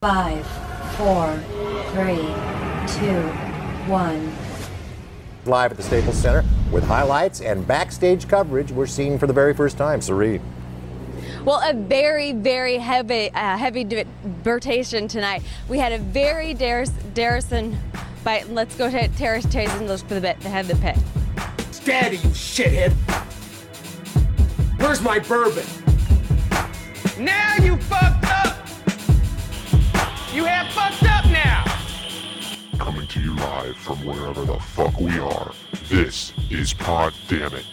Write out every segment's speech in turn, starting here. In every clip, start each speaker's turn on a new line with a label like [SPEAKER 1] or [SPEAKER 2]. [SPEAKER 1] Five, four, three, two, one.
[SPEAKER 2] Live at the Staples Center with highlights and backstage coverage we're seeing for the very first time. Serene.
[SPEAKER 3] Well, a very, very heavy, uh, heavy debatation tonight. We had a very Darris, Darrison by Let's go to Terrace Chase and look for the bit, head of the pit.
[SPEAKER 4] Daddy, you shithead. Where's my bourbon? Now you fucked up. You have fucked up now.
[SPEAKER 5] Coming to you live from wherever the fuck we are. This is Pod Damn It.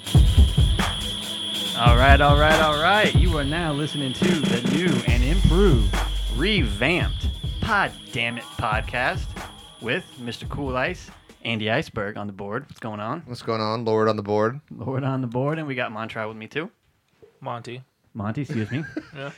[SPEAKER 6] All right, all right, all right. You are now listening to the new and improved, revamped Pod Damn It podcast with Mr. Cool Ice, Andy Iceberg on the board. What's going on?
[SPEAKER 7] What's going on? Lord on the board.
[SPEAKER 6] Lord on the board, and we got Montreal with me too.
[SPEAKER 8] Monty.
[SPEAKER 6] Monty, excuse me.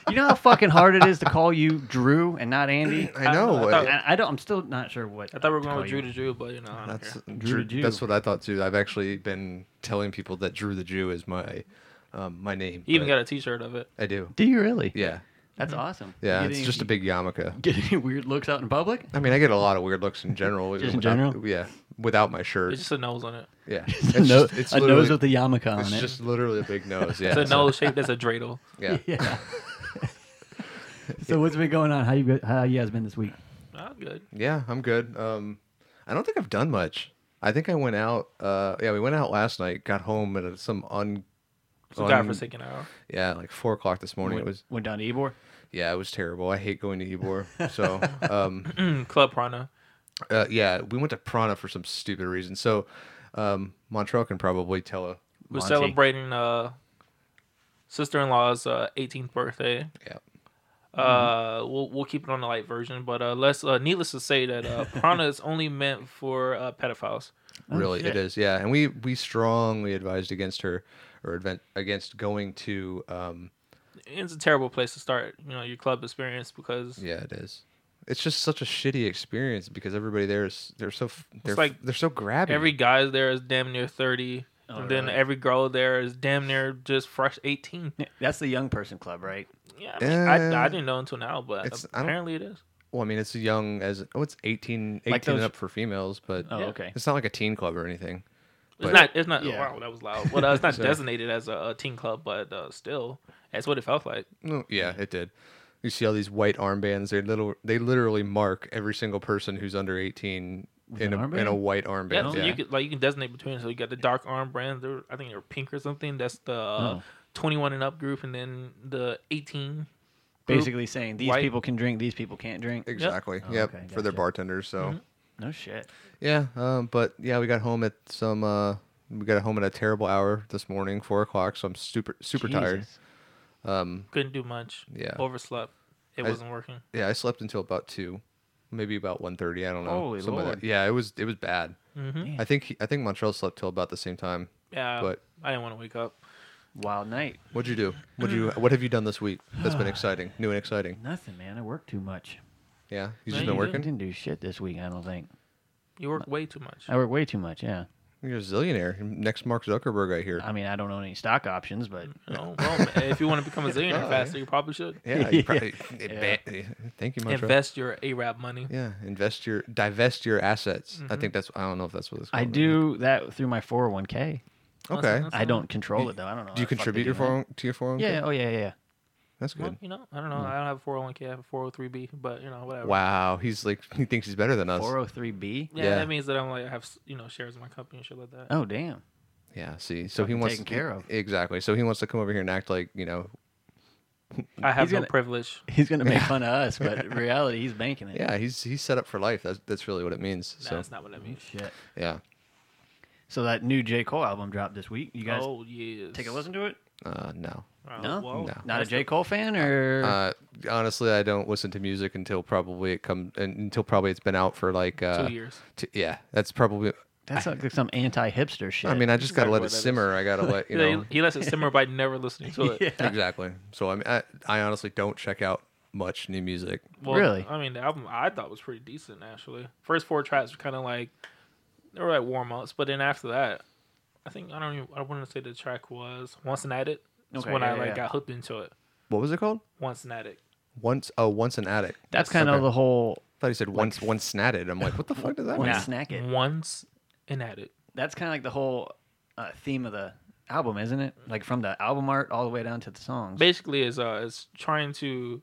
[SPEAKER 6] You know how fucking hard it is to call you Drew and not Andy.
[SPEAKER 7] I know.
[SPEAKER 8] I thought-
[SPEAKER 7] I-
[SPEAKER 6] I, I don't. I'm still not sure what.
[SPEAKER 8] I thought we were going
[SPEAKER 6] to
[SPEAKER 8] with
[SPEAKER 6] call
[SPEAKER 8] Drew to
[SPEAKER 6] you.
[SPEAKER 8] Drew, but you know, I don't
[SPEAKER 7] that's
[SPEAKER 8] care.
[SPEAKER 7] Drew,
[SPEAKER 6] the Jew.
[SPEAKER 7] That's what I thought too. I've actually been telling people that Drew the Jew is my um, my name.
[SPEAKER 8] You even
[SPEAKER 7] but
[SPEAKER 8] got a T-shirt of it.
[SPEAKER 7] I do.
[SPEAKER 6] Do you really?
[SPEAKER 7] Yeah.
[SPEAKER 6] That's awesome.
[SPEAKER 7] Yeah.
[SPEAKER 6] You
[SPEAKER 7] it's
[SPEAKER 6] get
[SPEAKER 7] just a
[SPEAKER 6] any-
[SPEAKER 7] big yarmulke.
[SPEAKER 6] Get any weird looks out in public?
[SPEAKER 7] I mean, I get a lot of weird looks in general.
[SPEAKER 6] Just in
[SPEAKER 7] without-
[SPEAKER 6] general?
[SPEAKER 7] Yeah. Without my shirt.
[SPEAKER 8] It's just a nose on it.
[SPEAKER 7] yeah.
[SPEAKER 6] a, no-
[SPEAKER 7] just- it's
[SPEAKER 6] a
[SPEAKER 7] literally-
[SPEAKER 6] nose with a yarmulke on
[SPEAKER 7] It's
[SPEAKER 6] it.
[SPEAKER 7] just literally a big nose. Yeah.
[SPEAKER 8] It's a
[SPEAKER 7] so-
[SPEAKER 8] nose shape that's a dreidel.
[SPEAKER 7] Yeah.
[SPEAKER 6] Yeah. so what's been going on? How you be- how you guys been this week?
[SPEAKER 8] Ah, good.
[SPEAKER 7] Yeah, I'm good. Um, I don't think I've done much. I think I went out. Uh, yeah, we went out last night. Got home at some un.
[SPEAKER 8] So
[SPEAKER 7] un-
[SPEAKER 8] God forsaken hour.
[SPEAKER 7] Yeah, like four o'clock this morning. It was.
[SPEAKER 6] Went down to Ebor.
[SPEAKER 7] Yeah, it was terrible. I hate going to Ybor. So, um,
[SPEAKER 8] Mm, Club Prana.
[SPEAKER 7] uh, yeah, we went to Prana for some stupid reason. So, um, Montreal can probably tell. A,
[SPEAKER 8] We're
[SPEAKER 6] Monty.
[SPEAKER 8] celebrating uh, sister-in-law's uh, 18th birthday.
[SPEAKER 7] yeah,
[SPEAKER 8] Uh,
[SPEAKER 7] Mm-hmm.
[SPEAKER 8] we'll we'll keep it on the light version, but uh, let's. Uh, needless to say that uh, Prana is only meant for uh, pedophiles.
[SPEAKER 7] really,
[SPEAKER 6] shit.
[SPEAKER 7] it is. Yeah, and we we strongly advised against her or advent, against going to. Um,
[SPEAKER 8] It's a terrible place to start, you know, your club experience because
[SPEAKER 7] Yeah, it is. It's just such a shitty experience because everybody there is they're so f- they're
[SPEAKER 8] like
[SPEAKER 7] like they're so grabby.
[SPEAKER 8] every guy there is damn near 30, and then
[SPEAKER 6] Alright.
[SPEAKER 8] every girl there is damn near just fresh 18.
[SPEAKER 6] That's the young person club, right?
[SPEAKER 8] Yeah, I, mean, I, I
[SPEAKER 7] Uh,
[SPEAKER 8] didn't know until now, but
[SPEAKER 7] it's- I don't-
[SPEAKER 8] apparently it is.
[SPEAKER 7] well, I mean, it's young as oh, it's 18, 18
[SPEAKER 6] Like
[SPEAKER 7] and
[SPEAKER 6] those-
[SPEAKER 7] up for females, but
[SPEAKER 6] Oh, okay.
[SPEAKER 7] it's not like a teen club or anything.
[SPEAKER 8] It's
[SPEAKER 7] But-
[SPEAKER 8] not. It's not.
[SPEAKER 6] yeah.
[SPEAKER 8] Wow, that was loud. Well, uh, it's not
[SPEAKER 7] So-
[SPEAKER 8] designated as a, a teen club, but uh, still, that's what it felt like.
[SPEAKER 7] No, Oh, yeah, it did. You see all these white armbands. They little they literally mark every single person who's under eighteen in
[SPEAKER 6] an
[SPEAKER 7] a, in a
[SPEAKER 6] armband?
[SPEAKER 7] white
[SPEAKER 8] Yeah,
[SPEAKER 7] armband.
[SPEAKER 8] so
[SPEAKER 7] Yeah,
[SPEAKER 8] you could like you can designate between. So you got the dark arm brand. There, I think they're pink or something. That's the uh
[SPEAKER 6] Oh.
[SPEAKER 8] 21 and up group, and then the 18. group.
[SPEAKER 6] Basically saying these
[SPEAKER 8] White.
[SPEAKER 6] people can drink, these people can't drink.
[SPEAKER 7] exactly.
[SPEAKER 6] Oh,
[SPEAKER 7] yep,
[SPEAKER 6] okay,
[SPEAKER 7] for their
[SPEAKER 6] gotcha. Mm-hmm.
[SPEAKER 7] bartenders. So
[SPEAKER 6] No shit.
[SPEAKER 7] yeah, um, but yeah, we got home at some. Uh, we got home at a terrible hour this morning, four o'clock. So I'm super super tired.
[SPEAKER 6] Jesus.
[SPEAKER 8] couldn't do much.
[SPEAKER 7] Yeah.
[SPEAKER 8] overslept. It
[SPEAKER 7] I-
[SPEAKER 8] wasn't working.
[SPEAKER 7] Yeah, I slept until about two, maybe about 1.30, I don't know.
[SPEAKER 6] Holy
[SPEAKER 7] something like
[SPEAKER 6] Lord. Mm-hmm.
[SPEAKER 7] that. Yeah, it was it was bad. I think he, I think Montreal slept till about the same time.
[SPEAKER 8] Yeah,
[SPEAKER 7] But-
[SPEAKER 8] I didn't want to wake up.
[SPEAKER 6] Wild night.
[SPEAKER 7] What'd you do? What
[SPEAKER 6] Mm.
[SPEAKER 7] you what have you done this week that's been exciting, new and exciting?
[SPEAKER 6] Nothing, man. I worked too much.
[SPEAKER 7] Yeah, you
[SPEAKER 8] No,
[SPEAKER 7] just
[SPEAKER 8] you
[SPEAKER 7] been
[SPEAKER 8] didn't.
[SPEAKER 6] I
[SPEAKER 7] working.
[SPEAKER 6] didn't do shit this week. I don't think.
[SPEAKER 8] You work way too much.
[SPEAKER 6] I worked way too much. Yeah.
[SPEAKER 7] You're a zillionaire. Next Mark Zuckerberg, I hear.
[SPEAKER 6] I mean, I don't own any stock options, but
[SPEAKER 7] Mm.
[SPEAKER 8] You know, well, if you want to become a zillionaire
[SPEAKER 7] Oh,
[SPEAKER 8] faster, you probably should
[SPEAKER 7] yeah, you probably, eh, ba- thank you, Montreal.
[SPEAKER 8] invest your Arab money.
[SPEAKER 7] Yeah, invest your divest your assets. I think that's I don't know if that's what it's called.
[SPEAKER 6] Mm-hmm. I do that through my 401k.
[SPEAKER 7] Okay.
[SPEAKER 8] That's
[SPEAKER 6] I don't control it though. I don't know.
[SPEAKER 7] Do you contribute your
[SPEAKER 6] phone?
[SPEAKER 7] 401 to your 401k?
[SPEAKER 6] Yeah. Oh yeah. Yeah. yeah.
[SPEAKER 7] That's
[SPEAKER 8] Well,
[SPEAKER 7] good.
[SPEAKER 8] you know, I don't know. I don't have a 401k. I have a 403b, but you know, whatever.
[SPEAKER 7] Hmm. Wow, he's like he thinks he's better than us.
[SPEAKER 6] 403b.
[SPEAKER 8] Yeah,
[SPEAKER 7] Yeah.
[SPEAKER 8] that means that I'm like I have you know shares in my company and shit like that.
[SPEAKER 6] Oh damn.
[SPEAKER 7] Yeah, see, so he wants
[SPEAKER 6] taken care of.
[SPEAKER 7] Exactly. So he wants to come over here and act like you know.
[SPEAKER 8] I have
[SPEAKER 6] He's
[SPEAKER 8] no
[SPEAKER 6] gonna-
[SPEAKER 8] privilege.
[SPEAKER 6] He's gonna make fun of us, but in reality, he's banking it.
[SPEAKER 7] Yeah, he's he's set up for life. That's that's really what it means.
[SPEAKER 8] Nah,
[SPEAKER 7] so
[SPEAKER 8] That's not what that means.
[SPEAKER 6] Shit.
[SPEAKER 7] yeah,
[SPEAKER 6] So that new J Cole album dropped this week. You guys
[SPEAKER 8] oh yeah.
[SPEAKER 6] take a listen to it.
[SPEAKER 7] uh, no.
[SPEAKER 8] Oh,
[SPEAKER 6] No?
[SPEAKER 8] well,
[SPEAKER 7] No.
[SPEAKER 6] Not a J Cole fan, or
[SPEAKER 7] Uh, honestly, I don't listen to music until probably it comes until probably it's been out for like uh,
[SPEAKER 8] Two years.
[SPEAKER 7] t- yeah, that's probably.
[SPEAKER 6] that's like some anti-hipster shit.
[SPEAKER 7] I mean, I just gotta
[SPEAKER 8] Exactly
[SPEAKER 7] let
[SPEAKER 8] what
[SPEAKER 7] it
[SPEAKER 8] that is.
[SPEAKER 7] simmer. I gotta let you
[SPEAKER 8] Yeah,
[SPEAKER 7] know
[SPEAKER 8] he, he lets it simmer by never listening to it.
[SPEAKER 7] exactly. So I mean, I, I honestly don't check out much new music.
[SPEAKER 8] Well,
[SPEAKER 6] Really?
[SPEAKER 8] I mean, the album I thought was pretty decent actually. First four tracks were kind of like they were like warm ups, but then after that, I think I don't even I wouldn't say the track was once an addict. That's
[SPEAKER 6] Okay,
[SPEAKER 8] when
[SPEAKER 6] yeah,
[SPEAKER 8] I
[SPEAKER 6] yeah,
[SPEAKER 8] like
[SPEAKER 6] yeah.
[SPEAKER 8] got hooked into it.
[SPEAKER 7] What was it called?
[SPEAKER 8] Once an addict.
[SPEAKER 7] Once oh, once an addict.
[SPEAKER 6] That's kind of
[SPEAKER 7] Okay.
[SPEAKER 6] the whole
[SPEAKER 7] I thought he said once once snatted. I'm like, what the fuck does that
[SPEAKER 6] one
[SPEAKER 7] mean?
[SPEAKER 6] yeah. snack
[SPEAKER 8] Mm-hmm.
[SPEAKER 6] it.
[SPEAKER 8] Once an addict.
[SPEAKER 6] That's kind of like the whole uh, theme of the album, isn't it? Like from the album art all the way down to the songs.
[SPEAKER 8] basically is uh is trying to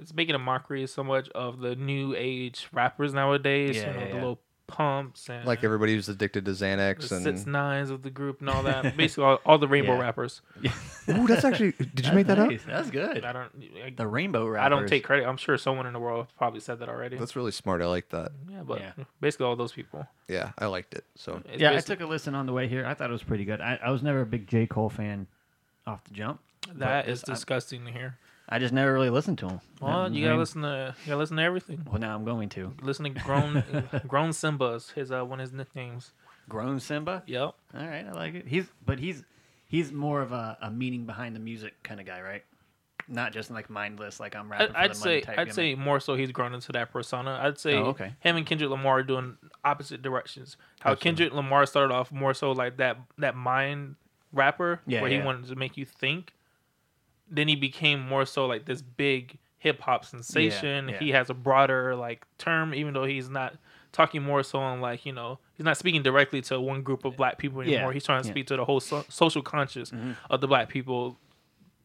[SPEAKER 8] it's making a mockery so much of the new age rappers nowadays
[SPEAKER 6] Yeah,
[SPEAKER 8] you know
[SPEAKER 6] yeah,
[SPEAKER 8] the
[SPEAKER 6] yeah.
[SPEAKER 8] little pumps and
[SPEAKER 7] Like everybody was addicted to Xanax
[SPEAKER 8] the six
[SPEAKER 7] and
[SPEAKER 8] nines of the group and all that basically all, all the rainbow
[SPEAKER 6] Yeah.
[SPEAKER 8] rappers
[SPEAKER 7] Ooh, that's actually. Did you make that
[SPEAKER 6] Nice,
[SPEAKER 7] up?
[SPEAKER 6] That's good.
[SPEAKER 8] i don't I,
[SPEAKER 6] The rainbow rappers.
[SPEAKER 8] I don't take credit i'm sure someone in the world probably said that already
[SPEAKER 7] That's really smart. I like that.
[SPEAKER 8] yeah but
[SPEAKER 6] Yeah.
[SPEAKER 8] basically all those people
[SPEAKER 7] Yeah, I liked it. So
[SPEAKER 8] It's
[SPEAKER 6] Yeah, I
[SPEAKER 8] basi-
[SPEAKER 6] took a listen on the way here. I thought it was pretty good. I, I was never a big J. Cole fan off the jump.
[SPEAKER 8] that is disgusting to hear
[SPEAKER 6] I just never really listened to him.
[SPEAKER 8] well
[SPEAKER 6] Um,
[SPEAKER 8] you
[SPEAKER 6] I
[SPEAKER 8] gotta
[SPEAKER 6] mean,
[SPEAKER 8] listen to you gotta listen to everything
[SPEAKER 6] Well, now I'm going to.
[SPEAKER 8] listen to grown grown simba's his uh one of his nicknames
[SPEAKER 6] Grown Simba.
[SPEAKER 8] yep
[SPEAKER 6] All right, I like it. He's but he's he's more of a, a meaning behind the music kind of guy, right? Not just like mindless, like I'm
[SPEAKER 8] I-
[SPEAKER 6] rapping. for
[SPEAKER 8] I'd
[SPEAKER 6] the money
[SPEAKER 8] say
[SPEAKER 6] type
[SPEAKER 8] I'd say more so he's grown into that persona. I'd say
[SPEAKER 6] Oh, okay.
[SPEAKER 8] him and Kendrick Lamar are doing opposite directions. How Kendrick Lamar started off more so like that that mind rapper
[SPEAKER 6] Yeah,
[SPEAKER 8] where
[SPEAKER 6] yeah.
[SPEAKER 8] he wanted to make you think. Then he became more so like this big hip hop sensation.
[SPEAKER 6] yeah.
[SPEAKER 8] He has a broader like term, even though he's not talking more so on like you know he's not speaking directly to one group of black people
[SPEAKER 6] Yeah,
[SPEAKER 8] anymore. He's trying to
[SPEAKER 6] yeah. Mm-hmm.
[SPEAKER 8] speak to the whole so- social conscious of the black people.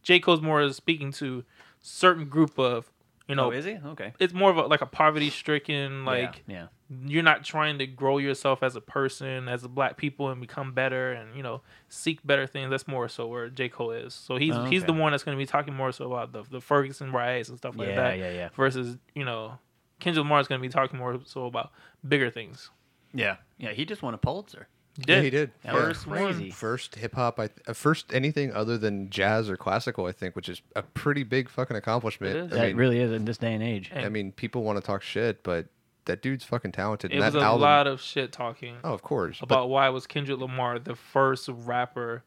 [SPEAKER 8] J Cole's more is speaking to certain group of you know
[SPEAKER 6] Oh, is he? Okay.
[SPEAKER 8] it's more of a, like a poverty stricken like
[SPEAKER 6] yeah,
[SPEAKER 8] you're not trying to grow yourself as a person as a black people and become better and you know seek better things that's more so where j cole is so he's
[SPEAKER 6] Oh,
[SPEAKER 8] he's
[SPEAKER 6] okay.
[SPEAKER 8] the one that's going to be talking more so about the, the ferguson riots and stuff like
[SPEAKER 6] Yeah,
[SPEAKER 8] that
[SPEAKER 6] yeah, yeah.
[SPEAKER 8] versus you know kendrick lamar is going to be talking more so about bigger things
[SPEAKER 6] yeah, yeah. He just won a Pulitzer.
[SPEAKER 7] yeah, he did.
[SPEAKER 6] That
[SPEAKER 7] Yeah.
[SPEAKER 6] was crazy.
[SPEAKER 7] First hip hop, I th- uh, first anything other than jazz or classical, I think, which is a pretty big fucking accomplishment.
[SPEAKER 8] It is.
[SPEAKER 7] I
[SPEAKER 6] that
[SPEAKER 7] mean,
[SPEAKER 6] really is in this day and age.
[SPEAKER 7] I mean, people want to talk shit, but that dude's fucking talented.
[SPEAKER 8] it
[SPEAKER 7] and
[SPEAKER 8] was
[SPEAKER 7] that
[SPEAKER 8] a
[SPEAKER 7] album,
[SPEAKER 8] lot of shit talking
[SPEAKER 7] oh, of course. but-
[SPEAKER 8] about why was Kendrick Lamar the first rapper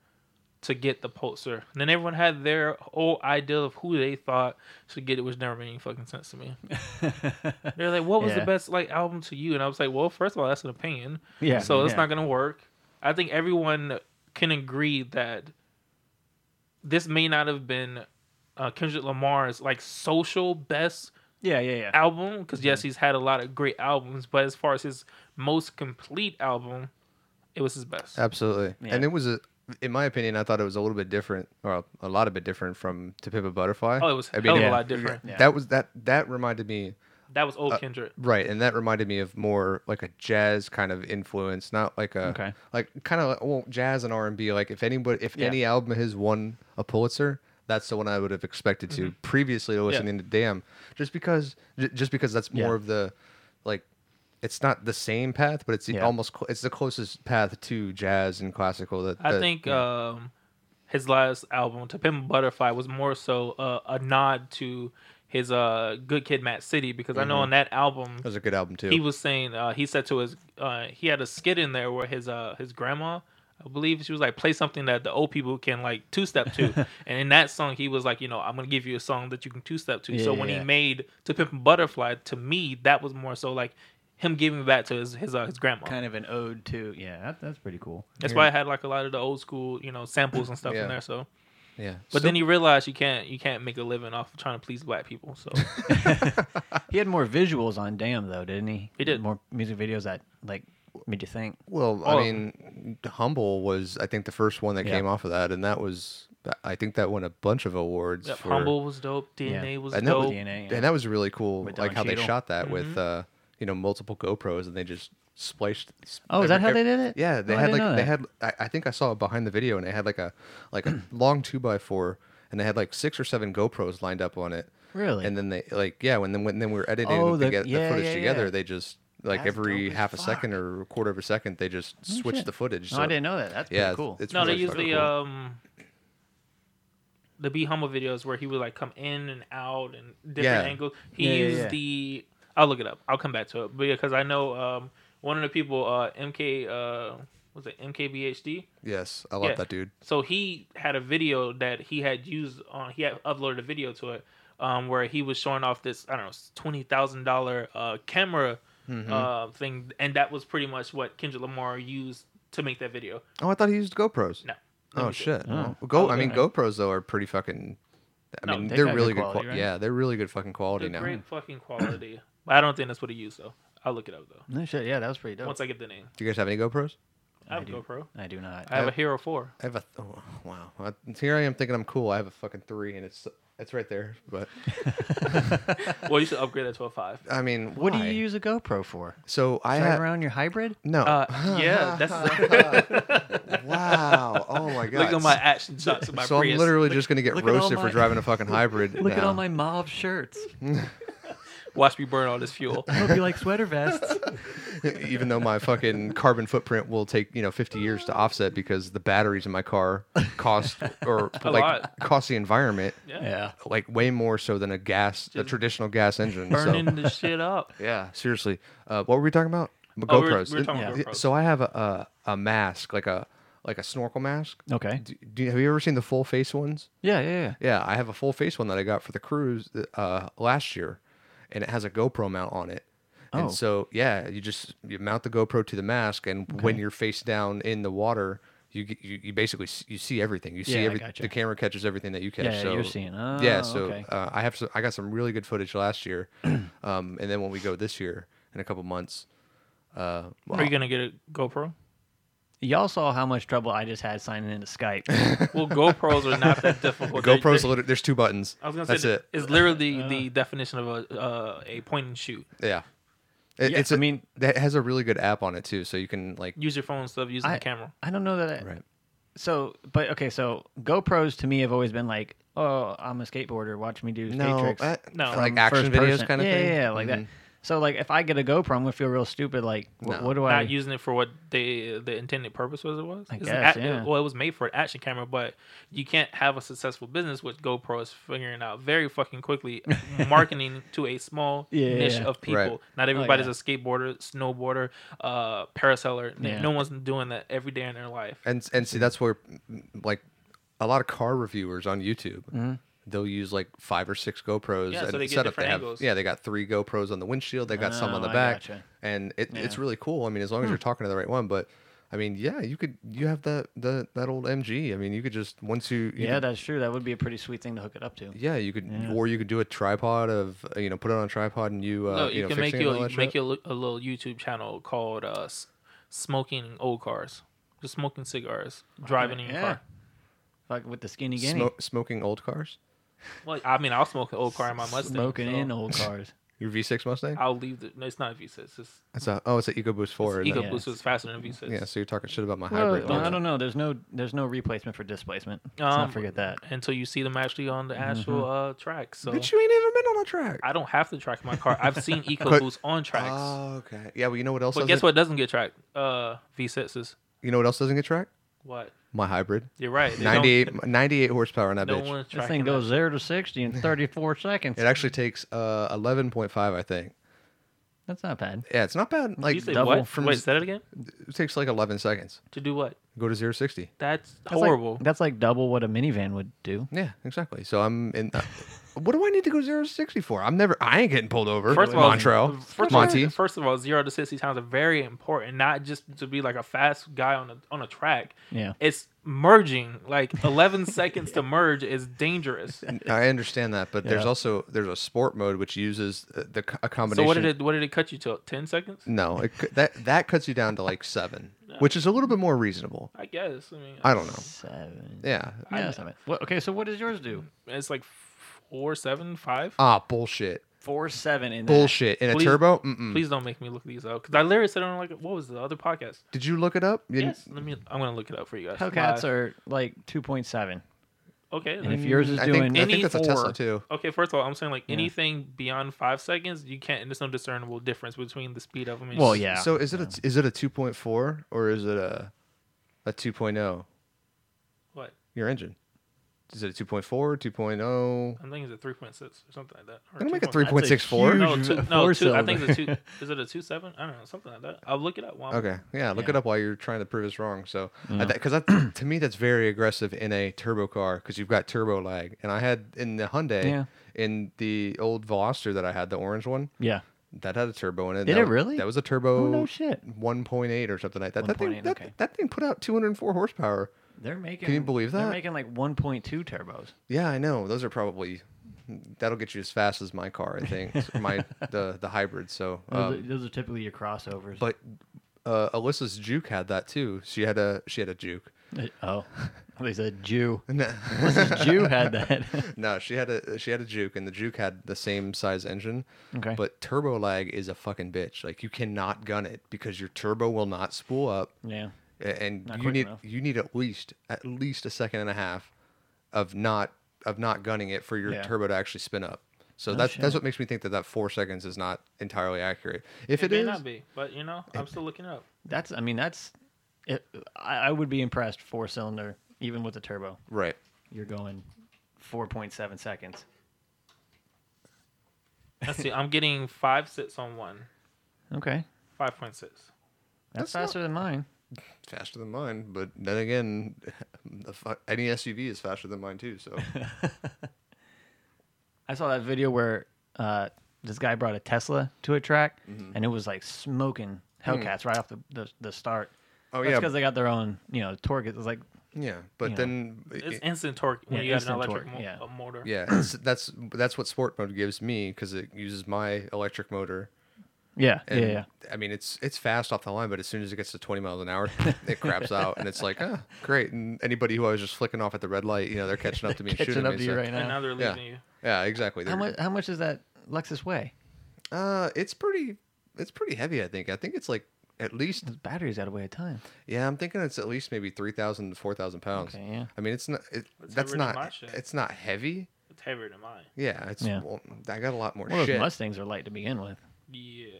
[SPEAKER 8] to get the Pulitzer. And then everyone had their whole idea of who they thought should get it, which never made any fucking sense to me. They're like, "What was
[SPEAKER 6] Yeah.
[SPEAKER 8] the best like album to you?" And I was like, "Well, first of all, that's an opinion.
[SPEAKER 6] Yeah,
[SPEAKER 8] so it's
[SPEAKER 6] yeah.
[SPEAKER 8] not gonna work." I think everyone can agree that this may not have been uh, Kendrick Lamar's like social best
[SPEAKER 6] yeah, yeah, yeah.
[SPEAKER 8] album because yes
[SPEAKER 7] Mm-hmm.
[SPEAKER 8] he's had a lot of great albums but as far as his most complete album it was his best
[SPEAKER 7] Absolutely.
[SPEAKER 6] Yeah.
[SPEAKER 7] And it was a in my opinion, I thought it was a little bit different or a lot of bit different from To Pimp a Butterfly.
[SPEAKER 8] oh it was
[SPEAKER 7] I
[SPEAKER 8] hell of
[SPEAKER 7] mean,
[SPEAKER 8] a lot different
[SPEAKER 6] Yeah.
[SPEAKER 7] That was that that reminded me
[SPEAKER 8] that was
[SPEAKER 7] Uh,
[SPEAKER 8] old kendrick
[SPEAKER 7] right, and that reminded me of more like a jazz kind of influence, not like a
[SPEAKER 6] Okay.
[SPEAKER 7] like kind of like, well jazz and R and B. Like if anybody if
[SPEAKER 6] Yeah.
[SPEAKER 7] any album of his won a Pulitzer, that's the one I would have expected to
[SPEAKER 6] Mm-hmm.
[SPEAKER 7] previously to listening to Damn, just because j- just because that's more
[SPEAKER 6] Yeah.
[SPEAKER 7] of the like it's not the same path, but it's the
[SPEAKER 6] Yeah.
[SPEAKER 7] almost cl- it's the closest path to jazz and classical that,
[SPEAKER 8] i
[SPEAKER 7] that-
[SPEAKER 8] think um his last album to pimp a butterfly was more so uh, a nod to his uh good kid matt city because i know on that album
[SPEAKER 7] That Mm-hmm. was a good album too.
[SPEAKER 8] he was saying uh, he said to his uh, he had a skit in there where his uh, his grandma I believe she was like play something that the old people can like two step to, and in that song he was like you know I'm gonna give you a song that you can two step to.
[SPEAKER 6] Yeah,
[SPEAKER 8] so
[SPEAKER 6] yeah,
[SPEAKER 8] when
[SPEAKER 6] yeah.
[SPEAKER 8] he made To Pimp a Butterfly, to me that was more so like him giving back to his his, uh, his grandma.
[SPEAKER 6] Kind of an ode to yeah. That, that's pretty cool.
[SPEAKER 8] That's why I had like a lot of the old school you know samples and stuff
[SPEAKER 7] Yeah.
[SPEAKER 8] in there. So
[SPEAKER 7] yeah.
[SPEAKER 8] but
[SPEAKER 7] So-
[SPEAKER 8] then he realized you can't you can't make a living off of trying to please black people. So
[SPEAKER 6] He had more visuals on Damn though, didn't he?
[SPEAKER 8] He did.
[SPEAKER 6] more music videos that like made you think.
[SPEAKER 7] Well,
[SPEAKER 8] All
[SPEAKER 7] I
[SPEAKER 8] of
[SPEAKER 7] mean, Humble was I think the first one that
[SPEAKER 6] Yeah.
[SPEAKER 7] came off of that, and that was I think that won a bunch of awards.
[SPEAKER 8] yep,
[SPEAKER 7] for,
[SPEAKER 8] humble was dope. DNA
[SPEAKER 6] Yeah.
[SPEAKER 8] was
[SPEAKER 7] and that was,
[SPEAKER 8] dope.
[SPEAKER 6] DNA. yeah.
[SPEAKER 7] and that was really cool,
[SPEAKER 6] With
[SPEAKER 7] like
[SPEAKER 6] Don
[SPEAKER 7] how they
[SPEAKER 6] Cheadle.
[SPEAKER 7] shot that with
[SPEAKER 8] Mm-hmm.
[SPEAKER 7] uh, you know multiple GoPros, and they just spliced. sp-
[SPEAKER 6] Oh, is that
[SPEAKER 7] every-
[SPEAKER 6] how they
[SPEAKER 7] every-
[SPEAKER 6] did it?
[SPEAKER 7] Yeah, they
[SPEAKER 6] Oh, I
[SPEAKER 7] had
[SPEAKER 6] didn't know
[SPEAKER 7] like they
[SPEAKER 6] that.
[SPEAKER 7] had. I, I think I saw it behind the video, and they had like a like a long two by four, and they had like six or seven GoPros lined up on it.
[SPEAKER 6] Really?
[SPEAKER 7] And then they like yeah, when then when then we were editing
[SPEAKER 6] Oh,
[SPEAKER 7] the,
[SPEAKER 6] the-
[SPEAKER 7] get- the
[SPEAKER 6] yeah,
[SPEAKER 7] footage
[SPEAKER 6] yeah,
[SPEAKER 7] together,
[SPEAKER 6] yeah.
[SPEAKER 7] they just like
[SPEAKER 6] That's
[SPEAKER 7] every
[SPEAKER 6] dope as
[SPEAKER 7] half a second
[SPEAKER 6] fuck.
[SPEAKER 7] or a quarter of a second, they just switched
[SPEAKER 6] shit.
[SPEAKER 7] the footage.
[SPEAKER 6] No, Oh, I didn't know that. That's pretty
[SPEAKER 7] Yeah, it's-
[SPEAKER 6] cool.
[SPEAKER 7] it's
[SPEAKER 8] No, they
[SPEAKER 7] really
[SPEAKER 8] use
[SPEAKER 7] fucking
[SPEAKER 8] the
[SPEAKER 7] cool.
[SPEAKER 8] um the Be Humble videos where he would like come in and out and different
[SPEAKER 7] Yeah.
[SPEAKER 8] angles. He
[SPEAKER 6] Yeah, yeah,
[SPEAKER 8] used
[SPEAKER 6] yeah.
[SPEAKER 8] the I'll look it up. I'll come back to it. But because I know um one of the people uh MK uh was it MKBHD?
[SPEAKER 7] Yes, I love
[SPEAKER 8] Yeah.
[SPEAKER 7] that dude.
[SPEAKER 8] So he had a video that he had used on. He had uploaded a video to it, um, where he was showing off this I don't know twenty thousand dollar uh camera
[SPEAKER 7] Mm-hmm.
[SPEAKER 8] uh thing, and that was pretty much what Kendrick Lamar used to make that video.
[SPEAKER 7] Oh, I thought he used GoPros.
[SPEAKER 8] No.
[SPEAKER 7] Oh
[SPEAKER 8] me see.
[SPEAKER 7] shit. Well, Go. I mean,
[SPEAKER 8] okay.
[SPEAKER 7] GoPros though are pretty fucking. I
[SPEAKER 8] No,
[SPEAKER 7] mean,
[SPEAKER 6] they
[SPEAKER 7] they're
[SPEAKER 6] got good
[SPEAKER 7] really good.
[SPEAKER 6] quality,
[SPEAKER 7] quali-
[SPEAKER 6] right?
[SPEAKER 7] Yeah, they're really good fucking quality
[SPEAKER 8] They're
[SPEAKER 7] now.
[SPEAKER 8] great fucking quality. But I don't think that's what he used though. I'll look it up though.
[SPEAKER 6] No shit. Yeah, that was pretty dope.
[SPEAKER 8] Once I get the name,
[SPEAKER 7] Do you guys have any GoPros?
[SPEAKER 8] I have a
[SPEAKER 6] do.
[SPEAKER 8] GoPro.
[SPEAKER 6] I do not.
[SPEAKER 8] I have a Hero Four.
[SPEAKER 7] I have a th- oh, wow. I, here I am thinking I'm cool. I have a fucking three, and it's it's right there. But
[SPEAKER 8] Well, you should upgrade that to a five.
[SPEAKER 7] I mean,
[SPEAKER 6] what do
[SPEAKER 7] why?
[SPEAKER 6] you use a GoPro for?
[SPEAKER 7] So I
[SPEAKER 6] Drive
[SPEAKER 7] have
[SPEAKER 6] around your hybrid?
[SPEAKER 7] no.
[SPEAKER 8] Uh, yeah, that's look
[SPEAKER 7] wow. Oh my god.
[SPEAKER 8] at my action shots of my
[SPEAKER 7] so
[SPEAKER 8] Prius.
[SPEAKER 7] I'm literally just gonna get
[SPEAKER 6] look at all
[SPEAKER 7] roasted
[SPEAKER 6] my-
[SPEAKER 7] for driving a fucking hybrid.
[SPEAKER 6] Look at
[SPEAKER 7] now.
[SPEAKER 6] all my mauve shirts.
[SPEAKER 8] Watch me burn all this fuel.
[SPEAKER 6] I hope you like sweater vests.
[SPEAKER 7] even though my fucking carbon footprint will take you know 50 years to offset because the batteries in my car cost or like
[SPEAKER 8] lot.
[SPEAKER 7] cost the environment
[SPEAKER 6] yeah.
[SPEAKER 7] like way more so than a gas a traditional gas engine
[SPEAKER 8] Burning
[SPEAKER 7] so
[SPEAKER 8] the shit up.
[SPEAKER 7] yeah seriously uh, what were we talking about
[SPEAKER 8] Oh, we were-
[SPEAKER 7] GoPros
[SPEAKER 8] we were talking about
[SPEAKER 7] Yeah.
[SPEAKER 8] GoPros.
[SPEAKER 7] so I have a, a a mask like a like a snorkel mask
[SPEAKER 6] Okay.
[SPEAKER 7] do, do you, have you ever seen the full face ones
[SPEAKER 6] Yeah, yeah, yeah.
[SPEAKER 7] yeah, I have a full face one that I got for the cruise uh, last year, and it has a GoPro mount on it.
[SPEAKER 6] Oh.
[SPEAKER 7] And so yeah, you just you mount the GoPro to the mask, and when you're face down in the water, you get- you, you basically s- you see everything. You see
[SPEAKER 6] Yeah, I
[SPEAKER 7] every
[SPEAKER 6] gotcha.
[SPEAKER 7] the camera catches everything that you catch.
[SPEAKER 6] Yeah, yeah,
[SPEAKER 7] so,
[SPEAKER 6] you're seeing. Oh,
[SPEAKER 7] yeah, so
[SPEAKER 6] okay.
[SPEAKER 7] uh, I have some, I got some really good footage last year, um, and then when we go this year in a couple months, uh, well,
[SPEAKER 8] Are you gonna get a GoPro?
[SPEAKER 6] Y'all saw how much trouble I just had signing into Skype.
[SPEAKER 8] Well, GoPros are not that difficult. They're-
[SPEAKER 7] GoPros
[SPEAKER 8] they're-
[SPEAKER 7] liter- there's two buttons.
[SPEAKER 8] I was gonna
[SPEAKER 7] That's
[SPEAKER 8] say
[SPEAKER 7] it.
[SPEAKER 8] that it's literally the definition of a uh, a point and shoot.
[SPEAKER 7] Yeah. It,
[SPEAKER 6] Yeah,
[SPEAKER 7] it's
[SPEAKER 6] I
[SPEAKER 7] I
[SPEAKER 6] mean-
[SPEAKER 7] mean that has a really good app on it too, so you can like
[SPEAKER 8] Use your phone instead of using
[SPEAKER 6] I,
[SPEAKER 8] the camera.
[SPEAKER 6] I don't know that. I,
[SPEAKER 7] Right.
[SPEAKER 6] So, but okay, so GoPros to me have always been like, oh, I'm a skateboarder. Watch me do skate tricks.
[SPEAKER 7] that-
[SPEAKER 8] No.
[SPEAKER 7] uh, like
[SPEAKER 6] from first
[SPEAKER 7] action videos
[SPEAKER 6] person.
[SPEAKER 7] kind of
[SPEAKER 6] yeah,
[SPEAKER 7] thing. Mm-hmm.
[SPEAKER 6] Yeah, yeah, like that. So like if I get a GoPro, I'm gonna feel real stupid. Like wh-
[SPEAKER 7] No.
[SPEAKER 6] what do I?
[SPEAKER 8] Not using it for what the the intended purpose was. It was.
[SPEAKER 6] I
[SPEAKER 8] It's
[SPEAKER 6] guess,
[SPEAKER 8] an
[SPEAKER 6] yeah.
[SPEAKER 8] Well, it was made for an action camera, but you can't have a successful business with GoPro is figuring out very fucking quickly marketing to a small
[SPEAKER 6] Yeah,
[SPEAKER 8] niche
[SPEAKER 6] yeah.
[SPEAKER 8] of people.
[SPEAKER 7] Right.
[SPEAKER 8] Not everybody's
[SPEAKER 6] yeah.
[SPEAKER 8] a skateboarder, snowboarder, uh, parasailer. N-
[SPEAKER 6] Yeah.
[SPEAKER 8] No one's doing that every day in their life.
[SPEAKER 7] And and see that's where mm, like a lot of car reviewers on YouTube.
[SPEAKER 6] Mm-hmm.
[SPEAKER 7] They'll use like five or six GoPros
[SPEAKER 8] Yeah, so
[SPEAKER 7] and
[SPEAKER 8] they get
[SPEAKER 7] setup
[SPEAKER 8] different
[SPEAKER 7] they have.
[SPEAKER 8] angles.
[SPEAKER 7] Yeah, they got three GoPros on the windshield. They got some on the
[SPEAKER 6] Oh, I
[SPEAKER 7] back,
[SPEAKER 6] gotcha. Hmm.
[SPEAKER 7] and it, it's really cool. I mean, as long as you're talking to the right one, but. I mean, yeah, you could. You have that the that old MG. I mean, you could just once you, you
[SPEAKER 6] yeah,
[SPEAKER 7] could-
[SPEAKER 6] that's true. That would be a pretty sweet thing to hook it up to.
[SPEAKER 7] yeah, you could, or you could do a tripod of uh, you know put it on a tripod and you uh,
[SPEAKER 8] no,
[SPEAKER 7] you,
[SPEAKER 8] you,
[SPEAKER 7] know,
[SPEAKER 8] can make
[SPEAKER 7] fixing it and
[SPEAKER 8] you
[SPEAKER 7] all that
[SPEAKER 8] a,
[SPEAKER 7] shit.
[SPEAKER 8] make you a, li- a little YouTube channel called uh, S- "Smoking Old Cars," just smoking cigars, driving in your
[SPEAKER 6] yeah.
[SPEAKER 8] car.
[SPEAKER 6] Like with the skinny guinea,
[SPEAKER 7] Smo- smoking old cars.
[SPEAKER 8] Well, I mean, I'll smoke an old car in my Mustang.
[SPEAKER 6] smoking
[SPEAKER 8] so
[SPEAKER 6] in old cars.
[SPEAKER 7] Your V6 Mustang.
[SPEAKER 8] I'll leave the. No, it's not a V6. It's just
[SPEAKER 7] That's a, oh, it's an EcoBoost four. isn't it?
[SPEAKER 8] Eco
[SPEAKER 6] Yeah.
[SPEAKER 8] Boost is faster than a V6.
[SPEAKER 7] Yeah, so you're talking shit about my
[SPEAKER 6] Well,
[SPEAKER 7] hybrid.
[SPEAKER 6] no, I don't know. There's no there's no replacement for displacement. Let's
[SPEAKER 8] Um,
[SPEAKER 6] not forget that.
[SPEAKER 8] Until you see them actually on the actual uh, track. So
[SPEAKER 7] Bitch, Mm-hmm. you ain't even been on a track.
[SPEAKER 8] I don't have to track my car. I've seen Eco Boost on tracks.
[SPEAKER 7] Oh, okay. Yeah, well, you know what else?
[SPEAKER 8] but
[SPEAKER 7] Doesn't,
[SPEAKER 8] guess what doesn't get tracked? Uh, V6s.
[SPEAKER 7] You know what else doesn't get tracked?
[SPEAKER 8] What?
[SPEAKER 7] My hybrid.
[SPEAKER 8] You're right. They don't-
[SPEAKER 7] 98, 98 horsepower on that
[SPEAKER 8] No
[SPEAKER 7] bitch.
[SPEAKER 8] one's
[SPEAKER 6] This
[SPEAKER 8] tracking
[SPEAKER 6] thing goes zero to sixty in 34 seconds.
[SPEAKER 7] It actually takes uh, 11.5, I think.
[SPEAKER 6] That's not bad.
[SPEAKER 7] Yeah, it's not bad.
[SPEAKER 8] that.
[SPEAKER 7] Like
[SPEAKER 8] You say
[SPEAKER 6] double
[SPEAKER 8] what?
[SPEAKER 7] from
[SPEAKER 8] Wait,
[SPEAKER 7] z-
[SPEAKER 8] say that again?
[SPEAKER 7] it takes like 11 seconds.
[SPEAKER 8] To do what?
[SPEAKER 7] Go to zero sixty.
[SPEAKER 8] That's,
[SPEAKER 6] That's like-
[SPEAKER 8] horrible.
[SPEAKER 6] that's like double what a minivan would do.
[SPEAKER 7] Yeah, exactly. So I'm in. Uh, what do I need to go zero to sixty for? I'm never. I ain't getting pulled over.
[SPEAKER 8] First of all,
[SPEAKER 7] Montrell,
[SPEAKER 8] First
[SPEAKER 7] Monty.
[SPEAKER 8] Of all, first of all, zero to sixty times are very important. Not just to be like a fast guy on a on a track.
[SPEAKER 6] Yeah.
[SPEAKER 8] it's merging. Like eleven seconds to merge is dangerous.
[SPEAKER 7] I understand that, but there's
[SPEAKER 6] Yeah.
[SPEAKER 7] also there's a sport mode which uses uh, the co- a combination.
[SPEAKER 8] So what did it what did it cut you to? Ten seconds?
[SPEAKER 7] No, it, cu- that that cuts you down to like seven, which is a little bit more reasonable.
[SPEAKER 8] I guess. I mean,
[SPEAKER 7] I don't know.
[SPEAKER 6] Seven.
[SPEAKER 7] Yeah.
[SPEAKER 6] Yeah, that's not bad. What, okay, so what does yours do?
[SPEAKER 8] it's like four, seven, five.
[SPEAKER 7] Ah, bullshit.
[SPEAKER 6] Four seven in that.
[SPEAKER 7] Bullshit. In a
[SPEAKER 8] Please-
[SPEAKER 7] turbo? Mm-mm.
[SPEAKER 8] Please don't make me look these up because I literally said on like what was the other podcast?
[SPEAKER 7] Did you look it up? You didn't-
[SPEAKER 8] Yes, let me. I'm gonna look it up for you guys.
[SPEAKER 6] Hellcats
[SPEAKER 8] Live.
[SPEAKER 6] are like two point seven,
[SPEAKER 8] okay.
[SPEAKER 6] and
[SPEAKER 8] then-
[SPEAKER 6] if yours is
[SPEAKER 7] Mm, I
[SPEAKER 6] doing
[SPEAKER 7] think, I think
[SPEAKER 8] any
[SPEAKER 7] that's a Tesla
[SPEAKER 6] four-
[SPEAKER 7] too.
[SPEAKER 8] Okay, first of all, I'm saying like anything beyond five seconds, you can't. There's no discernible difference between the speed of them. and
[SPEAKER 6] well,
[SPEAKER 8] shit.
[SPEAKER 6] yeah.
[SPEAKER 7] So is it a is it a 2.4 or is it a a 2.0?
[SPEAKER 8] What?
[SPEAKER 7] Your engine. Is it a 2.4, 2.0?
[SPEAKER 8] I think it's a three point six or something like that. Or
[SPEAKER 7] It'll make it
[SPEAKER 8] 2.5.
[SPEAKER 7] 3.64.
[SPEAKER 8] No,
[SPEAKER 6] huge
[SPEAKER 8] two, no, two, I
[SPEAKER 6] four-cylinder.
[SPEAKER 8] think it's a two. Is it a two seven? I don't know, something like that. I'll look it up. While I'm-
[SPEAKER 7] Okay. Yeah, look it up while you're trying to prove us wrong. So,
[SPEAKER 6] Mm-hmm.
[SPEAKER 7] because that to me that's very aggressive in a turbo car because you've got turbo lag. And I had in the Hyundai
[SPEAKER 6] Yeah.
[SPEAKER 7] in the old Veloster that I had, the orange one.
[SPEAKER 6] yeah.
[SPEAKER 7] That had a turbo in it.
[SPEAKER 6] Did
[SPEAKER 7] That
[SPEAKER 6] it
[SPEAKER 7] wa-
[SPEAKER 6] really?
[SPEAKER 7] That was a turbo.
[SPEAKER 6] Oh, no shit.
[SPEAKER 7] 1.8 or something like that. That thing,
[SPEAKER 6] 1.8,
[SPEAKER 7] that,
[SPEAKER 6] okay.
[SPEAKER 7] that thing put out 204 horsepower.
[SPEAKER 6] They're making.
[SPEAKER 7] Can you believe
[SPEAKER 6] They're
[SPEAKER 7] that?
[SPEAKER 6] making like 1.2 turbos.
[SPEAKER 7] Yeah, I know. Those are probably that'll get you as fast as my car, I think. or my the the hybrid. So,
[SPEAKER 6] Those,
[SPEAKER 7] um,
[SPEAKER 6] are, those are typically your crossovers.
[SPEAKER 7] but uh, Alyssa's Juke had that too. She had a she had a Juke.
[SPEAKER 6] Uh, oh, they said Jew. Unless a Jew had that.
[SPEAKER 7] No, she had a she had a Juke, and the Juke had the same size engine.
[SPEAKER 6] Okay.
[SPEAKER 7] But turbo lag is a fucking bitch. Like you cannot gun it because your turbo will not spool up.
[SPEAKER 6] yeah.
[SPEAKER 7] a- and
[SPEAKER 6] Not
[SPEAKER 7] you
[SPEAKER 6] quick
[SPEAKER 7] need
[SPEAKER 6] enough.
[SPEAKER 7] you need at least at least a second and a half of not of not gunning it for your
[SPEAKER 6] Yeah.
[SPEAKER 7] turbo to actually spin up. So that's that's
[SPEAKER 6] shit.
[SPEAKER 7] what makes me think that that four seconds is not entirely accurate. If
[SPEAKER 8] It
[SPEAKER 7] it
[SPEAKER 8] may
[SPEAKER 7] is,
[SPEAKER 8] not be, but you know, I'm still looking it up.
[SPEAKER 6] That's. I mean, that's. It, I, I would be impressed four cylinder, even with the turbo.
[SPEAKER 7] right?
[SPEAKER 6] You're going 4.7 seconds.
[SPEAKER 8] Let's see. I'm getting five sits on one.
[SPEAKER 6] Okay.
[SPEAKER 8] Five point six.
[SPEAKER 6] That's,
[SPEAKER 7] That's not-
[SPEAKER 6] faster than mine.
[SPEAKER 7] Faster than mine, but then again, the fu- any SUV is faster than mine too. So
[SPEAKER 6] I saw that video where uh, this guy brought a Tesla to a track,
[SPEAKER 7] Mm-hmm.
[SPEAKER 6] and it was like smoking Hellcats right off the, the, the start.
[SPEAKER 7] Oh,
[SPEAKER 6] That's
[SPEAKER 7] yeah.
[SPEAKER 6] because they got their own, you know, torque. It was like
[SPEAKER 7] yeah, but
[SPEAKER 6] You know,
[SPEAKER 7] then
[SPEAKER 8] It's instant torque when
[SPEAKER 6] Yeah,
[SPEAKER 8] you got an
[SPEAKER 6] instant
[SPEAKER 8] electric
[SPEAKER 6] torque,
[SPEAKER 8] mo-
[SPEAKER 6] yeah.
[SPEAKER 8] a motor.
[SPEAKER 7] yeah, it's, that's that's what sport mode gives me because it uses my electric motor.
[SPEAKER 6] Yeah,
[SPEAKER 7] And,
[SPEAKER 6] yeah, yeah.
[SPEAKER 7] I mean, it's it's fast off the line, but as soon as it gets to 20 miles an hour, it craps out, and it's like, ah, great. And anybody who I was just flicking off at the red light, you know, they're catching up to me and shooting
[SPEAKER 6] Catching up
[SPEAKER 7] me.
[SPEAKER 6] to you
[SPEAKER 7] so-
[SPEAKER 6] right
[SPEAKER 8] And now
[SPEAKER 6] now.
[SPEAKER 8] they're
[SPEAKER 7] Yeah,
[SPEAKER 8] leaving you.
[SPEAKER 7] yeah, exactly.
[SPEAKER 6] How
[SPEAKER 7] They're-
[SPEAKER 6] much? How much does that Lexus weigh?
[SPEAKER 7] Uh, it's pretty, it's pretty heavy. I think. I think it's like at least.
[SPEAKER 6] Those batteries gotta weigh a ton.
[SPEAKER 7] Yeah, I'm thinking it's at least maybe 3,000 to 4,000 pounds.
[SPEAKER 6] Okay, yeah.
[SPEAKER 7] I mean, it's not. It, that's
[SPEAKER 8] That's heavier than
[SPEAKER 7] not.
[SPEAKER 8] my shit.
[SPEAKER 7] It's not heavy.
[SPEAKER 8] It's heavier than mine.
[SPEAKER 7] Yeah, it's.
[SPEAKER 6] Yeah.
[SPEAKER 7] Well, I got a lot more
[SPEAKER 6] Well, those
[SPEAKER 7] shit.
[SPEAKER 6] Mustangs are light to begin with.
[SPEAKER 8] Yeah.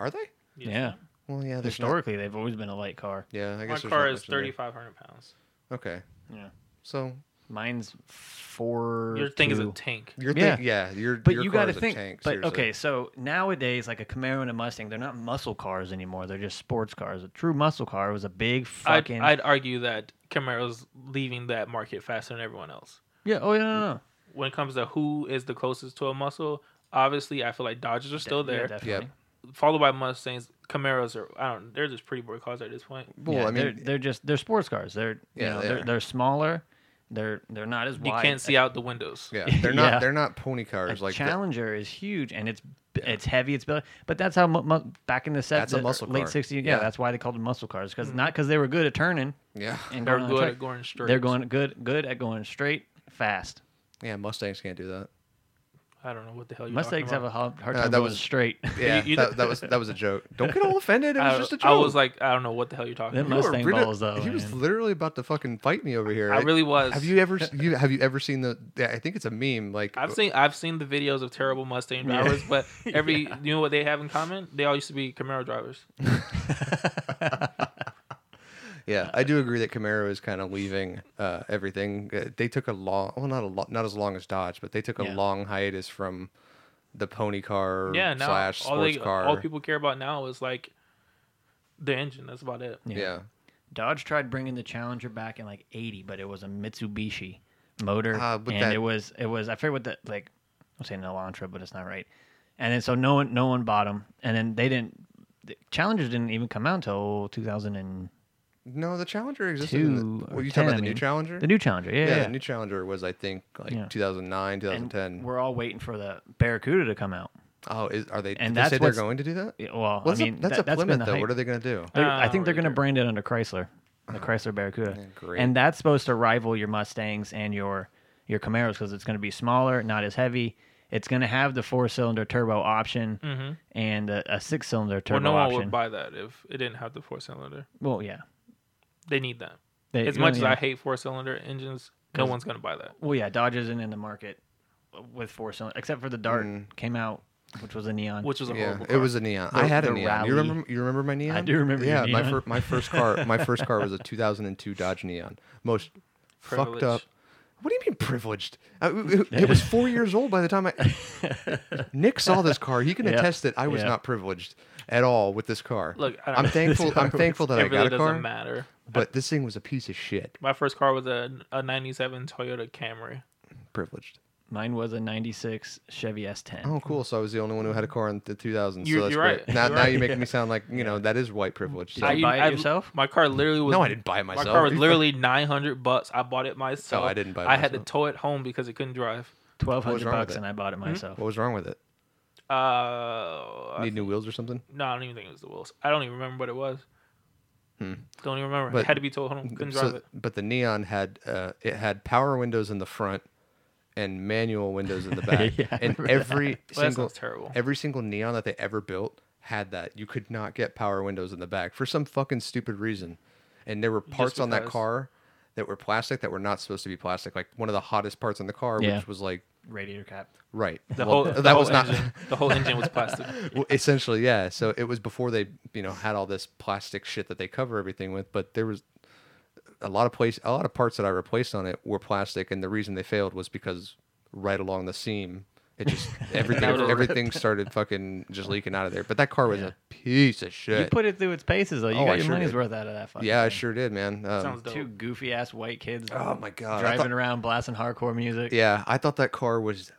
[SPEAKER 7] Are they?
[SPEAKER 8] Yes.
[SPEAKER 6] yeah.
[SPEAKER 7] Well, yeah. There's not,
[SPEAKER 6] Historically, they've always been a light car.
[SPEAKER 7] Yeah, I guess
[SPEAKER 8] My
[SPEAKER 7] there's
[SPEAKER 8] car
[SPEAKER 7] not
[SPEAKER 8] is
[SPEAKER 7] much in there.
[SPEAKER 8] 3,500 pounds.
[SPEAKER 7] Okay,
[SPEAKER 6] Yeah.
[SPEAKER 7] so
[SPEAKER 6] Mine's four.
[SPEAKER 8] Your thing is a
[SPEAKER 6] two.
[SPEAKER 8] tank.
[SPEAKER 7] Your
[SPEAKER 6] Yeah.
[SPEAKER 7] thing, yeah, your
[SPEAKER 6] But
[SPEAKER 7] your
[SPEAKER 6] you
[SPEAKER 7] car
[SPEAKER 6] got to
[SPEAKER 7] is a
[SPEAKER 6] think.
[SPEAKER 7] tank,
[SPEAKER 6] but
[SPEAKER 7] seriously.
[SPEAKER 6] okay, so nowadays, like a Camaro and a Mustang, they're not muscle cars anymore. They're just sports cars. A true muscle car was a big
[SPEAKER 8] I'd,
[SPEAKER 6] fucking.
[SPEAKER 8] I'd argue that Camaro's leaving that market faster than everyone else.
[SPEAKER 6] yeah. Oh yeah. No, no.
[SPEAKER 8] When it comes to who is the closest to a muscle, obviously I feel like Dodgers are still
[SPEAKER 6] Yeah,
[SPEAKER 8] there,
[SPEAKER 6] definitely.
[SPEAKER 7] Yep.
[SPEAKER 8] followed by Mustangs. Camaros are I don't. They're just pretty boy cars at this point.
[SPEAKER 7] Well,
[SPEAKER 6] Yeah,
[SPEAKER 7] I mean,
[SPEAKER 6] they're, they're just they're sports cars. They're
[SPEAKER 7] Yeah,
[SPEAKER 6] you know
[SPEAKER 7] they
[SPEAKER 6] they're,
[SPEAKER 7] are.
[SPEAKER 6] they're smaller. They're they're not as
[SPEAKER 8] You
[SPEAKER 6] wide.
[SPEAKER 8] can't see out the windows.
[SPEAKER 7] yeah, they're not
[SPEAKER 6] Yeah.
[SPEAKER 7] they're not pony
[SPEAKER 6] a
[SPEAKER 7] cars like the-
[SPEAKER 6] Challenger is huge and it's it's heavy. It's built, but that's how mu- mu- back in the set,
[SPEAKER 7] That's a
[SPEAKER 6] the
[SPEAKER 7] muscle
[SPEAKER 6] late
[SPEAKER 7] car.
[SPEAKER 6] 60s. Yeah,
[SPEAKER 7] Yeah.
[SPEAKER 6] that's why they called them muscle cars because not because they were good at turning
[SPEAKER 7] yeah,
[SPEAKER 6] and
[SPEAKER 8] Mm. They're
[SPEAKER 6] going on the
[SPEAKER 8] good
[SPEAKER 6] track.
[SPEAKER 8] at going straight.
[SPEAKER 6] They're going good good at going straight fast.
[SPEAKER 7] yeah. Mustangs can't do that.
[SPEAKER 8] I don't know what the hell you're
[SPEAKER 6] Mustangs have
[SPEAKER 8] talking
[SPEAKER 6] a
[SPEAKER 8] about.
[SPEAKER 6] hard, hard
[SPEAKER 7] Uh,
[SPEAKER 6] time
[SPEAKER 7] that
[SPEAKER 6] going
[SPEAKER 7] was-
[SPEAKER 6] straight.
[SPEAKER 7] Yeah,
[SPEAKER 8] you-
[SPEAKER 7] that, that was that was a joke. Don't get all offended. It was just a joke.
[SPEAKER 8] I, I was like, I don't know what the hell you're talking
[SPEAKER 6] Them
[SPEAKER 8] about.
[SPEAKER 7] You were
[SPEAKER 6] Mustang
[SPEAKER 7] really-
[SPEAKER 6] balls, though,
[SPEAKER 7] He was
[SPEAKER 6] man.
[SPEAKER 7] literally about to fucking fight me over here.
[SPEAKER 8] I really was.
[SPEAKER 7] Have you ever you have you ever seen the? yeah, I think it's a meme. Like
[SPEAKER 8] I've seen I've seen the videos of terrible Mustang drivers, but every you know what they have in common? They all used to be Camaro drivers.
[SPEAKER 7] Yeah, I do agree that Camaro is kind of leaving uh, everything. Uh, They took a long, well, not a lot, not as long as Dodge, but they took a
[SPEAKER 6] Yeah.
[SPEAKER 7] long hiatus from the pony car
[SPEAKER 8] Yeah, now
[SPEAKER 7] slash
[SPEAKER 8] all
[SPEAKER 7] sports
[SPEAKER 8] they,
[SPEAKER 7] car.
[SPEAKER 8] all people care about now is like the engine. That's about it.
[SPEAKER 7] yeah.
[SPEAKER 6] Dodge tried bringing the Challenger back in like '80, but it was a Mitsubishi motor,
[SPEAKER 7] Ah,
[SPEAKER 6] and
[SPEAKER 7] but that-
[SPEAKER 6] it was it was I forget what the like I'm saying Elantra, but it's not right. And then so no one no one bought them, and then they didn't. The Challengers didn't even come out until 2002.
[SPEAKER 7] No, the Challenger existed. In the,
[SPEAKER 6] or
[SPEAKER 7] were you
[SPEAKER 6] 10,
[SPEAKER 7] talking about
[SPEAKER 6] I
[SPEAKER 7] the new
[SPEAKER 6] mean.
[SPEAKER 7] Challenger?
[SPEAKER 6] The new Challenger, yeah,
[SPEAKER 7] yeah,
[SPEAKER 6] yeah.
[SPEAKER 7] the new Challenger was I think like
[SPEAKER 6] Yeah.
[SPEAKER 7] 2009,
[SPEAKER 6] and
[SPEAKER 7] 2010.
[SPEAKER 6] we're all waiting for the Barracuda to come out.
[SPEAKER 7] oh, is, are they?
[SPEAKER 6] and
[SPEAKER 7] did they
[SPEAKER 6] that's
[SPEAKER 7] say they're
[SPEAKER 6] what's-
[SPEAKER 7] going to do that?
[SPEAKER 6] Yeah, Well,
[SPEAKER 7] Well, that's
[SPEAKER 6] I mean,
[SPEAKER 7] a, that's
[SPEAKER 6] that,
[SPEAKER 7] a
[SPEAKER 6] has been
[SPEAKER 7] Plymouth
[SPEAKER 6] the
[SPEAKER 7] though.
[SPEAKER 6] hype.
[SPEAKER 7] What are they going to do?
[SPEAKER 6] They're- I
[SPEAKER 8] Ah,
[SPEAKER 6] think they're
[SPEAKER 8] right
[SPEAKER 6] going to
[SPEAKER 8] there.
[SPEAKER 6] brand it under Chrysler, the Chrysler Barracuda,
[SPEAKER 7] great.
[SPEAKER 6] and that's supposed to rival your Mustangs and your your Camaros because it's going to be smaller, not as heavy. It's going to have the four cylinder turbo option and a, a six cylinder
[SPEAKER 8] Mm-hmm.
[SPEAKER 6] turbo
[SPEAKER 8] Well, no one
[SPEAKER 6] option.
[SPEAKER 8] would buy that if it didn't have the four cylinder.
[SPEAKER 6] well, yeah.
[SPEAKER 8] They need that.
[SPEAKER 6] They-
[SPEAKER 8] As much as
[SPEAKER 6] yeah.
[SPEAKER 8] I hate four cylinder engines, no one's gonna buy that.
[SPEAKER 6] Well, yeah, Dodge isn't in the market with four cylinder, except for the Dart
[SPEAKER 7] Mm.
[SPEAKER 6] came out, which was a neon.
[SPEAKER 8] Which was a
[SPEAKER 7] Yeah,
[SPEAKER 8] horrible
[SPEAKER 7] it
[SPEAKER 8] car.
[SPEAKER 7] was a neon.
[SPEAKER 6] The-
[SPEAKER 7] I had a
[SPEAKER 6] the
[SPEAKER 7] neon.
[SPEAKER 6] rally.
[SPEAKER 7] You remember? You remember my neon?
[SPEAKER 6] do remember your
[SPEAKER 7] Yeah, my
[SPEAKER 6] neon.
[SPEAKER 7] fir- my first car. My first car was a 2002 Dodge Neon. Most fucked
[SPEAKER 8] Privileged.
[SPEAKER 7] up. What do you mean privileged? Uh, it, it- it was four years old by the time I. Nick saw this car. He can
[SPEAKER 6] Yeah.
[SPEAKER 7] attest that I was
[SPEAKER 6] Yeah.
[SPEAKER 7] not privileged at all with this car.
[SPEAKER 8] Look, I don't
[SPEAKER 7] I'm
[SPEAKER 8] know.
[SPEAKER 7] thankful. I'm thankful that
[SPEAKER 8] it
[SPEAKER 7] I
[SPEAKER 8] really
[SPEAKER 7] got a
[SPEAKER 8] doesn't
[SPEAKER 7] car.
[SPEAKER 8] matter.
[SPEAKER 7] But this thing was a piece of shit.
[SPEAKER 8] My first car was a a '97 Toyota Camry.
[SPEAKER 7] Privileged.
[SPEAKER 6] Mine was a 96 Chevy S10.
[SPEAKER 7] Oh, cool. So I was the only one who had a car in the 2000s.
[SPEAKER 8] You're-
[SPEAKER 7] so that's
[SPEAKER 8] you're right.
[SPEAKER 7] great. Now,
[SPEAKER 8] You're
[SPEAKER 7] now
[SPEAKER 8] right.
[SPEAKER 7] you're making me sound like, you know, that is white privilege. So.
[SPEAKER 6] I- you buy it yourself?
[SPEAKER 8] My car literally was.
[SPEAKER 7] no, I didn't buy it
[SPEAKER 8] My
[SPEAKER 7] myself. Oh,
[SPEAKER 8] car was literally 900 bucks. I bought it myself.
[SPEAKER 7] I didn't buy it
[SPEAKER 8] I had to
[SPEAKER 7] myself.
[SPEAKER 8] tow it home because it couldn't drive.
[SPEAKER 7] What
[SPEAKER 6] 1200
[SPEAKER 7] was wrong with
[SPEAKER 6] bucks
[SPEAKER 7] it?
[SPEAKER 6] and I bought
[SPEAKER 8] Hmm?
[SPEAKER 6] it myself.
[SPEAKER 7] What was wrong with it?
[SPEAKER 8] Uh, I-
[SPEAKER 7] Need new wheels or something?
[SPEAKER 8] Uh, no, I don't even think it was the wheels. I don't even remember what it was. Don't even remember.
[SPEAKER 7] Hmm. But-
[SPEAKER 8] it had to be towed home. Couldn't
[SPEAKER 7] So-
[SPEAKER 8] drive it.
[SPEAKER 7] But the neon had uh, it had power windows in the front and manual windows in the back.
[SPEAKER 6] Yeah, I
[SPEAKER 7] and
[SPEAKER 6] remember
[SPEAKER 7] every
[SPEAKER 8] Well, that
[SPEAKER 7] single
[SPEAKER 8] sounds terrible.
[SPEAKER 7] every single neon that they ever built had that. You could not get power windows in the back for some fucking stupid reason. And there were parts on that
[SPEAKER 8] because.
[SPEAKER 7] car that were plastic that were not supposed to be plastic. Like one of the hottest parts on the car,
[SPEAKER 6] Yeah.
[SPEAKER 7] which was like
[SPEAKER 6] Radiator cap.
[SPEAKER 7] right.
[SPEAKER 8] The
[SPEAKER 7] Well,
[SPEAKER 8] whole
[SPEAKER 7] that
[SPEAKER 8] the
[SPEAKER 7] was
[SPEAKER 8] whole
[SPEAKER 7] not
[SPEAKER 8] engine, the whole engine was plastic.
[SPEAKER 7] well, essentially yeah so it was before they you know had all this plastic shit that they cover everything with but there was a lot of place a lot of parts that i replaced on it were plastic and the reason they failed was because right along the seam it just everything
[SPEAKER 8] would've
[SPEAKER 7] everything started fucking just leaking out of there but that car was a piece of shit
[SPEAKER 6] You put it through its paces, though. You
[SPEAKER 7] Oh,
[SPEAKER 6] got
[SPEAKER 7] I
[SPEAKER 6] your
[SPEAKER 7] sure
[SPEAKER 6] money's
[SPEAKER 7] did.
[SPEAKER 6] worth out of that fucking
[SPEAKER 7] yeah i
[SPEAKER 6] thing.
[SPEAKER 7] sure did man um,
[SPEAKER 8] Sounds dope.
[SPEAKER 6] Two goofy ass white kids
[SPEAKER 7] oh my god I
[SPEAKER 6] driving
[SPEAKER 7] thought-
[SPEAKER 6] around blasting hardcore music.
[SPEAKER 7] yeah i thought that car was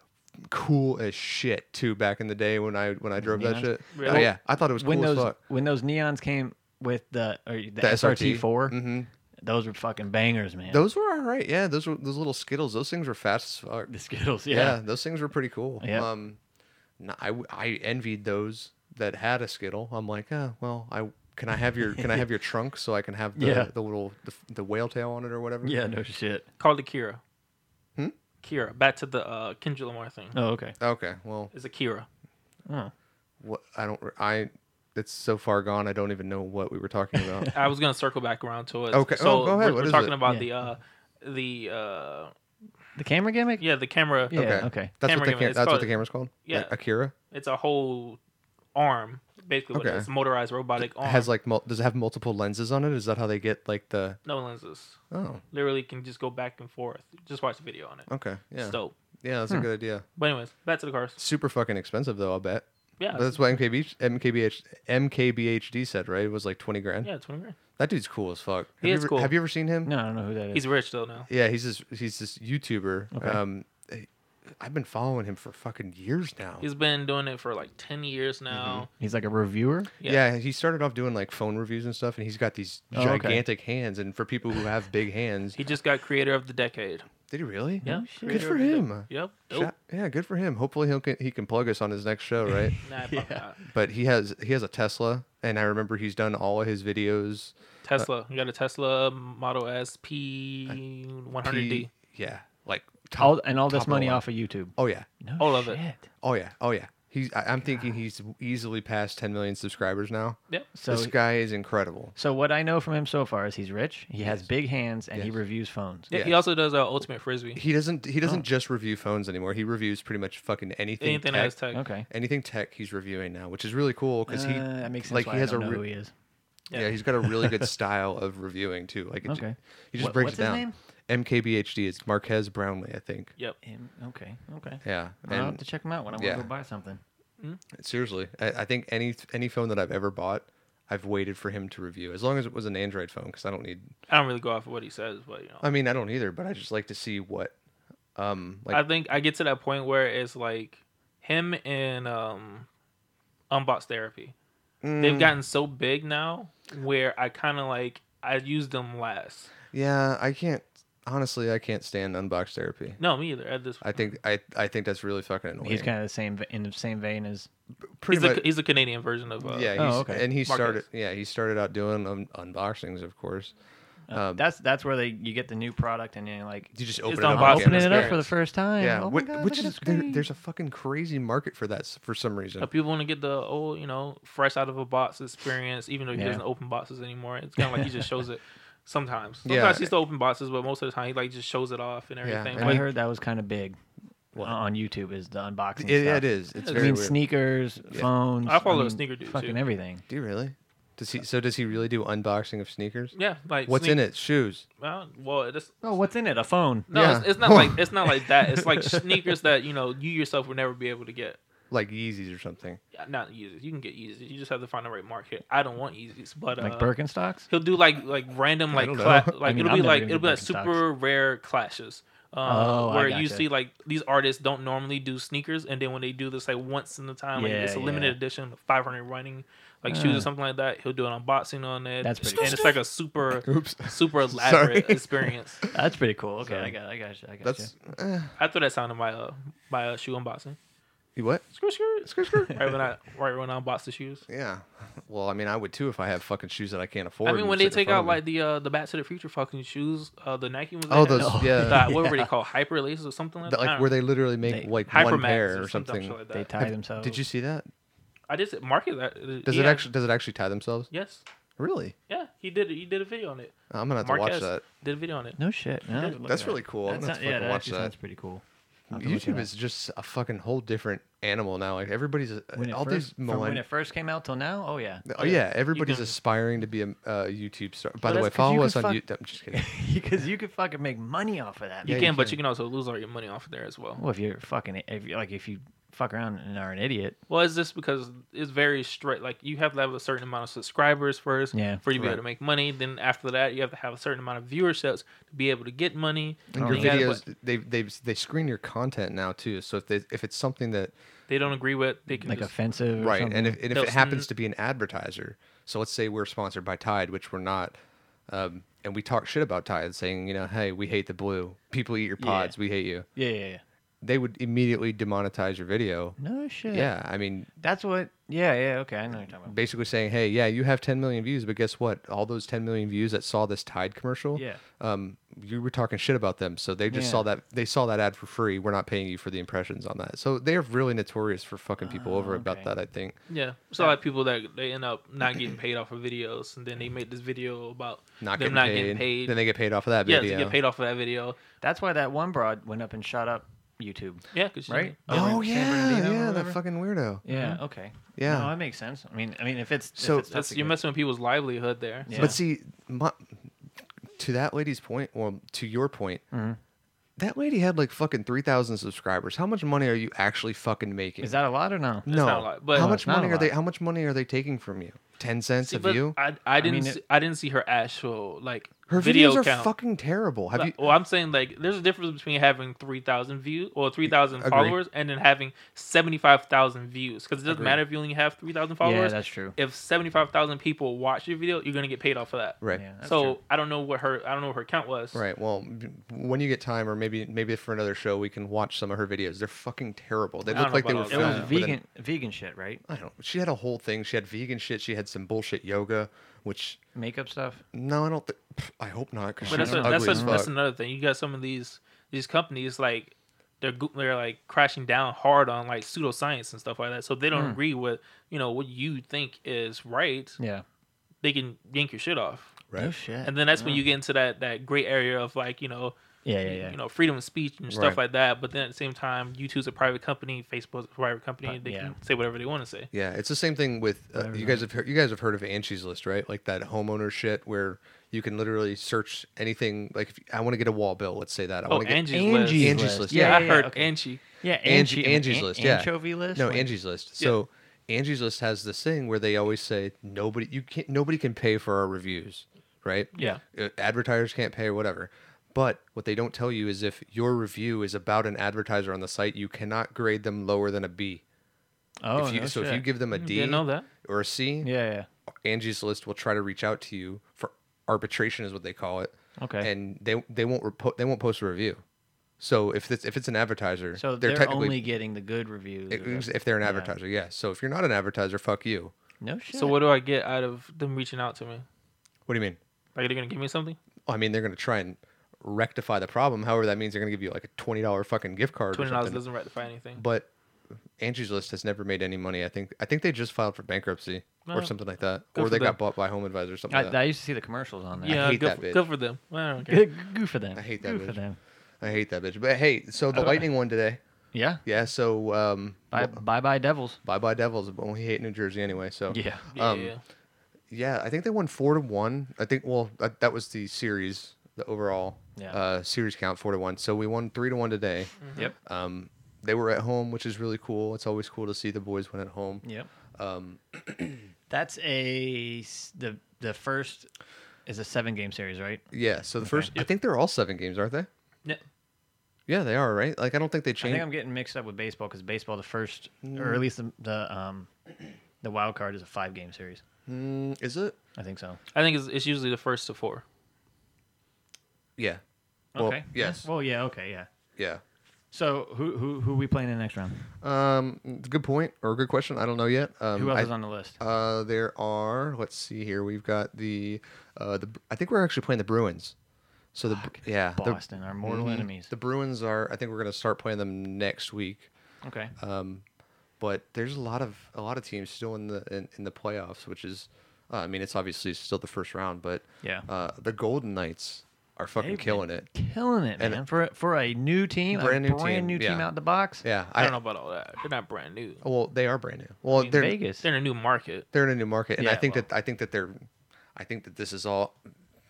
[SPEAKER 7] cool as shit too back in the day when i when i drove that
[SPEAKER 6] Neons?
[SPEAKER 7] shit oh
[SPEAKER 8] Really?
[SPEAKER 7] yeah i thought it was cool
[SPEAKER 6] when
[SPEAKER 7] as
[SPEAKER 6] those
[SPEAKER 7] fuck
[SPEAKER 6] when those neons came with the or the,
[SPEAKER 7] The
[SPEAKER 6] SRT four,
[SPEAKER 7] mhm.
[SPEAKER 6] those were fucking bangers, man.
[SPEAKER 7] Those were all right. Yeah, those were those little Skittles. Those things were fast as fuck.
[SPEAKER 6] the Skittles,
[SPEAKER 7] Yeah,
[SPEAKER 6] yeah.
[SPEAKER 7] those things were pretty cool.
[SPEAKER 6] Yeah.
[SPEAKER 7] Um, no, I w- I envied those that had a Skittle. I'm like, oh, well, I can I have your can I have your trunk so I can have the,
[SPEAKER 6] Yeah.
[SPEAKER 7] the little the, the whale tail on it or whatever.
[SPEAKER 6] yeah, no shit.
[SPEAKER 8] Called it Kira.
[SPEAKER 7] Hmm?
[SPEAKER 8] Kira. Back to the uh, Kendrick Lamar thing.
[SPEAKER 6] Oh, okay.
[SPEAKER 7] Okay. Well,
[SPEAKER 8] It's a Kira.
[SPEAKER 6] Oh.
[SPEAKER 7] what I don't re- I it's so far gone. I don't even know what we were talking about.
[SPEAKER 8] I was gonna circle back around to it.
[SPEAKER 7] Okay.
[SPEAKER 8] So
[SPEAKER 7] Oh, go ahead. What
[SPEAKER 8] We're, we're
[SPEAKER 7] is
[SPEAKER 8] talking
[SPEAKER 7] it?
[SPEAKER 8] about
[SPEAKER 6] Yeah.
[SPEAKER 8] the uh, the uh,
[SPEAKER 6] The camera gimmick?
[SPEAKER 8] yeah the camera.
[SPEAKER 6] Yeah.
[SPEAKER 7] okay.
[SPEAKER 6] okay.
[SPEAKER 7] That's
[SPEAKER 8] Camera
[SPEAKER 7] what the
[SPEAKER 8] gimmick.
[SPEAKER 7] cam-
[SPEAKER 8] It's
[SPEAKER 7] that's what
[SPEAKER 8] called-
[SPEAKER 7] the camera's called.
[SPEAKER 8] Yeah.
[SPEAKER 7] Like Akira
[SPEAKER 8] It's a whole arm, basically. What it
[SPEAKER 7] Okay.
[SPEAKER 8] is, motorized robotic arm.
[SPEAKER 7] has like mul- does it have multiple lenses on it? Is that how they get like the
[SPEAKER 8] no lenses.
[SPEAKER 7] oh
[SPEAKER 8] Literally can just go back and forth. Just watch the video on it.
[SPEAKER 7] okay yeah
[SPEAKER 8] It's dope.
[SPEAKER 7] yeah
[SPEAKER 6] Hmm.
[SPEAKER 7] that's a good idea.
[SPEAKER 8] But anyways, back to the cars.
[SPEAKER 7] super fucking expensive though. I bet.
[SPEAKER 8] Yeah.
[SPEAKER 7] But that's what MKB, MKBH, MKBHD said, right? It was like twenty grand.
[SPEAKER 8] Yeah, twenty grand.
[SPEAKER 7] That dude's cool as fuck. have
[SPEAKER 8] He
[SPEAKER 7] you
[SPEAKER 8] is
[SPEAKER 7] ever,
[SPEAKER 8] cool.
[SPEAKER 7] Have you ever seen him?
[SPEAKER 6] No, I don't know who that is.
[SPEAKER 8] He's rich though now.
[SPEAKER 7] Yeah, he's this he's this YouTuber. Um, I've been following him for fucking years now.
[SPEAKER 8] He's been doing it for like ten years now.
[SPEAKER 7] Mm-hmm.
[SPEAKER 6] He's like a reviewer.
[SPEAKER 8] yeah.
[SPEAKER 7] yeah. he started off doing like phone reviews and stuff, and he's got these
[SPEAKER 6] Oh, okay.
[SPEAKER 7] gigantic hands. And for people who have big hands,
[SPEAKER 8] He just got creator of the decade.
[SPEAKER 7] did he really?
[SPEAKER 8] Yeah.
[SPEAKER 7] Good for him.
[SPEAKER 8] Yep. Dope.
[SPEAKER 7] Shout- Yeah, good for him. Hopefully he'll can, he can plug us on his next show, right?
[SPEAKER 8] Nah, probably not.
[SPEAKER 7] but he has he has a Tesla, and I remember he's done all of his videos.
[SPEAKER 8] Tesla. You got a Tesla Model S P one hundred D.
[SPEAKER 7] He- yeah, like
[SPEAKER 6] All, and all
[SPEAKER 7] top
[SPEAKER 6] this
[SPEAKER 7] of the
[SPEAKER 6] money
[SPEAKER 7] line.
[SPEAKER 6] off of YouTube.
[SPEAKER 7] Oh yeah.
[SPEAKER 6] No
[SPEAKER 8] All of it.
[SPEAKER 6] shit.
[SPEAKER 7] Oh yeah. Oh yeah. He's. I, I'm thinking he's easily past 10 million subscribers now.
[SPEAKER 8] Yep.
[SPEAKER 6] So,
[SPEAKER 7] this guy is incredible.
[SPEAKER 6] so what I know from him so far is he's rich. He has big hands and he
[SPEAKER 7] Yes.
[SPEAKER 6] reviews phones.
[SPEAKER 8] Yeah, He
[SPEAKER 7] Yes.
[SPEAKER 8] also does uh, Ultimate Frisbee.
[SPEAKER 7] He doesn't. He doesn't just review phones anymore. He reviews pretty much fucking anything.
[SPEAKER 8] Anything that
[SPEAKER 7] tech,
[SPEAKER 8] has tech.
[SPEAKER 6] Okay.
[SPEAKER 7] Anything tech he's reviewing now, which is really cool because he
[SPEAKER 6] Uh, that makes sense.
[SPEAKER 7] like
[SPEAKER 6] why
[SPEAKER 7] he has
[SPEAKER 6] I don't
[SPEAKER 7] a
[SPEAKER 6] know
[SPEAKER 7] re-
[SPEAKER 6] who he is.
[SPEAKER 7] yeah. he's got a really good style of reviewing too. Like it ju-
[SPEAKER 6] Okay.
[SPEAKER 7] he just
[SPEAKER 6] What-
[SPEAKER 7] breaks
[SPEAKER 6] what's
[SPEAKER 7] it
[SPEAKER 6] his
[SPEAKER 7] down.
[SPEAKER 6] name?
[SPEAKER 7] MKBHD is Marquez Brownlee, I think.
[SPEAKER 8] Yep.
[SPEAKER 6] Him- Okay. Okay.
[SPEAKER 7] Yeah,
[SPEAKER 6] I'll have
[SPEAKER 7] and-
[SPEAKER 6] to check him out when I want
[SPEAKER 7] yeah.
[SPEAKER 6] to go buy something.
[SPEAKER 7] Seriously, I, I think any any phone that I've ever bought, I've waited for him to review. As long as it was an Android phone, because I don't need.
[SPEAKER 8] I don't really go off of what he says, but you know,
[SPEAKER 7] I mean, I don't either, but I just like to see what. Um, like
[SPEAKER 8] I think I get to that point where it's like him and um, Unbox Therapy. They've
[SPEAKER 7] Mm.
[SPEAKER 8] gotten so big now where I kind of like I use them last.
[SPEAKER 7] Yeah, I can't. Honestly, I can't stand unbox therapy.
[SPEAKER 8] No, me either. At this,
[SPEAKER 7] I think I I think that's really fucking annoying.
[SPEAKER 6] He's kind of the same v- in the same vein as
[SPEAKER 7] pretty
[SPEAKER 8] he's, a,
[SPEAKER 7] much.
[SPEAKER 8] he's a Canadian version of uh,
[SPEAKER 7] yeah,
[SPEAKER 6] Oh,
[SPEAKER 7] he's,
[SPEAKER 6] okay.
[SPEAKER 7] and he
[SPEAKER 8] Marquez.
[SPEAKER 7] started. Yeah, he started out doing un- unboxings, of course. Um,
[SPEAKER 6] that's that's where they you get the new product and you're like "Oh,
[SPEAKER 7] You just
[SPEAKER 8] open
[SPEAKER 7] open it
[SPEAKER 8] it up
[SPEAKER 7] up.
[SPEAKER 8] on
[SPEAKER 6] opening
[SPEAKER 8] Opening
[SPEAKER 6] it up for the
[SPEAKER 8] experience.
[SPEAKER 6] first time.
[SPEAKER 7] Yeah,
[SPEAKER 6] Oh my
[SPEAKER 7] which,
[SPEAKER 6] God,
[SPEAKER 7] which
[SPEAKER 6] look at
[SPEAKER 7] is
[SPEAKER 6] the
[SPEAKER 7] there,
[SPEAKER 6] screen.
[SPEAKER 7] there's a fucking crazy market for that s- for some reason.
[SPEAKER 8] Now, people want to get the old, you know, fresh out of a box experience, even though he
[SPEAKER 6] Yeah.
[SPEAKER 8] doesn't open boxes anymore. It's kind of like he just shows it sometimes. Sometimes
[SPEAKER 7] Yeah.
[SPEAKER 8] he still open boxes, but most of the time he like just shows it off and everything.
[SPEAKER 7] and
[SPEAKER 6] I
[SPEAKER 8] Like,
[SPEAKER 6] heard that was kind of big on YouTube is the unboxing.
[SPEAKER 7] It,
[SPEAKER 6] stuff.
[SPEAKER 7] it is. It's
[SPEAKER 6] I
[SPEAKER 7] very
[SPEAKER 6] mean,
[SPEAKER 7] weird.
[SPEAKER 6] sneakers, phones.
[SPEAKER 8] I follow a
[SPEAKER 6] mean,
[SPEAKER 8] sneaker dude, too.
[SPEAKER 6] Fucking everything.
[SPEAKER 7] do you really? Does he? So does he really do unboxing of sneakers?
[SPEAKER 8] yeah, like
[SPEAKER 7] What's
[SPEAKER 8] sneak-
[SPEAKER 7] in it? Shoes.
[SPEAKER 8] Well, well, it's
[SPEAKER 6] Oh, what's in it? A phone.
[SPEAKER 8] no,
[SPEAKER 7] Yeah.
[SPEAKER 8] it's, it's not like it's not like that. It's like sneakers that you know you yourself would never be able to get.
[SPEAKER 7] Like Yeezys or something.
[SPEAKER 8] Yeah, Not Yeezys. You can get Yeezys. You just have to find the right market. I don't want Yeezys, but uh,
[SPEAKER 6] Like Birkenstocks.
[SPEAKER 8] he'll do like like random like
[SPEAKER 7] don't
[SPEAKER 8] cla-
[SPEAKER 7] know.
[SPEAKER 8] like
[SPEAKER 6] I mean,
[SPEAKER 8] it'll
[SPEAKER 6] I'm
[SPEAKER 8] be
[SPEAKER 6] never
[SPEAKER 8] like
[SPEAKER 6] gonna get
[SPEAKER 8] it'll be like
[SPEAKER 6] Birkenstocks.
[SPEAKER 8] super rare clashes. Um,
[SPEAKER 6] Oh, I
[SPEAKER 8] where you
[SPEAKER 6] gotcha.
[SPEAKER 8] see like these artists don't normally do sneakers, and then when they do this like once in a time, like
[SPEAKER 6] Yeah,
[SPEAKER 8] it's a limited
[SPEAKER 6] yeah.
[SPEAKER 8] edition 500 running like shoes or something like that. He'll do an unboxing on it.
[SPEAKER 6] That's pretty
[SPEAKER 8] and it's like a super
[SPEAKER 7] Oops.
[SPEAKER 8] super
[SPEAKER 7] Sorry.
[SPEAKER 8] elaborate experience.
[SPEAKER 6] That's pretty cool. Okay,
[SPEAKER 7] So-
[SPEAKER 6] I got, I got you. I got
[SPEAKER 7] That's
[SPEAKER 8] I throw that sound in my uh, my uh, shoe unboxing.
[SPEAKER 7] you what?
[SPEAKER 8] Screw screw screw screw. Right when I right when I unbox the shoes.
[SPEAKER 7] Yeah. Well, I mean, I would too if I have fucking shoes that I can't afford.
[SPEAKER 8] I mean,
[SPEAKER 7] and
[SPEAKER 8] when
[SPEAKER 7] sit
[SPEAKER 8] they
[SPEAKER 7] in
[SPEAKER 8] take
[SPEAKER 7] front
[SPEAKER 8] out
[SPEAKER 7] of me.
[SPEAKER 8] like the uh, the Back to the Future fucking shoes, uh, the Nike ones.
[SPEAKER 7] Oh,
[SPEAKER 8] they had,
[SPEAKER 7] those-
[SPEAKER 8] uh,
[SPEAKER 7] yeah.
[SPEAKER 8] the- what were they called? Hyper laces or something like
[SPEAKER 7] The-
[SPEAKER 8] that.
[SPEAKER 7] like where they literally make
[SPEAKER 6] They-
[SPEAKER 7] like
[SPEAKER 8] hyper
[SPEAKER 7] one pair or something.
[SPEAKER 8] Like
[SPEAKER 6] you. They
[SPEAKER 8] that.
[SPEAKER 6] tie themselves.
[SPEAKER 7] Did you see that?
[SPEAKER 8] I just market that. uh,
[SPEAKER 7] Does it
[SPEAKER 8] yeah.
[SPEAKER 7] actually does it actually tie themselves?
[SPEAKER 8] Yes.
[SPEAKER 7] Really?
[SPEAKER 8] Yeah, he did. He did a video on it.
[SPEAKER 7] I'm gonna Oh, have to watch
[SPEAKER 8] Marquez
[SPEAKER 7] that.
[SPEAKER 8] did a video on it.
[SPEAKER 6] No shit. No, I have to look
[SPEAKER 7] That's
[SPEAKER 6] at
[SPEAKER 7] really
[SPEAKER 6] it.
[SPEAKER 7] cool. I'm
[SPEAKER 6] That
[SPEAKER 7] gonna have
[SPEAKER 6] sound-
[SPEAKER 7] to fucking watch
[SPEAKER 6] actually
[SPEAKER 7] that.
[SPEAKER 6] sounds pretty cool. I'll have to look it
[SPEAKER 7] YouTube
[SPEAKER 6] up.
[SPEAKER 7] is just a fucking whole different animal now. Like everybody's
[SPEAKER 6] when it
[SPEAKER 7] all
[SPEAKER 6] first,
[SPEAKER 7] these
[SPEAKER 6] from
[SPEAKER 7] millenn-
[SPEAKER 6] when it first came out till now. Oh yeah.
[SPEAKER 7] Oh yeah, everybody's
[SPEAKER 8] can-
[SPEAKER 7] aspiring to be a uh, YouTube star. By the
[SPEAKER 6] that's
[SPEAKER 7] way,
[SPEAKER 6] 'cause
[SPEAKER 7] follow
[SPEAKER 6] you
[SPEAKER 7] us
[SPEAKER 6] can
[SPEAKER 7] on
[SPEAKER 6] fuck-
[SPEAKER 7] YouTube. I'm just kidding.
[SPEAKER 6] Because you could fucking make money off of that.
[SPEAKER 7] Yeah,
[SPEAKER 8] You
[SPEAKER 6] man.
[SPEAKER 7] you
[SPEAKER 8] can, but
[SPEAKER 7] can.
[SPEAKER 8] you can also lose all your money off of there as well.
[SPEAKER 6] Well, if you're fucking, if you like, if you fuck around and are an idiot,
[SPEAKER 8] Well, it's just because it's very straight. Like you have to have a certain amount of subscribers first,
[SPEAKER 6] Yeah.
[SPEAKER 8] for you to be
[SPEAKER 7] Right.
[SPEAKER 8] able to make money. Then after that, you have to have a certain amount of viewerships to be able to get money.
[SPEAKER 7] And
[SPEAKER 8] Then
[SPEAKER 7] your
[SPEAKER 8] you gotta put-
[SPEAKER 7] videos, they they they screen your content now too. So if they if it's something that
[SPEAKER 8] they don't agree with, they can
[SPEAKER 6] like
[SPEAKER 8] just,
[SPEAKER 6] offensive, or
[SPEAKER 7] right,
[SPEAKER 6] something.
[SPEAKER 7] and if and if
[SPEAKER 8] They'll
[SPEAKER 7] it happens to be an advertiser, so let's say we're sponsored by Tide, which we're not, um, and we talk shit about Tide, saying you know, hey, we hate the blue. People eat your
[SPEAKER 6] Yeah.
[SPEAKER 7] pods. We hate you.
[SPEAKER 6] yeah, yeah, yeah.
[SPEAKER 7] They would immediately demonetize your video.
[SPEAKER 6] no shit.
[SPEAKER 7] Yeah, I mean,
[SPEAKER 6] that's what. Yeah, yeah. Okay, I know what you're talking about.
[SPEAKER 7] basically saying, "Hey, yeah, you have 10 million views, but guess what? All those 10 million views that saw this Tide commercial,
[SPEAKER 6] Yeah.
[SPEAKER 7] um, you were talking shit about them, so they just
[SPEAKER 6] Yeah.
[SPEAKER 7] saw that they saw that ad for free. We're not paying you for the impressions on that. So they're really notorious for fucking people over about
[SPEAKER 6] Oh, okay.
[SPEAKER 7] that. I think.
[SPEAKER 8] yeah. So a lot of people that they end up not getting paid off of videos, and then they make this video about
[SPEAKER 7] Not getting,
[SPEAKER 8] them not
[SPEAKER 7] paid.
[SPEAKER 8] getting paid.
[SPEAKER 7] Then they get paid off of that
[SPEAKER 8] yeah,
[SPEAKER 7] video.
[SPEAKER 8] to get paid off of that video.
[SPEAKER 6] That's why that one broad went up and shot up YouTube.
[SPEAKER 8] Yeah, because
[SPEAKER 6] Right?
[SPEAKER 7] Oh
[SPEAKER 6] San
[SPEAKER 7] yeah,
[SPEAKER 6] Bernardino or
[SPEAKER 7] yeah, that
[SPEAKER 6] whatever.
[SPEAKER 7] fucking weirdo.
[SPEAKER 6] Yeah. Okay.
[SPEAKER 7] Yeah.
[SPEAKER 6] No, that makes sense. I mean, I mean, if it's
[SPEAKER 7] So-
[SPEAKER 6] if it's tough
[SPEAKER 8] That's,
[SPEAKER 6] to
[SPEAKER 8] you're
[SPEAKER 6] get-
[SPEAKER 8] messing with people's livelihood there.
[SPEAKER 6] Yeah.
[SPEAKER 7] But see, my, to that lady's point, well, to your point,
[SPEAKER 6] Mm-hmm.
[SPEAKER 7] that lady had like fucking three thousand subscribers. How much money are you actually fucking making?
[SPEAKER 6] is that a lot or no?
[SPEAKER 7] No,
[SPEAKER 8] not a lot, but-
[SPEAKER 7] how
[SPEAKER 8] No,
[SPEAKER 7] much
[SPEAKER 6] it's not a
[SPEAKER 7] money are
[SPEAKER 6] lot.
[SPEAKER 7] they? How much money are they taking from you? Ten cents
[SPEAKER 8] See,
[SPEAKER 7] of
[SPEAKER 8] but
[SPEAKER 7] you.
[SPEAKER 8] I, I didn't
[SPEAKER 6] mean,
[SPEAKER 8] see,
[SPEAKER 6] it-
[SPEAKER 8] I didn't see her actual like
[SPEAKER 7] Her
[SPEAKER 8] video
[SPEAKER 7] videos are
[SPEAKER 8] count.
[SPEAKER 7] fucking terrible. Have
[SPEAKER 8] But- oh,
[SPEAKER 7] you?
[SPEAKER 8] well, I'm saying like there's a difference between having three thousand views or three thousand
[SPEAKER 7] Agree.
[SPEAKER 8] followers and then having seventy five thousand views because it doesn't matter if you only have three thousand followers.
[SPEAKER 6] that's true.
[SPEAKER 8] If seventy five thousand people watch your video, you're gonna get paid off for that.
[SPEAKER 7] Right.
[SPEAKER 6] Yeah. that's
[SPEAKER 8] so
[SPEAKER 6] true.
[SPEAKER 8] I don't know what her I don't know what her count was.
[SPEAKER 7] Right. Well, b- when you get time, or maybe maybe for another show, we can watch some of her videos. They're fucking terrible. They
[SPEAKER 8] I don't
[SPEAKER 7] look like
[SPEAKER 8] know
[SPEAKER 7] they were
[SPEAKER 8] about
[SPEAKER 6] It
[SPEAKER 8] all
[SPEAKER 7] filmed.
[SPEAKER 6] was
[SPEAKER 8] that.
[SPEAKER 7] with an-
[SPEAKER 6] vegan, vegan shit, right?
[SPEAKER 7] I don't. She had a whole thing. She had vegan shit. She had some bullshit yoga, which
[SPEAKER 6] Makeup stuff.
[SPEAKER 7] no, I don't. Th- I hope not. Cause
[SPEAKER 8] But
[SPEAKER 7] she's
[SPEAKER 8] that's a,
[SPEAKER 7] ugly
[SPEAKER 8] that's,
[SPEAKER 7] as
[SPEAKER 8] a,
[SPEAKER 7] fuck.
[SPEAKER 8] that's another thing. You got some of these these companies like they're go- they're like crashing down hard on like pseudoscience and stuff like that. So if they don't
[SPEAKER 6] Hmm.
[SPEAKER 8] agree with you know what you think is right.
[SPEAKER 6] Yeah.
[SPEAKER 8] They can yank your shit off.
[SPEAKER 7] Right.
[SPEAKER 6] No shit.
[SPEAKER 8] And then that's when you get into that that gray area of like you
[SPEAKER 6] Hmm.
[SPEAKER 8] know
[SPEAKER 6] Yeah, yeah, yeah.
[SPEAKER 8] you know freedom of speech and stuff
[SPEAKER 7] Right.
[SPEAKER 8] like that. But then at the same time, YouTube's a private company, Facebook's a private company. They
[SPEAKER 6] Uh, yeah.
[SPEAKER 8] can say whatever they want to say.
[SPEAKER 7] Yeah, it's the same thing with uh, you guys have heard, you guys have heard of Angie's List, right? Like that homeowner shit where you can literally search anything. Like if I want to get a wall bill, let's say that. I
[SPEAKER 8] Oh,
[SPEAKER 7] want to get
[SPEAKER 8] Angie's, List.
[SPEAKER 6] Angie's
[SPEAKER 7] Angie's
[SPEAKER 6] List.
[SPEAKER 7] List,
[SPEAKER 8] Yeah,
[SPEAKER 6] Yeah,
[SPEAKER 8] I
[SPEAKER 6] yeah,
[SPEAKER 8] heard
[SPEAKER 6] okay.
[SPEAKER 8] Angie.
[SPEAKER 6] yeah,
[SPEAKER 7] Angie,
[SPEAKER 6] I mean,
[SPEAKER 7] Angie's
[SPEAKER 6] an-
[SPEAKER 7] list, yeah.
[SPEAKER 6] Anchovy list.
[SPEAKER 7] No,
[SPEAKER 6] like-
[SPEAKER 7] Angie's list. So Angie's list has this thing where they always say nobody you can not nobody can pay for our reviews, right?
[SPEAKER 8] Yeah.
[SPEAKER 7] Uh, Advertisers can't pay or whatever. But what they don't tell you is if your review is about an advertiser on the site, you cannot grade them lower than a B.
[SPEAKER 6] Oh,
[SPEAKER 7] if you,
[SPEAKER 6] no
[SPEAKER 7] so if
[SPEAKER 6] shit.
[SPEAKER 7] you give them a D
[SPEAKER 8] Didn't know that.
[SPEAKER 7] or a C,
[SPEAKER 6] Yeah, yeah.
[SPEAKER 7] Angie's List will try to reach out to you for arbitration, is what they call it.
[SPEAKER 6] Okay.
[SPEAKER 7] And they they won't repo- they won't post a review. So if it's if it's an advertiser,
[SPEAKER 6] So
[SPEAKER 7] they're,
[SPEAKER 6] they're,
[SPEAKER 7] technically
[SPEAKER 6] only getting the good reviews.
[SPEAKER 7] it-
[SPEAKER 6] or
[SPEAKER 7] it's-
[SPEAKER 6] the-
[SPEAKER 7] if they're an
[SPEAKER 6] yeah.
[SPEAKER 7] advertiser, yeah. So if you're not an advertiser, fuck you.
[SPEAKER 6] No shit.
[SPEAKER 8] So what do I get out of them reaching out to me?
[SPEAKER 7] What do you mean?
[SPEAKER 8] Like they're gonna give me something?
[SPEAKER 7] Well, I mean they're gonna try and rectify the problem. However, that means they're gonna give you like a twenty dollar fucking gift card.
[SPEAKER 8] Twenty
[SPEAKER 7] or
[SPEAKER 8] dollars
[SPEAKER 7] something.
[SPEAKER 8] doesn't rectify anything.
[SPEAKER 7] But Angie's List has never made any money. I think I think they just filed for bankruptcy or
[SPEAKER 8] Well,
[SPEAKER 7] something like that,
[SPEAKER 8] good
[SPEAKER 7] or
[SPEAKER 8] for
[SPEAKER 7] they
[SPEAKER 8] them.
[SPEAKER 7] got bought by Home Advisor or something.
[SPEAKER 6] I,
[SPEAKER 7] like
[SPEAKER 6] I
[SPEAKER 7] that.
[SPEAKER 6] used to see the commercials on that.
[SPEAKER 8] yeah,
[SPEAKER 7] hate
[SPEAKER 8] good,
[SPEAKER 7] that
[SPEAKER 8] for,
[SPEAKER 7] bitch.
[SPEAKER 8] good for them. I don't care.
[SPEAKER 6] Good, good for them.
[SPEAKER 7] I hate that
[SPEAKER 6] Good for
[SPEAKER 7] bitch.
[SPEAKER 6] them.
[SPEAKER 7] I hate that bitch. But hey, so the lightning one today.
[SPEAKER 6] Yeah.
[SPEAKER 7] Yeah. So um,
[SPEAKER 6] Bye, bye, bye, Devils.
[SPEAKER 7] bye bye Devils. But we hate New Jersey anyway. So
[SPEAKER 6] Yeah.
[SPEAKER 8] Yeah,
[SPEAKER 7] Um,
[SPEAKER 8] yeah.
[SPEAKER 7] Yeah, I think they won four to one. I think well, that, that was the series, the overall
[SPEAKER 6] Yeah. Mm.
[SPEAKER 7] uh, series count four to one. So we won three to one today.
[SPEAKER 6] Yep.
[SPEAKER 7] Um, they were at home, which is really cool. It's always cool to see the boys win at home.
[SPEAKER 6] Yep. Um, that's a s- the the first is a seven game series, right?
[SPEAKER 7] Yeah. So the first, I think they're all seven games, aren't they?
[SPEAKER 8] Yeah.
[SPEAKER 7] Yeah, they are right. Like I don't think they
[SPEAKER 6] I
[SPEAKER 7] changed.
[SPEAKER 6] think I'm getting mixed up with baseball because baseball, the first,
[SPEAKER 7] Mm.
[SPEAKER 6] or at least the the, um, the wild card is a five game series.
[SPEAKER 7] Is it?
[SPEAKER 6] I think so.
[SPEAKER 8] I think it's, it's usually the first to four.
[SPEAKER 7] Yeah.
[SPEAKER 6] Okay.
[SPEAKER 7] Well, yes.
[SPEAKER 6] Well, yeah. Okay. Yeah.
[SPEAKER 7] Yeah.
[SPEAKER 6] So who who who we playing in the next round?
[SPEAKER 7] Um, good point or good question. I don't know yet. Um,
[SPEAKER 6] Who else
[SPEAKER 7] I-
[SPEAKER 6] is on the list?
[SPEAKER 7] Uh, there are. Let's see here. We've got the. Uh, the. I think we're actually playing the Bruins. So the yeah the-
[SPEAKER 6] Boston, our mortal
[SPEAKER 7] Mhm.
[SPEAKER 6] enemies.
[SPEAKER 7] The Bruins are. I think we're gonna start playing them next week.
[SPEAKER 6] okay.
[SPEAKER 7] uh, But there's a lot of a lot of teams still in the in, in the playoffs, which is. Uh, I mean, it's obviously still the first round, but
[SPEAKER 6] Yeah.
[SPEAKER 7] Uh, the Golden Knights are fucking
[SPEAKER 6] They've been
[SPEAKER 7] killing it.
[SPEAKER 6] Killing it, man.
[SPEAKER 7] And-
[SPEAKER 6] for for a new team,
[SPEAKER 7] Brand
[SPEAKER 6] a
[SPEAKER 7] new
[SPEAKER 6] brand
[SPEAKER 7] team,
[SPEAKER 6] new team
[SPEAKER 7] yeah.
[SPEAKER 6] out the box.
[SPEAKER 7] Yeah,
[SPEAKER 8] I, don't know about all that. They're not brand new.
[SPEAKER 7] Well, they are brand new. Well,
[SPEAKER 6] I mean,
[SPEAKER 7] they're
[SPEAKER 6] Vegas.
[SPEAKER 8] They're in a new market.
[SPEAKER 7] they're in a new market, and I
[SPEAKER 6] Yeah,
[SPEAKER 7] think
[SPEAKER 6] well.
[SPEAKER 7] that I think that they're, I think that this is all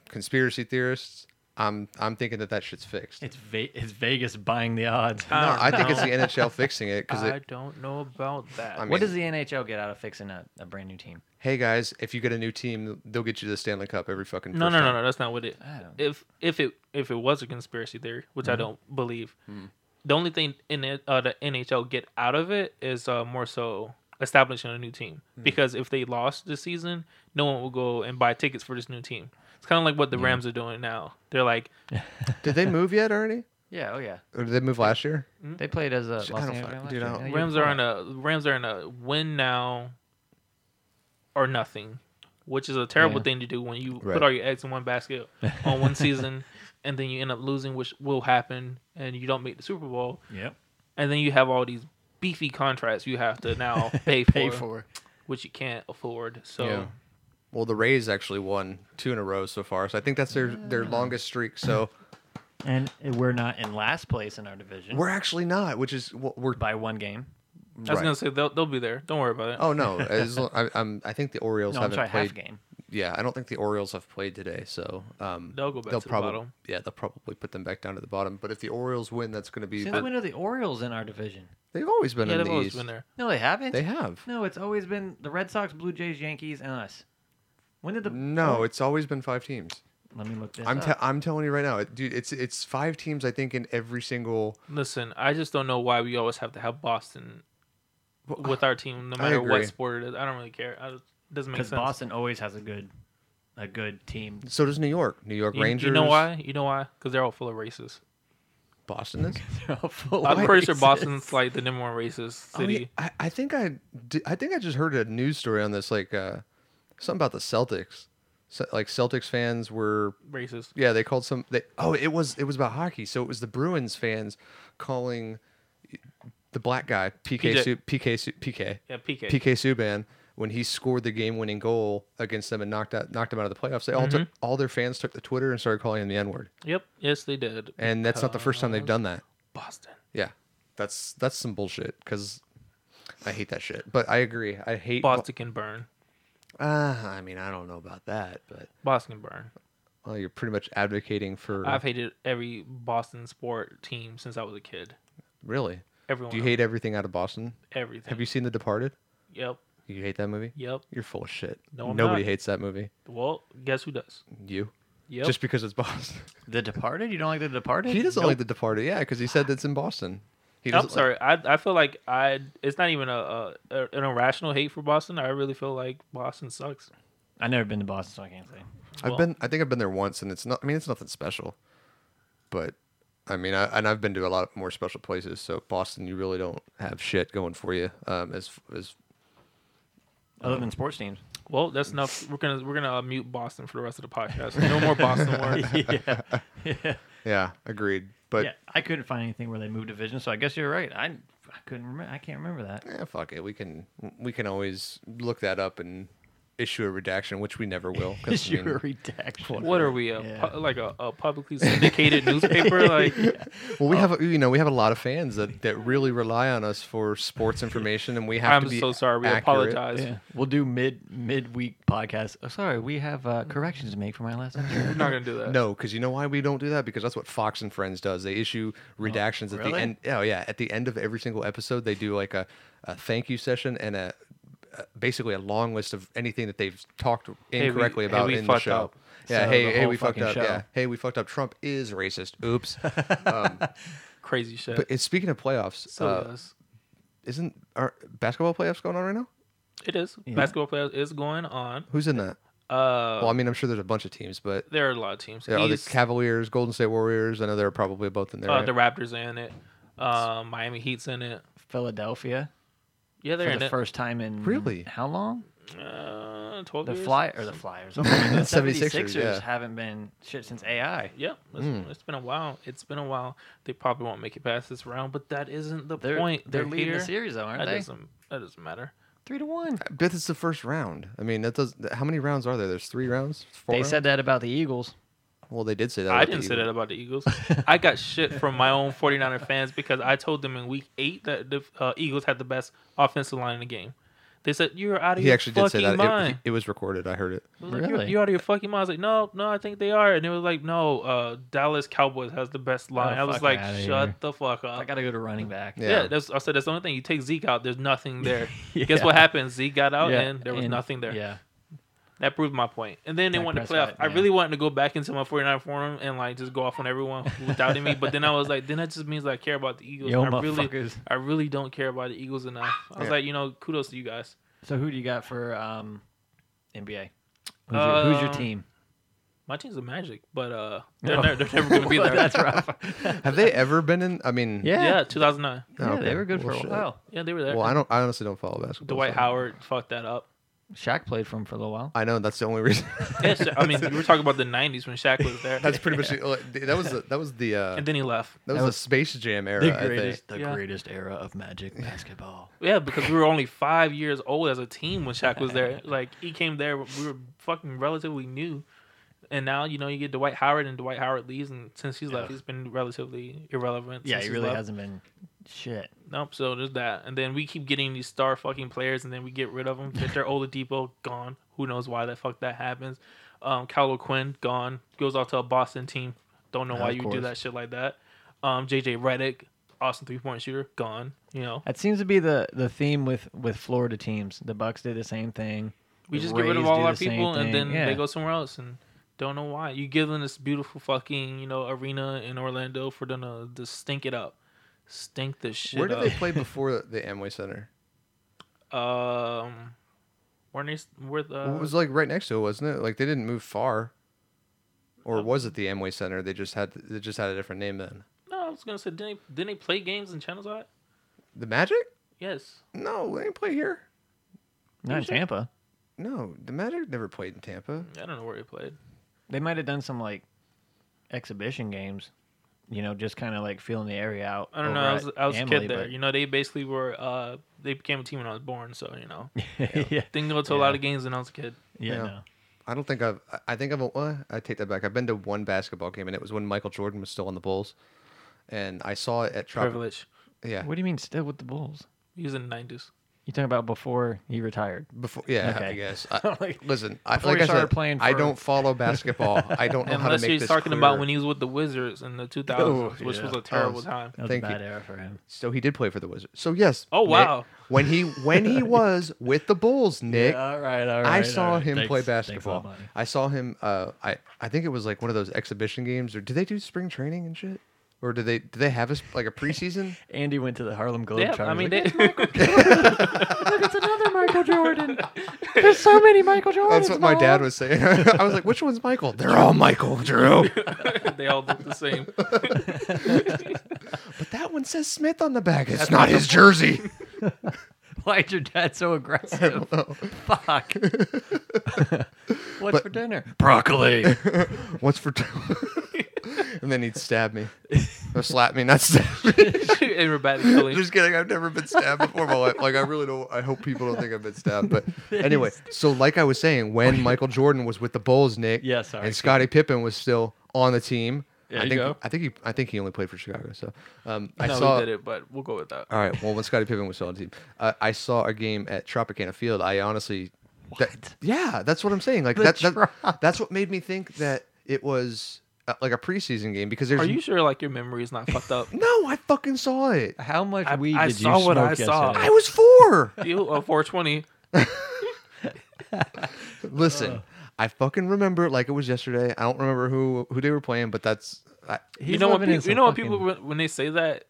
[SPEAKER 7] conspiracy theorists. I'm I'm thinking that that shit's fixed.
[SPEAKER 6] It's Ve- it's Vegas buying the odds.
[SPEAKER 7] no,
[SPEAKER 8] don't
[SPEAKER 7] I think
[SPEAKER 8] know.
[SPEAKER 7] it's the NHL fixing it because
[SPEAKER 8] I
[SPEAKER 7] it,
[SPEAKER 8] don't know about that.
[SPEAKER 7] I mean-
[SPEAKER 6] what does the NHL get out of fixing a, a brand new team?
[SPEAKER 7] hey guys, if you get a new team, they'll get you the Stanley Cup every fucking.
[SPEAKER 8] no,
[SPEAKER 7] first
[SPEAKER 8] no, no,
[SPEAKER 7] time.
[SPEAKER 8] no. That's not what it.
[SPEAKER 6] I don't-
[SPEAKER 8] If if it if it was a conspiracy theory, which I don't believe,
[SPEAKER 7] Mm-hmm.
[SPEAKER 8] the only thing in it, uh, the NHL get out of it is uh, more so establishing a new team. Because if they lost this season, no one will go and buy tickets for this new team. It's kind of like what the Rams are doing now. They're like,
[SPEAKER 7] Did they move yet, Ernie?
[SPEAKER 6] Yeah. Oh yeah.
[SPEAKER 7] Or did they move last year?
[SPEAKER 6] They played as a
[SPEAKER 7] Shit,
[SPEAKER 6] Los
[SPEAKER 7] I don't
[SPEAKER 6] Angeles
[SPEAKER 7] fuck-
[SPEAKER 6] Rams last
[SPEAKER 7] dude, I
[SPEAKER 6] year.
[SPEAKER 7] don't-
[SPEAKER 6] Yeah, you're
[SPEAKER 8] Rams are
[SPEAKER 6] right.
[SPEAKER 8] in a Rams are in a win now or nothing, which is a terrible
[SPEAKER 6] Yeah.
[SPEAKER 8] thing to do when you
[SPEAKER 7] Right.
[SPEAKER 8] put all your eggs in one basket on one season, and then you end up losing, which will happen, and you don't make the Super Bowl,
[SPEAKER 6] Yep.
[SPEAKER 8] and then you have all these beefy contracts you have to now pay for,
[SPEAKER 6] Pay for.
[SPEAKER 8] which you can't afford. So
[SPEAKER 7] Well, the Rays actually won two in a row so far, so I think that's their their longest streak. So
[SPEAKER 6] And we're not in last place in our division
[SPEAKER 7] we're actually not, which is what we're.
[SPEAKER 6] by one game.
[SPEAKER 8] I was
[SPEAKER 7] right.
[SPEAKER 8] gonna say they'll they'll be there. Don't worry about it.
[SPEAKER 7] Oh no! As long, I, I'm, I think the Orioles
[SPEAKER 6] No, I'm
[SPEAKER 7] haven't
[SPEAKER 6] sorry,
[SPEAKER 7] played.
[SPEAKER 6] half game.
[SPEAKER 7] Yeah, I don't think the Orioles have played today, so um,
[SPEAKER 8] They'll go back to the
[SPEAKER 7] probab-
[SPEAKER 8] bottom.
[SPEAKER 7] Yeah, they'll probably put them back down to the bottom. But if the Orioles win, that's going to be.
[SPEAKER 6] Since when are the Orioles in our division?
[SPEAKER 7] They've always been
[SPEAKER 8] yeah,
[SPEAKER 7] in
[SPEAKER 8] they've
[SPEAKER 7] the
[SPEAKER 8] always
[SPEAKER 7] East.
[SPEAKER 8] been there.
[SPEAKER 6] No, they haven't.
[SPEAKER 7] They have.
[SPEAKER 6] No, it's always been the Red Sox, Blue Jays, Yankees, and us. When did the Oh,
[SPEAKER 7] No, it's always been five teams.
[SPEAKER 6] Let me look this
[SPEAKER 7] I'm
[SPEAKER 6] up.
[SPEAKER 7] te- I'm telling you right now, it- dude. It's it's five teams. I think in every single.
[SPEAKER 8] Listen, I just don't know why we always have to have Boston with our team, no
[SPEAKER 7] I
[SPEAKER 8] matter what
[SPEAKER 7] agree.
[SPEAKER 8] sport it is. I don't really care. I, it doesn't make
[SPEAKER 6] because
[SPEAKER 8] sense.
[SPEAKER 6] Boston always has a good, a good team.
[SPEAKER 7] So does New York. New York
[SPEAKER 8] You-
[SPEAKER 7] Rangers.
[SPEAKER 8] You know why? You know why? Because they're all full of racists.
[SPEAKER 7] Boston is.
[SPEAKER 8] I'm pretty sure Boston's like the number one racist
[SPEAKER 7] Oh, yeah,
[SPEAKER 8] city.
[SPEAKER 7] I, I think I di- I think I just heard a news story on this, like uh, something about the Celtics. So, like Celtics fans were
[SPEAKER 8] Racist.
[SPEAKER 7] Yeah, they called some. They, oh, it was it was about hockey. So it was the Bruins fans calling the black guy PK
[SPEAKER 8] PJ.
[SPEAKER 7] Su, PK Su, PK
[SPEAKER 8] Yeah, PK.
[SPEAKER 7] PK Subban when he scored the game-winning goal against them and knocked out knocked them out of the playoffs. They all took all their fans took to Twitter and started calling him the N-word.
[SPEAKER 8] Yep. Yes, they did. Uh,
[SPEAKER 7] And that's not the first time they've done that.
[SPEAKER 8] Boston.
[SPEAKER 7] Yeah, that's that's some bullshit because. I hate that shit, but I agree. I hate.
[SPEAKER 8] Boston can burn.
[SPEAKER 7] Uh, I mean, I don't know about that, but
[SPEAKER 8] Boston can burn.
[SPEAKER 7] well, you're pretty much advocating for.
[SPEAKER 8] I've hated every Boston sport team since I was a kid.
[SPEAKER 7] really.
[SPEAKER 8] Everyone.
[SPEAKER 7] Do you hate everything out of Boston?
[SPEAKER 8] everything?
[SPEAKER 7] Have you seen The Departed?
[SPEAKER 8] Yep.
[SPEAKER 7] You hate that movie?
[SPEAKER 8] Yep.
[SPEAKER 7] You're full of shit.
[SPEAKER 8] No, I'm
[SPEAKER 7] Nobody
[SPEAKER 8] not.
[SPEAKER 7] hates that movie.
[SPEAKER 8] Well, guess who does?
[SPEAKER 7] You.
[SPEAKER 8] Yep.
[SPEAKER 7] Just because it's Boston.
[SPEAKER 6] The Departed? You don't like The Departed?
[SPEAKER 7] He doesn't like The Departed, yeah, because he said that's in Boston. He
[SPEAKER 8] I'm
[SPEAKER 7] doesn't like-
[SPEAKER 8] sorry. I I feel like I it's not even a, a a- an irrational hate for Boston. I really feel like Boston sucks.
[SPEAKER 6] I've never been to Boston, so I can't say.
[SPEAKER 7] I've been. I think I've been there once, and it's not. I mean, it's nothing special. But I mean, I, and I've been to a lot more special places. So Boston, you really don't have shit going for you. Um, as as
[SPEAKER 6] Other than sports teams.
[SPEAKER 8] Well, that's enough. We're gonna we're gonna uh, mute Boston for the rest of the podcast. No more Boston words.
[SPEAKER 6] yeah.
[SPEAKER 7] yeah, agreed. But
[SPEAKER 6] yeah. I couldn't find anything where they moved division, so I guess you're right. I, I couldn't remember. I can't remember that.
[SPEAKER 7] eh, fuck it. We can we can always look that up and issue a redaction, which we never will. 'cause, I mean,
[SPEAKER 6] You're a redaction.
[SPEAKER 8] What are we? A,
[SPEAKER 6] Yeah.
[SPEAKER 8] pu- like a, a publicly syndicated newspaper? Like
[SPEAKER 7] Well, we
[SPEAKER 8] oh.
[SPEAKER 7] have you know we have a lot of fans that, that really rely on us for sports information, and we have to
[SPEAKER 8] I'm
[SPEAKER 7] be.
[SPEAKER 8] so sorry. We
[SPEAKER 7] accurate.
[SPEAKER 8] apologize.
[SPEAKER 6] Yeah. We'll do mid midweek podcast. Oh, sorry, we have uh, corrections to make for my last
[SPEAKER 8] We're
[SPEAKER 6] episode.
[SPEAKER 8] not gonna do that.
[SPEAKER 7] No, because you know why we don't do that? Because that's what Fox and Friends does. They issue redactions at the
[SPEAKER 6] really?
[SPEAKER 7] end. Oh yeah, at the end of every single episode, they do like a, a thank you session and a, a basically a long list of anything that they've talked
[SPEAKER 8] we-
[SPEAKER 7] incorrectly
[SPEAKER 8] hey,
[SPEAKER 7] about
[SPEAKER 8] we
[SPEAKER 7] in the
[SPEAKER 8] fucked
[SPEAKER 7] show.
[SPEAKER 8] up.
[SPEAKER 7] Yeah,
[SPEAKER 6] So
[SPEAKER 7] hey,
[SPEAKER 6] the
[SPEAKER 7] hey,
[SPEAKER 6] whole
[SPEAKER 7] we fucked
[SPEAKER 6] fucking
[SPEAKER 7] up.
[SPEAKER 6] show.
[SPEAKER 7] Yeah, hey, we fucked up. Trump is racist. Oops.
[SPEAKER 8] crazy shit.
[SPEAKER 7] But it's, speaking of playoffs,
[SPEAKER 8] so
[SPEAKER 7] uh,
[SPEAKER 8] yes,
[SPEAKER 7] isn't are basketball playoffs going on right now?
[SPEAKER 8] it is basketball playoffs is going on.
[SPEAKER 7] Who's in that?
[SPEAKER 8] Uh,
[SPEAKER 7] Well, I mean, I'm sure there's a bunch of teams, but
[SPEAKER 8] there are a lot of teams.
[SPEAKER 7] there are the
[SPEAKER 8] East,
[SPEAKER 7] Cavaliers, Golden State Warriors. I know they're probably both in there.
[SPEAKER 8] uh,
[SPEAKER 7] right?
[SPEAKER 8] the Raptors are in it. Uh, Miami Heat's in it.
[SPEAKER 6] Philadelphia
[SPEAKER 8] Yeah, they're
[SPEAKER 6] for
[SPEAKER 8] in
[SPEAKER 6] the
[SPEAKER 8] it.
[SPEAKER 6] first time in
[SPEAKER 7] Really?
[SPEAKER 6] how long?
[SPEAKER 8] uh, Twelve
[SPEAKER 6] The
[SPEAKER 8] years?
[SPEAKER 6] fly or the Flyers. Oh, the
[SPEAKER 7] 76ers,
[SPEAKER 6] 76ers
[SPEAKER 7] yeah.
[SPEAKER 6] haven't been shit since AI.
[SPEAKER 8] Yeah, it's,
[SPEAKER 7] Hmm.
[SPEAKER 8] it's been a while. It's been a while. They probably won't make it past this round, but that isn't the
[SPEAKER 6] They're
[SPEAKER 8] point.
[SPEAKER 6] they're, leading
[SPEAKER 8] here.
[SPEAKER 6] the series though, aren't
[SPEAKER 8] that
[SPEAKER 6] they?
[SPEAKER 8] Doesn't, that doesn't matter.
[SPEAKER 6] Three to one.
[SPEAKER 7] But it's the first round. I mean, that does. How many rounds are there? There's three rounds. Four.
[SPEAKER 6] They
[SPEAKER 7] rounds?
[SPEAKER 6] said that about the Eagles.
[SPEAKER 7] Well, they did say that.
[SPEAKER 8] I
[SPEAKER 7] about
[SPEAKER 8] didn't
[SPEAKER 7] the
[SPEAKER 8] say that
[SPEAKER 7] Eagles.
[SPEAKER 8] about the Eagles. I got shit from my own 49er fans because I told them in week eight that the uh, Eagles had the best offensive line in the game. They said, You're out of
[SPEAKER 7] He
[SPEAKER 8] your
[SPEAKER 7] actually
[SPEAKER 8] fucking
[SPEAKER 7] did say that. It-
[SPEAKER 8] mind.
[SPEAKER 7] It, was recorded. I heard it.
[SPEAKER 8] I was like, you're,
[SPEAKER 6] Really?
[SPEAKER 8] you're out of your fucking mind. I was like, no, no, I think they are. And it was like, no, uh, Dallas Cowboys has the best line. I was
[SPEAKER 6] fuck
[SPEAKER 8] like,
[SPEAKER 6] outta
[SPEAKER 8] shut
[SPEAKER 6] here.
[SPEAKER 8] the fuck up.
[SPEAKER 6] I gotta go to running back.
[SPEAKER 7] Yeah.
[SPEAKER 8] yeah, that's, I said that's the only thing. You take Zeke out, there's nothing there. Guess
[SPEAKER 6] Yeah.
[SPEAKER 8] what happened? Zeke got out,
[SPEAKER 6] Yeah,
[SPEAKER 8] and there was
[SPEAKER 6] Oh, and-
[SPEAKER 8] nothing there.
[SPEAKER 6] Yeah.
[SPEAKER 8] That proved my point. And then they
[SPEAKER 6] Dak
[SPEAKER 8] won the playoff.
[SPEAKER 6] Prescott,
[SPEAKER 8] I
[SPEAKER 6] yeah.
[SPEAKER 8] really wanted to go back into my 49 forum and like just go off on everyone who doubted me. But then I was like, then that just means I care about the Eagles.
[SPEAKER 6] Yo,
[SPEAKER 8] and I really,
[SPEAKER 6] motherfuckers.
[SPEAKER 8] I really don't care about the Eagles enough. I was
[SPEAKER 7] Yeah.
[SPEAKER 8] like, you know, kudos to you guys.
[SPEAKER 6] So who do you got for um, NBA? Who's your, who's your
[SPEAKER 8] Um,
[SPEAKER 6] team?
[SPEAKER 8] My team's the Magic, but uh, they're, never, they're never gonna be there.
[SPEAKER 6] That's rough.
[SPEAKER 7] Have they ever been in? I mean,
[SPEAKER 6] Yeah.
[SPEAKER 8] Yeah, 2009.
[SPEAKER 6] Yeah,
[SPEAKER 7] okay.
[SPEAKER 6] they were good
[SPEAKER 7] Well,
[SPEAKER 6] for a
[SPEAKER 7] shit.
[SPEAKER 6] while.
[SPEAKER 8] Yeah, they were there.
[SPEAKER 7] Well, I don't. I honestly don't follow basketball.
[SPEAKER 8] Dwight
[SPEAKER 7] so-
[SPEAKER 8] Howard fucked that up.
[SPEAKER 6] Shaq played for him for a little while.
[SPEAKER 7] I know that's the only reason.
[SPEAKER 8] Yeah, Sha- I mean, you were talking about the 90s when Shaq was there,
[SPEAKER 7] that's pretty much. the- That was the, that was the uh,
[SPEAKER 8] and then he left.
[SPEAKER 7] that was the Space Jam era. I think.
[SPEAKER 6] the
[SPEAKER 8] Yeah.
[SPEAKER 6] greatest era of Magic basketball.
[SPEAKER 8] Yeah, because we were only five years old as a team when Shaq was there. Like he came there, we were fucking relatively new, and now you know you get Dwight Howard, and Dwight Howard leaves, and since he's left, he's been relatively irrelevant.
[SPEAKER 6] Yeah,
[SPEAKER 8] since
[SPEAKER 6] he
[SPEAKER 8] he's
[SPEAKER 6] really
[SPEAKER 8] left.
[SPEAKER 6] hasn't been shit.
[SPEAKER 8] Nope. So there's that, and then we keep getting these star fucking players, and then we get rid of them. Victor Oladipo gone. Who knows why the fuck that happens? Um, Kylo Quinn gone. Goes off to a Boston team. Don't know why
[SPEAKER 7] of
[SPEAKER 8] you do
[SPEAKER 7] course.
[SPEAKER 8] that shit like that. Um, JJ Redick, awesome three point shooter, gone. You know,
[SPEAKER 6] That seems to be the the theme with with Florida teams. The Bucks did the same thing.
[SPEAKER 8] We
[SPEAKER 6] The
[SPEAKER 8] just get rid of
[SPEAKER 6] Rays
[SPEAKER 8] all
[SPEAKER 6] do
[SPEAKER 8] our
[SPEAKER 6] the same
[SPEAKER 8] people and
[SPEAKER 6] thing.
[SPEAKER 8] then
[SPEAKER 6] Yeah.
[SPEAKER 8] they go somewhere else and don't know why. You give them this beautiful fucking, you know, arena in Orlando for them to, to stink it up. Stink the shit
[SPEAKER 7] Where did
[SPEAKER 8] up.
[SPEAKER 7] they play before the Amway Center?
[SPEAKER 8] um weren't they s- were the
[SPEAKER 7] Well, it was like right next to it, wasn't it? Like they didn't move far,
[SPEAKER 8] Uh,
[SPEAKER 7] or was it the Amway Center? They just had they just had a different name then.
[SPEAKER 8] No, I was gonna say didn't they, didn't they play games in Channelside?
[SPEAKER 7] The Magic?
[SPEAKER 8] Yes.
[SPEAKER 7] No, they didn't play here.
[SPEAKER 6] Not in Tampa.
[SPEAKER 7] No, the Magic never played in Tampa.
[SPEAKER 8] I don't know where they played.
[SPEAKER 6] They might have done some like exhibition games. You know, just kind of like feeling the area out.
[SPEAKER 8] I don't
[SPEAKER 6] over
[SPEAKER 8] know. I
[SPEAKER 6] at
[SPEAKER 8] was, I was a
[SPEAKER 6] Amalie,
[SPEAKER 8] kid there.
[SPEAKER 6] Oh, but-
[SPEAKER 8] You know, they basically were. uh They became a team when I was born. So you know,
[SPEAKER 6] yeah.
[SPEAKER 8] didn't go to a lot of games when I was a kid.
[SPEAKER 6] Yeah.
[SPEAKER 7] Yeah.
[SPEAKER 6] no.
[SPEAKER 7] I don't think I've. I- I think I've. Uh, I take that back. I've been to one basketball game, and it was when Michael Jordan was still on the Bulls, and I saw it at Tropic.
[SPEAKER 8] Privilege.
[SPEAKER 7] Yeah,
[SPEAKER 6] What do you mean still with the Bulls?
[SPEAKER 8] He was in the nineties.
[SPEAKER 6] You talking about before he retired?
[SPEAKER 7] before. Yeah, I
[SPEAKER 6] Okay.
[SPEAKER 7] guess. I,
[SPEAKER 6] Like,
[SPEAKER 7] listen, I,
[SPEAKER 6] before
[SPEAKER 7] like
[SPEAKER 6] he
[SPEAKER 7] I
[SPEAKER 6] started
[SPEAKER 7] said,
[SPEAKER 6] playing
[SPEAKER 7] I
[SPEAKER 6] for-
[SPEAKER 7] don't follow basketball. I don't know how to
[SPEAKER 8] Unless
[SPEAKER 7] make
[SPEAKER 8] he's
[SPEAKER 7] this
[SPEAKER 8] talking about
[SPEAKER 7] clear.
[SPEAKER 8] when he was with the Wizards in the 2000s,
[SPEAKER 6] Oh,
[SPEAKER 8] which
[SPEAKER 6] yeah.
[SPEAKER 8] was a
[SPEAKER 6] Oh,
[SPEAKER 8] terrible time.
[SPEAKER 6] That was
[SPEAKER 7] Thank
[SPEAKER 6] a
[SPEAKER 7] you.
[SPEAKER 6] bad era for him.
[SPEAKER 7] So he did play for the Wizards. So yes.
[SPEAKER 8] Oh,
[SPEAKER 7] Nick-
[SPEAKER 8] wow.
[SPEAKER 7] when he when he was with the Bulls, Nick.
[SPEAKER 6] All right, all right.
[SPEAKER 7] I saw him play basketball. I saw him. Uh, I I think it was like one of those exhibition games, or do they do spring training and shit, or do they do they have a, sp- like a preseason?
[SPEAKER 6] Andy went to the Harlem
[SPEAKER 8] Yeah,
[SPEAKER 6] Globetrotters.
[SPEAKER 8] I mean,
[SPEAKER 6] like,
[SPEAKER 8] they,
[SPEAKER 6] it's another Michael Jordan. There's so many Michael Jordans.
[SPEAKER 7] That's what my
[SPEAKER 6] Mom.
[SPEAKER 7] dad was saying. I was like, which one's Michael? They're all Michael Drew,
[SPEAKER 8] they all look the same.
[SPEAKER 7] but that one says Smith on the back. It's not his jersey.
[SPEAKER 6] Why'd your dad so aggressive? Fuck. What's for dinner? Broccoli.
[SPEAKER 7] What's for? T- and then he'd stab me or slap me, not stab me.
[SPEAKER 8] and Roberto Kelly.
[SPEAKER 7] Just kidding. I've never been stabbed before in my life. Like I really don't. I hope people don't think I've been stabbed. But anyway, so like I was saying, when Michael Jordan was with the Bulls, Nick,
[SPEAKER 6] Yeah, sorry,
[SPEAKER 7] and Scottie Pippen was still on the team.
[SPEAKER 6] There
[SPEAKER 7] I
[SPEAKER 6] you
[SPEAKER 7] think
[SPEAKER 6] go.
[SPEAKER 7] I think he I think he only played for Chicago. So um, I
[SPEAKER 8] no,
[SPEAKER 7] saw Uh,
[SPEAKER 8] he did it, but we'll go with that.
[SPEAKER 7] All right. Well, when Scottie Pippen was still on the team, uh, I saw a game at Tropicana Field. I honestly, That, yeah, that's what I'm saying. Like
[SPEAKER 6] The
[SPEAKER 7] that, that,
[SPEAKER 6] Trop.
[SPEAKER 7] that's what made me think that it was uh, like a preseason game because there's
[SPEAKER 8] Are you sure like your memory is not fucked up?
[SPEAKER 7] no, I fucking saw it.
[SPEAKER 6] How much
[SPEAKER 8] I-
[SPEAKER 6] weed
[SPEAKER 8] I
[SPEAKER 6] did
[SPEAKER 8] saw
[SPEAKER 6] you
[SPEAKER 8] what
[SPEAKER 6] smoke
[SPEAKER 8] I saw.
[SPEAKER 6] yesterday?
[SPEAKER 7] I was four.
[SPEAKER 8] you a 420.
[SPEAKER 7] Listen, I fucking remember it like it was yesterday. I don't remember who who they were playing, but that's I,
[SPEAKER 8] you know what people, you know what people when- when they say that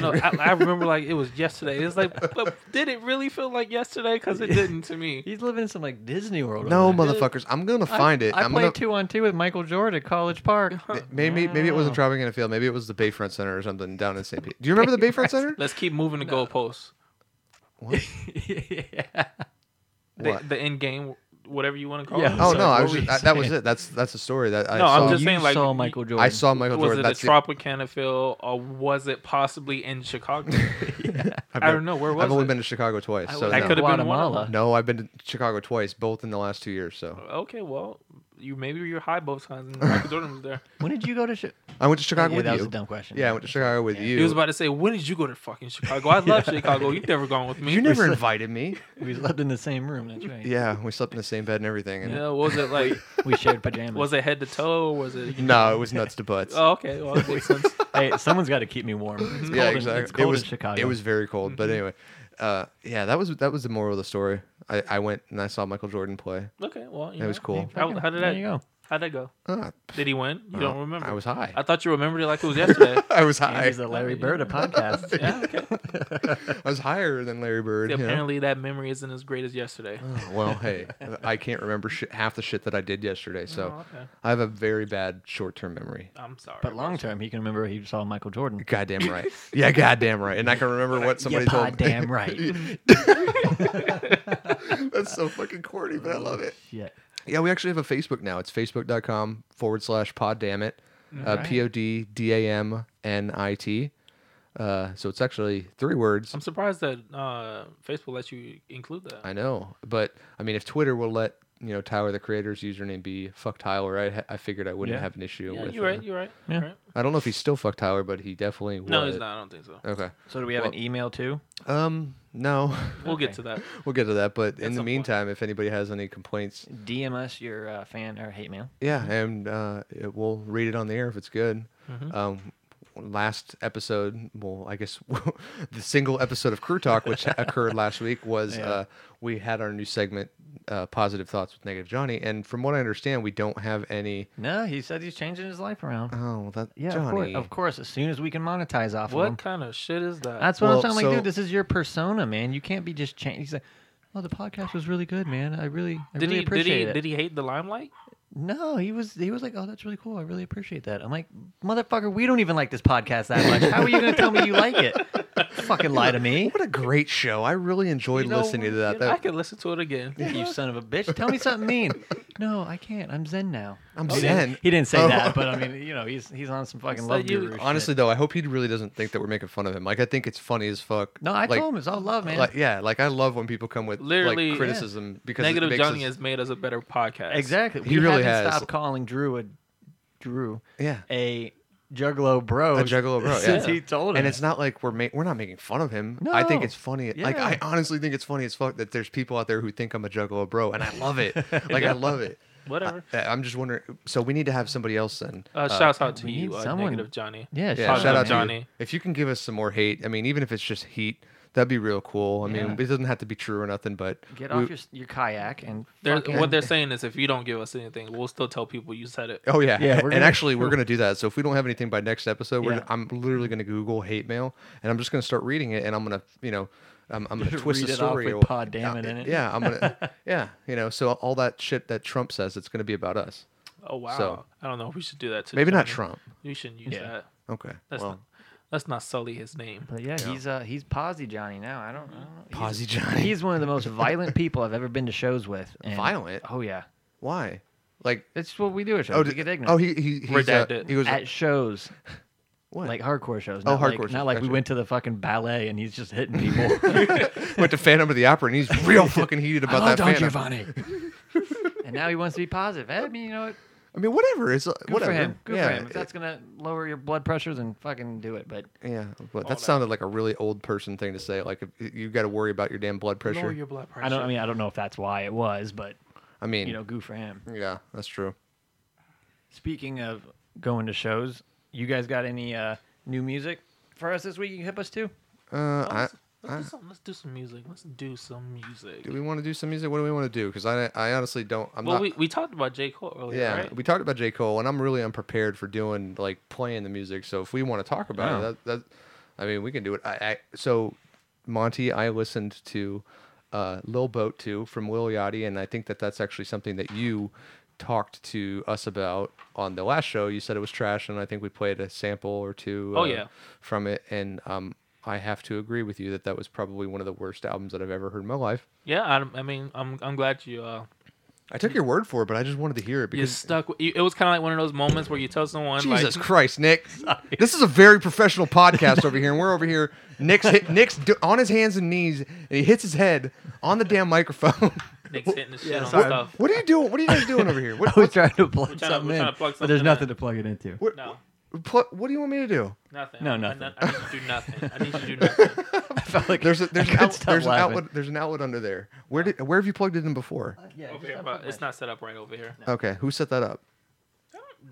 [SPEAKER 8] know I, I remember like it was yesterday it's like but did it really feel like yesterday because it didn't to me
[SPEAKER 6] He's living in some like Disney World.
[SPEAKER 7] no,
[SPEAKER 6] over there.
[SPEAKER 7] motherfuckers, I'm gonna find it.
[SPEAKER 6] I
[SPEAKER 7] am
[SPEAKER 6] played
[SPEAKER 7] gonna
[SPEAKER 6] two on two with Michael Jordan at College Park.
[SPEAKER 7] maybe maybe it wasn't driving in a field. Maybe it was the Bayfront Center or something down in St. Pete. Do you remember the Bayfront Center?
[SPEAKER 8] let's keep moving the goalposts
[SPEAKER 6] yeah.
[SPEAKER 8] the,
[SPEAKER 7] What?
[SPEAKER 8] the end game whatever you want to call
[SPEAKER 6] Yeah.
[SPEAKER 8] it
[SPEAKER 7] Oh
[SPEAKER 8] So
[SPEAKER 7] no, I
[SPEAKER 8] what
[SPEAKER 7] was
[SPEAKER 8] were
[SPEAKER 7] just,
[SPEAKER 8] you
[SPEAKER 7] I, that was it. That's that's the story that I
[SPEAKER 8] No, I'm
[SPEAKER 7] saw.
[SPEAKER 8] just
[SPEAKER 6] Oh, you
[SPEAKER 8] saying, like,
[SPEAKER 6] saw
[SPEAKER 8] you-
[SPEAKER 6] Michael Jordan.
[SPEAKER 7] I saw Michael
[SPEAKER 8] was
[SPEAKER 7] Jordan.
[SPEAKER 8] it the
[SPEAKER 7] that's the-
[SPEAKER 8] Tropicana Field or was it possibly in Chicago? I don't know where was
[SPEAKER 7] I've only
[SPEAKER 8] it.
[SPEAKER 7] been to Chicago twice. so
[SPEAKER 8] I
[SPEAKER 7] no.
[SPEAKER 8] could've been one of
[SPEAKER 6] Guatemala.
[SPEAKER 7] No, I've been to Chicago twice, both in the last two years. So
[SPEAKER 8] Okay, well, you maybe you're high both times, and Michael Jordan was there.
[SPEAKER 6] When did you go to? Sh-
[SPEAKER 7] I went to Chicago
[SPEAKER 6] yeah,
[SPEAKER 7] with
[SPEAKER 6] that
[SPEAKER 7] you.
[SPEAKER 6] was a dumb question.
[SPEAKER 7] Yeah, I went to Chicago with you.
[SPEAKER 8] He was about to say, "When did you go to fucking Chicago? I love Chicago. You've never gone with me.
[SPEAKER 7] you never invited me.
[SPEAKER 6] We slept in the same room. That's right.
[SPEAKER 7] Yeah, we slept in the same bed and everything. And
[SPEAKER 8] Yeah, what was it like?
[SPEAKER 6] We shared pajamas.
[SPEAKER 8] Was it head to toe? Or was it?
[SPEAKER 7] No, it was nuts to butts.
[SPEAKER 8] Oh, okay. Well, that makes sense.
[SPEAKER 6] hey, someone's got to keep me warm. It's cold
[SPEAKER 7] yeah,
[SPEAKER 6] in-
[SPEAKER 7] exactly.
[SPEAKER 6] It's cold
[SPEAKER 7] it was
[SPEAKER 6] in Chicago. Mm-hmm.
[SPEAKER 7] It was very cold. But anyway, uh, yeah, that was that was the moral of the story. I, I went and I saw Michael Jordan play.
[SPEAKER 8] Okay. Well, you
[SPEAKER 7] It was
[SPEAKER 8] know.
[SPEAKER 7] cool.
[SPEAKER 8] How, how did
[SPEAKER 6] There
[SPEAKER 8] that?
[SPEAKER 6] you go.
[SPEAKER 8] How did that go?
[SPEAKER 7] Ah,
[SPEAKER 8] Did he win? You don't remember.
[SPEAKER 7] I was high.
[SPEAKER 8] Oh. I thought you remembered it like it was yesterday.
[SPEAKER 7] I was high.
[SPEAKER 6] Andy's the Larry Bird of podcasts.
[SPEAKER 8] yeah. Okay.
[SPEAKER 7] I was higher than Larry Bird. you know? Oh,
[SPEAKER 8] Apparently, that memory isn't as great as yesterday.
[SPEAKER 7] Well, hey, I can't remember shit, half the shit that I did yesterday. So
[SPEAKER 6] Oh,
[SPEAKER 8] okay.
[SPEAKER 7] I have a very bad short term memory.
[SPEAKER 8] I'm sorry.
[SPEAKER 6] But long term, he can remember he saw Michael Jordan.
[SPEAKER 7] Goddamn right. yeah, goddamn right. And I can remember what somebody
[SPEAKER 6] yeah,
[SPEAKER 7] told me.
[SPEAKER 6] damn right.
[SPEAKER 7] That's so fucking corny, but I love it.
[SPEAKER 6] Shit.
[SPEAKER 7] Yeah, we actually have a Facebook now. It's facebook.com forward slash pod damn it. Uh, P O D D A M N I T. Uh, so it's actually three words.
[SPEAKER 8] I'm surprised that uh, Facebook lets you include that.
[SPEAKER 7] I know, but I mean, if Twitter will let you know Tyler the creator's username be fuck Tyler, I, I figured I wouldn't
[SPEAKER 6] Yeah.
[SPEAKER 7] have an issue
[SPEAKER 8] yeah,
[SPEAKER 7] with.
[SPEAKER 8] you're
[SPEAKER 7] uh,
[SPEAKER 8] right. You're right.
[SPEAKER 6] Yeah.
[SPEAKER 8] you're right.
[SPEAKER 7] I don't know if he's still fuck Tyler, but he definitely was.
[SPEAKER 8] No, he's not. I don't think so.
[SPEAKER 7] Okay.
[SPEAKER 6] So do we have an email too?
[SPEAKER 7] Um, no,
[SPEAKER 8] We'll get to that.
[SPEAKER 7] we'll get to that. But in the
[SPEAKER 8] some point.
[SPEAKER 7] meantime, if anybody has any complaints,
[SPEAKER 6] DM us your uh, fan or hate mail.
[SPEAKER 7] yeah, and uh, it, we'll read it on the air if it's good.
[SPEAKER 6] Mm-hmm.
[SPEAKER 7] Um, last episode, well, I guess the single episode of Crew Talk, which occurred last week, was uh, we had our new segment, uh, Positive Thoughts with Negative Johnny. And from what I understand, we don't have any.
[SPEAKER 6] No, he said he's changing his life around.
[SPEAKER 7] Oh, that
[SPEAKER 6] Yeah, of course,
[SPEAKER 7] Johnny.
[SPEAKER 6] of course. As soon as we can monetize off of
[SPEAKER 8] What
[SPEAKER 6] him.
[SPEAKER 8] kind of shit is that?
[SPEAKER 6] That's what
[SPEAKER 7] Well,
[SPEAKER 6] I'm saying. Like,
[SPEAKER 7] so-
[SPEAKER 6] dude, this is your persona, man. You can't be just changing. He's like, oh, the podcast was really good, man. I really, I
[SPEAKER 8] did
[SPEAKER 6] really
[SPEAKER 8] he did
[SPEAKER 6] appreciate
[SPEAKER 8] he
[SPEAKER 6] it.
[SPEAKER 8] did he hate the limelight?
[SPEAKER 6] No, he was he was like, "Oh, that's really cool. I really appreciate that." I'm like, "Motherfucker, we don't even like this podcast that much. How are you going to tell me you like it? Fucking lie to me,
[SPEAKER 7] What a great show. I really enjoyed
[SPEAKER 8] You know,
[SPEAKER 7] listening to that.
[SPEAKER 8] you know, I
[SPEAKER 7] that
[SPEAKER 8] could listen to it again.
[SPEAKER 6] you son of a bitch. Tell me something mean." No, I can't. I'm zen now.
[SPEAKER 7] I'm
[SPEAKER 6] He
[SPEAKER 7] zen.
[SPEAKER 6] didn't- He didn't say
[SPEAKER 7] Oh.
[SPEAKER 6] that, but I mean, you know, he's he's on some fucking love
[SPEAKER 8] like you-
[SPEAKER 6] guru. shit.
[SPEAKER 7] Honestly, though, I hope he really doesn't think that we're making fun of him. Like, I think it's funny as fuck.
[SPEAKER 6] no, I
[SPEAKER 7] like,
[SPEAKER 6] told him it's all love, man.
[SPEAKER 7] Like, yeah, like I love when people come with
[SPEAKER 8] Literally, yeah.
[SPEAKER 7] like criticism because
[SPEAKER 8] Negative
[SPEAKER 7] it makes
[SPEAKER 8] Johnny
[SPEAKER 7] us,
[SPEAKER 8] has made us a better podcast.
[SPEAKER 6] exactly. we
[SPEAKER 7] He really
[SPEAKER 6] haven't
[SPEAKER 7] has.
[SPEAKER 6] stopped calling Drew a Drew
[SPEAKER 7] yeah
[SPEAKER 6] a juggalo bro.
[SPEAKER 7] a juggalo bro.
[SPEAKER 6] Since
[SPEAKER 7] yeah.
[SPEAKER 6] he told him,
[SPEAKER 7] and it's not like we're ma- we're not making fun of him. I think
[SPEAKER 6] No.
[SPEAKER 7] it's funny. Like
[SPEAKER 6] Yeah.
[SPEAKER 7] I honestly think it's funny as fuck that there's people out there who think I'm a juggalo bro, and I love it. like I love it.
[SPEAKER 8] Whatever.
[SPEAKER 7] I, am just wondering. So we need to have somebody else then.
[SPEAKER 8] Uh, shouts out to
[SPEAKER 6] we
[SPEAKER 8] you,
[SPEAKER 6] need
[SPEAKER 8] uh,
[SPEAKER 6] someone-
[SPEAKER 8] Negative Johnny.
[SPEAKER 6] yeah,
[SPEAKER 7] Yeah,
[SPEAKER 6] Oh, shout,
[SPEAKER 7] shout
[SPEAKER 6] out
[SPEAKER 7] out to
[SPEAKER 6] man.
[SPEAKER 8] Johnny.
[SPEAKER 7] you. If you can give us some more hate, I mean, even if it's just heat, that'd be real cool. I mean, it doesn't have to be true or nothing, but
[SPEAKER 6] Get
[SPEAKER 7] we-
[SPEAKER 6] off your, your kayak and
[SPEAKER 8] They're,
[SPEAKER 6] fucking-
[SPEAKER 8] what they're saying is, if you don't give us anything, we'll still tell people you said it.
[SPEAKER 7] Oh yeah,
[SPEAKER 6] Yeah,
[SPEAKER 7] And
[SPEAKER 6] we're gonna-
[SPEAKER 7] actually, we're gonna do that. So if we don't have anything by next episode, we're,
[SPEAKER 6] Yeah.
[SPEAKER 7] I'm literally gonna Google hate mail, and I'm just gonna start reading it, and I'm gonna, you know, I'm, I'm gonna twist
[SPEAKER 6] read
[SPEAKER 7] the
[SPEAKER 6] it off
[SPEAKER 7] story.
[SPEAKER 6] with
[SPEAKER 7] or-
[SPEAKER 6] "Pod damn it" in it.
[SPEAKER 7] Yeah, I'm gonna, yeah, you know, so all that shit that Trump says, it's gonna be about us.
[SPEAKER 8] Oh wow.
[SPEAKER 7] So-
[SPEAKER 8] I don't know. if We should do that to
[SPEAKER 7] Maybe not
[SPEAKER 8] Johnny.
[SPEAKER 7] Trump.
[SPEAKER 8] You shouldn't use
[SPEAKER 6] Yeah.
[SPEAKER 8] that.
[SPEAKER 7] Okay.
[SPEAKER 8] That's
[SPEAKER 7] well,
[SPEAKER 8] not. Let's not sully his name.
[SPEAKER 6] But yeah, he's uh he's Posy Johnny now. I don't, I don't know. He's-
[SPEAKER 7] Posy Johnny.
[SPEAKER 6] He's one of the most violent people I've ever been to shows with. and-
[SPEAKER 7] Violent?
[SPEAKER 6] Oh yeah,
[SPEAKER 7] why? Like,
[SPEAKER 6] it's what we do at shows.
[SPEAKER 7] oh,
[SPEAKER 6] we
[SPEAKER 7] did-
[SPEAKER 6] get
[SPEAKER 7] oh,
[SPEAKER 6] ignorant.
[SPEAKER 7] he he he's, uh,
[SPEAKER 8] Redact it.
[SPEAKER 7] he was
[SPEAKER 6] at shows,
[SPEAKER 7] what?
[SPEAKER 6] like hardcore shows.
[SPEAKER 7] Oh,
[SPEAKER 6] not like-
[SPEAKER 7] hardcore shows,
[SPEAKER 6] Not like we
[SPEAKER 7] gotcha.
[SPEAKER 6] went to the fucking ballet and he's just hitting people.
[SPEAKER 7] went to Phantom of the Opera, and he's real fucking heated
[SPEAKER 6] I
[SPEAKER 7] about
[SPEAKER 6] love
[SPEAKER 7] that
[SPEAKER 6] Don
[SPEAKER 7] Phantom.
[SPEAKER 6] Giovanni. and now he wants to be positive. I mean, you know what?
[SPEAKER 7] I mean, whatever. It's uh,
[SPEAKER 6] Good
[SPEAKER 7] whatever.
[SPEAKER 6] for him. Good
[SPEAKER 7] yeah,
[SPEAKER 6] for him. If that's gonna lower your blood pressure, then fucking do it. But
[SPEAKER 7] yeah, but that sounded like a really old person thing to say. Like, if, you got to worry about your damn blood pressure.
[SPEAKER 8] Lower your blood pressure.
[SPEAKER 6] I don't. I mean, I don't know if that's why it was, but
[SPEAKER 7] I mean,
[SPEAKER 6] you know, good for him.
[SPEAKER 7] Yeah, that's true.
[SPEAKER 6] Speaking of going to shows, you guys got any uh, new music for us this week? You can hip us to?
[SPEAKER 7] Uh, I
[SPEAKER 8] Let's do some. Let's do some music. Let's do some music.
[SPEAKER 7] Do we want to do some music? What do we want to do? Because I, I honestly don't. I'm
[SPEAKER 8] well,
[SPEAKER 7] not.
[SPEAKER 8] we, we talked about J Cole earlier,
[SPEAKER 7] yeah,
[SPEAKER 8] right?
[SPEAKER 7] we talked about J Cole, and I'm really unprepared for doing like playing the music. So if we want to talk about
[SPEAKER 6] Yeah.
[SPEAKER 7] it, that, that, I mean, we can do it. I, I so Monty, I listened to uh, Lil Boat Two from Lil Yachty, and I think that that's actually something that you talked to us about on the last show. You said it was trash, and I think we played a sample or two. uh,
[SPEAKER 8] Oh, yeah.
[SPEAKER 7] from it, and um, I have to agree with you that that was probably one of the worst albums that I've ever heard in my life.
[SPEAKER 8] yeah, I, I mean, I'm I'm glad you uh
[SPEAKER 7] I took your word for it, but I just wanted to hear it
[SPEAKER 8] you
[SPEAKER 7] because
[SPEAKER 8] stuck. with- You, it was kind of like one of those moments where you tell someone
[SPEAKER 7] Jesus
[SPEAKER 8] like,
[SPEAKER 7] Christ, Nick. This is a very professional podcast over here, and we're over here. Nick's hit, Nick's do, on his hands and knees, and he hits his head on the damn microphone.
[SPEAKER 8] Nick's hitting the shit on
[SPEAKER 6] sorry.
[SPEAKER 8] stuff.
[SPEAKER 7] what are you doing? What are you guys doing over here? What,
[SPEAKER 6] I was
[SPEAKER 7] what,
[SPEAKER 6] trying to plug
[SPEAKER 8] trying to-
[SPEAKER 6] something
[SPEAKER 8] we're
[SPEAKER 6] in,
[SPEAKER 8] trying to plug
[SPEAKER 6] but
[SPEAKER 8] something
[SPEAKER 6] there's
[SPEAKER 8] in.
[SPEAKER 6] nothing to plug it into.
[SPEAKER 7] what,
[SPEAKER 8] No,
[SPEAKER 7] pl- what do you want me to do?
[SPEAKER 8] nothing.
[SPEAKER 6] No,
[SPEAKER 8] I- I-
[SPEAKER 6] nothing.
[SPEAKER 8] I, need to do nothing. I need to do nothing.
[SPEAKER 7] There's
[SPEAKER 6] I
[SPEAKER 7] a, there's an,
[SPEAKER 6] couldn't
[SPEAKER 7] out,
[SPEAKER 6] stop
[SPEAKER 7] there's an
[SPEAKER 6] laughing.
[SPEAKER 7] outlet there's an outlet under there. Where did where have you plugged it in before?
[SPEAKER 8] Over here, but it's not set up right over here.
[SPEAKER 7] Okay, who set that up?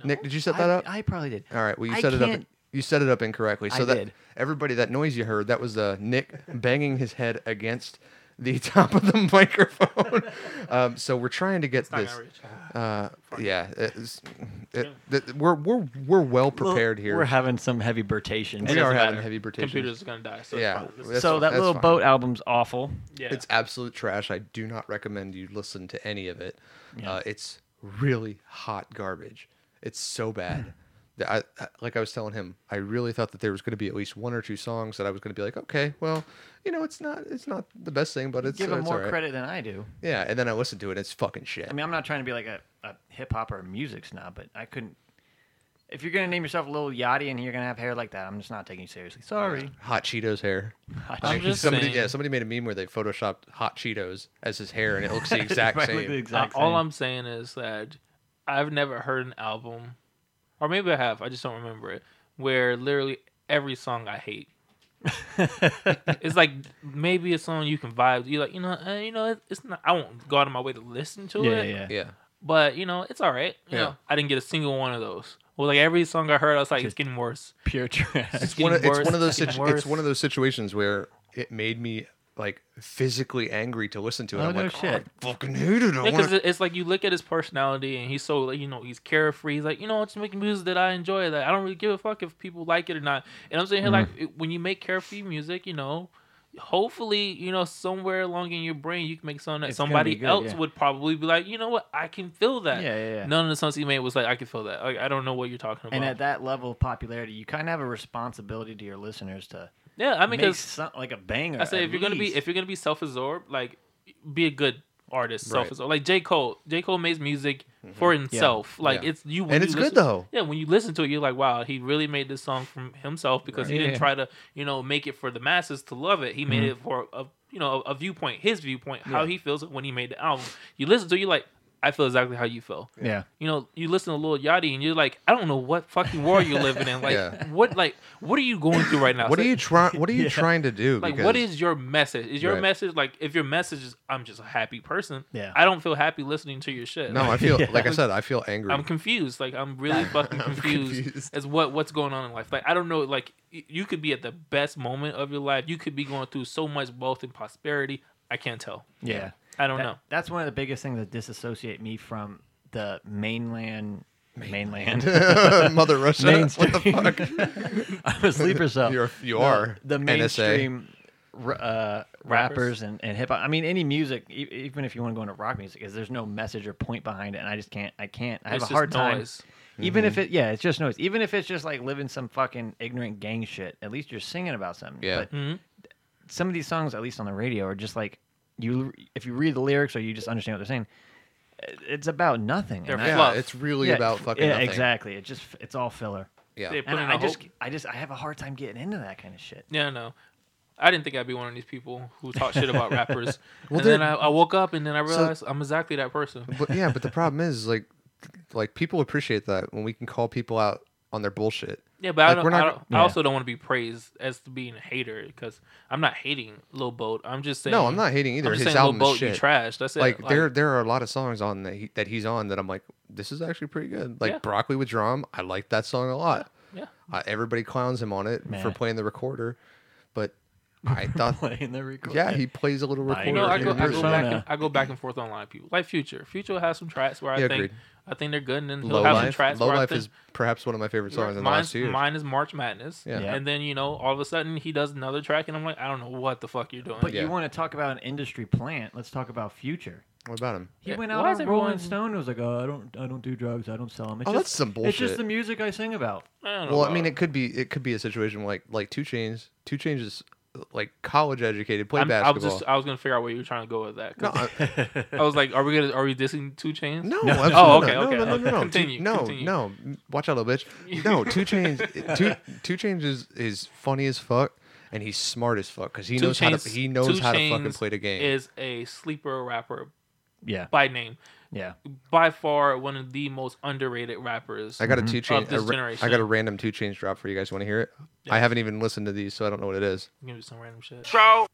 [SPEAKER 7] Nick, did you set
[SPEAKER 6] I-
[SPEAKER 7] that up?
[SPEAKER 6] I probably did.
[SPEAKER 7] All right. Well, you
[SPEAKER 6] I
[SPEAKER 7] set it up.
[SPEAKER 6] can't-
[SPEAKER 7] You set it up incorrectly. So
[SPEAKER 6] I
[SPEAKER 7] that
[SPEAKER 6] did.
[SPEAKER 7] everybody, that noise you heard, that was uh, Nick banging his head against the top of the microphone. um, so we're trying to get
[SPEAKER 8] Not
[SPEAKER 7] this.
[SPEAKER 8] gonna reach.
[SPEAKER 7] Uh, yeah, it's, it, th- we're we're we're well
[SPEAKER 6] Well,
[SPEAKER 7] prepared here.
[SPEAKER 6] We're having some heavy burtation.
[SPEAKER 7] We
[SPEAKER 8] It
[SPEAKER 7] are
[SPEAKER 8] doesn't
[SPEAKER 7] having
[SPEAKER 8] matter.
[SPEAKER 7] heavy rotation.
[SPEAKER 8] Computers are gonna die. So
[SPEAKER 7] Yeah.
[SPEAKER 8] yeah,
[SPEAKER 7] That's
[SPEAKER 6] so
[SPEAKER 7] fi-
[SPEAKER 6] that
[SPEAKER 7] that's
[SPEAKER 6] little
[SPEAKER 7] fine.
[SPEAKER 6] boat album's awful.
[SPEAKER 8] yeah.
[SPEAKER 7] It's absolute trash. I do not recommend you listen to any of it. Uh, it's really hot garbage. It's so bad. that I, I- like I was telling him, I really thought that there was going to be at least one or two songs that I was going to be like, okay, well, you know, it's not, it's not the best thing, but it's
[SPEAKER 6] Give
[SPEAKER 7] uh,
[SPEAKER 6] him
[SPEAKER 7] it's
[SPEAKER 6] more
[SPEAKER 7] all right.
[SPEAKER 6] credit than I do.
[SPEAKER 7] Yeah, and then I listened to it. It's fucking shit.
[SPEAKER 6] I mean, I'm not trying to be like a, a hip hop or a music snob, but I couldn't. If you're gonna name yourself Lil Yachty and you're gonna have hair like that, I'm just not taking you seriously. Sorry.
[SPEAKER 7] hot Cheetos hair.
[SPEAKER 8] I'm just
[SPEAKER 7] somebody,
[SPEAKER 8] saying.
[SPEAKER 7] yeah, somebody made a meme where they photoshopped hot Cheetos as his hair, and it looks the exact
[SPEAKER 6] Right, look
[SPEAKER 7] same.
[SPEAKER 6] the exact
[SPEAKER 8] Uh, all
[SPEAKER 6] same.
[SPEAKER 8] I'm saying is that I've never heard an album, or maybe I have, I just don't remember it, where literally every song I hate. it's like maybe a song you can vibe. You like, you know, uh, you know, it- it's not. I won't go out of my way to listen to
[SPEAKER 6] Yeah,
[SPEAKER 8] it,
[SPEAKER 6] yeah, yeah.
[SPEAKER 7] yeah.
[SPEAKER 8] but you know, it's all right. You
[SPEAKER 7] Yeah.
[SPEAKER 8] know, I didn't get a single one of those. Well, like every song I heard, I was like, it's getting worse.
[SPEAKER 6] Pure trash.
[SPEAKER 7] it's one of,
[SPEAKER 8] getting
[SPEAKER 7] it's one
[SPEAKER 8] worse,
[SPEAKER 7] of those
[SPEAKER 8] it's
[SPEAKER 7] situ-
[SPEAKER 8] getting
[SPEAKER 7] it's
[SPEAKER 8] worse.
[SPEAKER 7] one of those situations where it made me like physically angry to listen to it.
[SPEAKER 6] Oh,
[SPEAKER 7] I'm
[SPEAKER 6] no
[SPEAKER 7] like,
[SPEAKER 6] shit.
[SPEAKER 7] "Oh, I fucking hated it. I
[SPEAKER 8] Because
[SPEAKER 7] wanna-"
[SPEAKER 8] it's like you look at his personality and he's so like, you know he's carefree. He's like you know I'm just making music that I enjoy. That I don't really give a fuck if people like it or not. And I'm saying here like
[SPEAKER 6] Mm-hmm.
[SPEAKER 8] it- when you make carefree music, you know, hopefully you know somewhere along in your brain you can make something that
[SPEAKER 6] It's gonna be
[SPEAKER 8] somebody
[SPEAKER 6] good,
[SPEAKER 8] else
[SPEAKER 6] yeah.
[SPEAKER 8] would probably be like you know what I can feel that.
[SPEAKER 6] Yeah, yeah, yeah.
[SPEAKER 8] None of the songs he made was like I can feel that. Like, I don't know what you're talking about.
[SPEAKER 6] and at that level of popularity, you kind of have a responsibility to your listeners to
[SPEAKER 8] yeah, I mean
[SPEAKER 6] make
[SPEAKER 8] because
[SPEAKER 6] some, like a banger.
[SPEAKER 8] I say
[SPEAKER 6] at
[SPEAKER 8] if you're gonna be
[SPEAKER 6] least.
[SPEAKER 8] if you're gonna be self absorbed, like be a good artist,
[SPEAKER 7] Right. Mm-hmm.
[SPEAKER 8] self absorbed. Like J Cole, J Cole makes music for himself. Like
[SPEAKER 7] Yeah.
[SPEAKER 8] it's you when
[SPEAKER 7] And
[SPEAKER 8] you
[SPEAKER 7] it's good,
[SPEAKER 8] listen-
[SPEAKER 7] though.
[SPEAKER 8] Yeah, when you listen to it, you're like, wow, he really made this song from himself because he
[SPEAKER 6] Right.
[SPEAKER 8] didn't
[SPEAKER 6] Yeah.
[SPEAKER 8] try to you know make it for the masses to love it. He made
[SPEAKER 7] Mm-hmm.
[SPEAKER 8] it for a you know a, a viewpoint, his viewpoint, how he feels when he made the album. You listen to it, you're like. I feel exactly how you feel
[SPEAKER 6] yeah.
[SPEAKER 8] you know, you listen to Lil Yachty and you're like, I don't know what fucking world you're living in. Like,
[SPEAKER 7] Yeah.
[SPEAKER 8] what, like, what are you going through right now?
[SPEAKER 7] what are
[SPEAKER 8] So-
[SPEAKER 7] you trying? What are you trying to do?
[SPEAKER 8] like,
[SPEAKER 7] Because
[SPEAKER 8] what is your message? Is your
[SPEAKER 7] Right.
[SPEAKER 8] message like, if your message is, I'm just a happy person.
[SPEAKER 6] Yeah.
[SPEAKER 8] I don't feel happy listening to your shit.
[SPEAKER 7] no? I
[SPEAKER 8] Like,
[SPEAKER 7] feel like I said, I feel angry.
[SPEAKER 8] I'm confused. Like, I'm really fucking confused,
[SPEAKER 7] confused.
[SPEAKER 8] as what what's going on in life. Like, I don't know. Like, y- you could be at the best moment of your life. You could be going through so much wealth and prosperity. I can't tell.
[SPEAKER 6] Yeah.
[SPEAKER 8] I don't
[SPEAKER 6] That-
[SPEAKER 8] know.
[SPEAKER 6] That's one of the biggest things that disassociate me from the mainland. Mainland.
[SPEAKER 7] Mother Russia. What the
[SPEAKER 6] mainstream.
[SPEAKER 7] fuck?
[SPEAKER 6] I'm a sleeper cell.
[SPEAKER 7] You're- you
[SPEAKER 6] No,
[SPEAKER 7] are
[SPEAKER 6] the
[SPEAKER 7] NSA.
[SPEAKER 6] mainstream ra- uh,
[SPEAKER 8] Rappers.
[SPEAKER 6] rappers and, and hip hop. I mean, any music, e- even if you want to go into rock music, is there's no message or point behind it, and I just can't. I can't. I have
[SPEAKER 8] It's
[SPEAKER 6] a
[SPEAKER 8] just
[SPEAKER 6] hard time.
[SPEAKER 8] noise.
[SPEAKER 6] Even
[SPEAKER 7] Mm-hmm.
[SPEAKER 6] if it, yeah, it's just noise. Even if it's just like living some fucking ignorant gang shit, at least you're singing about something.
[SPEAKER 7] Yeah.
[SPEAKER 6] But
[SPEAKER 8] Mm-hmm.
[SPEAKER 6] some of these songs, at least on the radio, are just like you. If you read the lyrics or you just understand what they're saying, it- it's about nothing.
[SPEAKER 8] They're
[SPEAKER 6] and I-
[SPEAKER 7] Yeah,
[SPEAKER 8] fluff.
[SPEAKER 7] it's really about fucking
[SPEAKER 6] yeah,
[SPEAKER 7] nothing.
[SPEAKER 6] exactly. It just it's all filler.
[SPEAKER 7] Yeah.
[SPEAKER 8] They put
[SPEAKER 6] And
[SPEAKER 8] in
[SPEAKER 6] I
[SPEAKER 8] a
[SPEAKER 6] just,
[SPEAKER 8] whole-
[SPEAKER 6] I just, I have a hard time getting into that kind of shit.
[SPEAKER 8] Yeah, no. I didn't think I'd be one of these people who talk shit about rappers. and
[SPEAKER 7] they're-
[SPEAKER 8] then I, I woke up and then I realized I'm exactly that person.
[SPEAKER 7] but yeah, but the problem is like, like people appreciate that when we can call people out on their bullshit.
[SPEAKER 8] Yeah, but
[SPEAKER 7] Like,
[SPEAKER 8] I,
[SPEAKER 7] we're
[SPEAKER 8] don't,
[SPEAKER 7] not-
[SPEAKER 8] I, don't, I also don't want to be praised as to being a hater because I'm not hating Lil Boat. I'm just saying.
[SPEAKER 7] No, I'm not hating either.
[SPEAKER 8] I'm just
[SPEAKER 7] His
[SPEAKER 8] saying Lil
[SPEAKER 7] album is
[SPEAKER 8] Boat, you
[SPEAKER 7] shit.
[SPEAKER 8] trash. That's it.
[SPEAKER 7] like, there there are a lot of songs on that he, that he's on that I'm like this is actually pretty good. Like
[SPEAKER 8] Yeah.
[SPEAKER 7] broccoli with drum, I like that song a lot.
[SPEAKER 8] Yeah.
[SPEAKER 7] Uh, everybody clowns him on it for
[SPEAKER 6] Man.
[SPEAKER 7] playing the recorder, but I thought,
[SPEAKER 6] playing the record.
[SPEAKER 7] yeah, he plays a little
[SPEAKER 6] Like,
[SPEAKER 7] recorder.
[SPEAKER 8] No, I
[SPEAKER 6] Your
[SPEAKER 8] go, I go back.
[SPEAKER 6] persona.
[SPEAKER 8] And, I go back and forth on a lot of people. Like Future, Future has some tracks where I
[SPEAKER 7] Yeah,
[SPEAKER 8] think
[SPEAKER 7] agreed.
[SPEAKER 8] I think they're good, and then he'll
[SPEAKER 7] Low
[SPEAKER 8] have some
[SPEAKER 7] life,
[SPEAKER 8] tracks
[SPEAKER 7] low
[SPEAKER 8] where
[SPEAKER 7] life
[SPEAKER 8] I think
[SPEAKER 7] is perhaps one of my favorite songs in the
[SPEAKER 8] mine's,
[SPEAKER 7] last two years.
[SPEAKER 8] mine is March Madness.
[SPEAKER 7] Yeah.
[SPEAKER 6] Yeah.
[SPEAKER 8] and then you know all of a sudden he does another track, and I'm like, I don't know what the fuck you're doing.
[SPEAKER 6] But
[SPEAKER 7] Yeah.
[SPEAKER 6] you want to talk about an industry plant? Let's talk about Future.
[SPEAKER 7] What about him?
[SPEAKER 6] He
[SPEAKER 8] Yeah,
[SPEAKER 6] went
[SPEAKER 8] why
[SPEAKER 6] out
[SPEAKER 8] is
[SPEAKER 6] on Rolling
[SPEAKER 8] everyone-
[SPEAKER 6] Stone. and Was like, oh, I don't, I don't do drugs. I don't sell them. It's
[SPEAKER 7] Oh,
[SPEAKER 6] just,
[SPEAKER 7] that's some
[SPEAKER 6] It's just
[SPEAKER 7] bullshit.
[SPEAKER 6] the music I sing about.
[SPEAKER 8] I don't know
[SPEAKER 7] Well, I
[SPEAKER 8] about
[SPEAKER 7] mean, it could be it could be a situation like like Two Chains. Two Chains is like college educated, played
[SPEAKER 8] I'm, I was
[SPEAKER 7] basketball.
[SPEAKER 8] just I was gonna figure out where you were trying to go with that. 'cause
[SPEAKER 7] No, I-
[SPEAKER 8] I was like, are we gonna are we dissing Two Chains?
[SPEAKER 7] no,
[SPEAKER 6] No.
[SPEAKER 7] absolutely
[SPEAKER 8] Oh, okay,
[SPEAKER 7] not.
[SPEAKER 8] okay,
[SPEAKER 7] no, no, no,
[SPEAKER 8] okay.
[SPEAKER 7] no, no,
[SPEAKER 8] Continue,
[SPEAKER 7] Two- no,
[SPEAKER 8] continue.
[SPEAKER 7] no. Watch out, little bitch. No, Two Chains, two, two Chains is, is funny as fuck, and he's smart as fuck because he knows how to he knows
[SPEAKER 8] Two
[SPEAKER 7] how to fucking
[SPEAKER 8] Chainz
[SPEAKER 7] play the game.
[SPEAKER 8] Is a sleeper rapper
[SPEAKER 6] Yeah,
[SPEAKER 8] by name,
[SPEAKER 6] yeah.
[SPEAKER 8] by far one of the most underrated rappers.
[SPEAKER 7] I got a two chain.
[SPEAKER 8] this
[SPEAKER 7] a ra- I
[SPEAKER 8] generation.
[SPEAKER 7] got a random two chains drop for you guys. Want to hear it? I haven't even listened to these, so I don't know what it is.
[SPEAKER 8] I'm gonna do some random shit.
[SPEAKER 7] All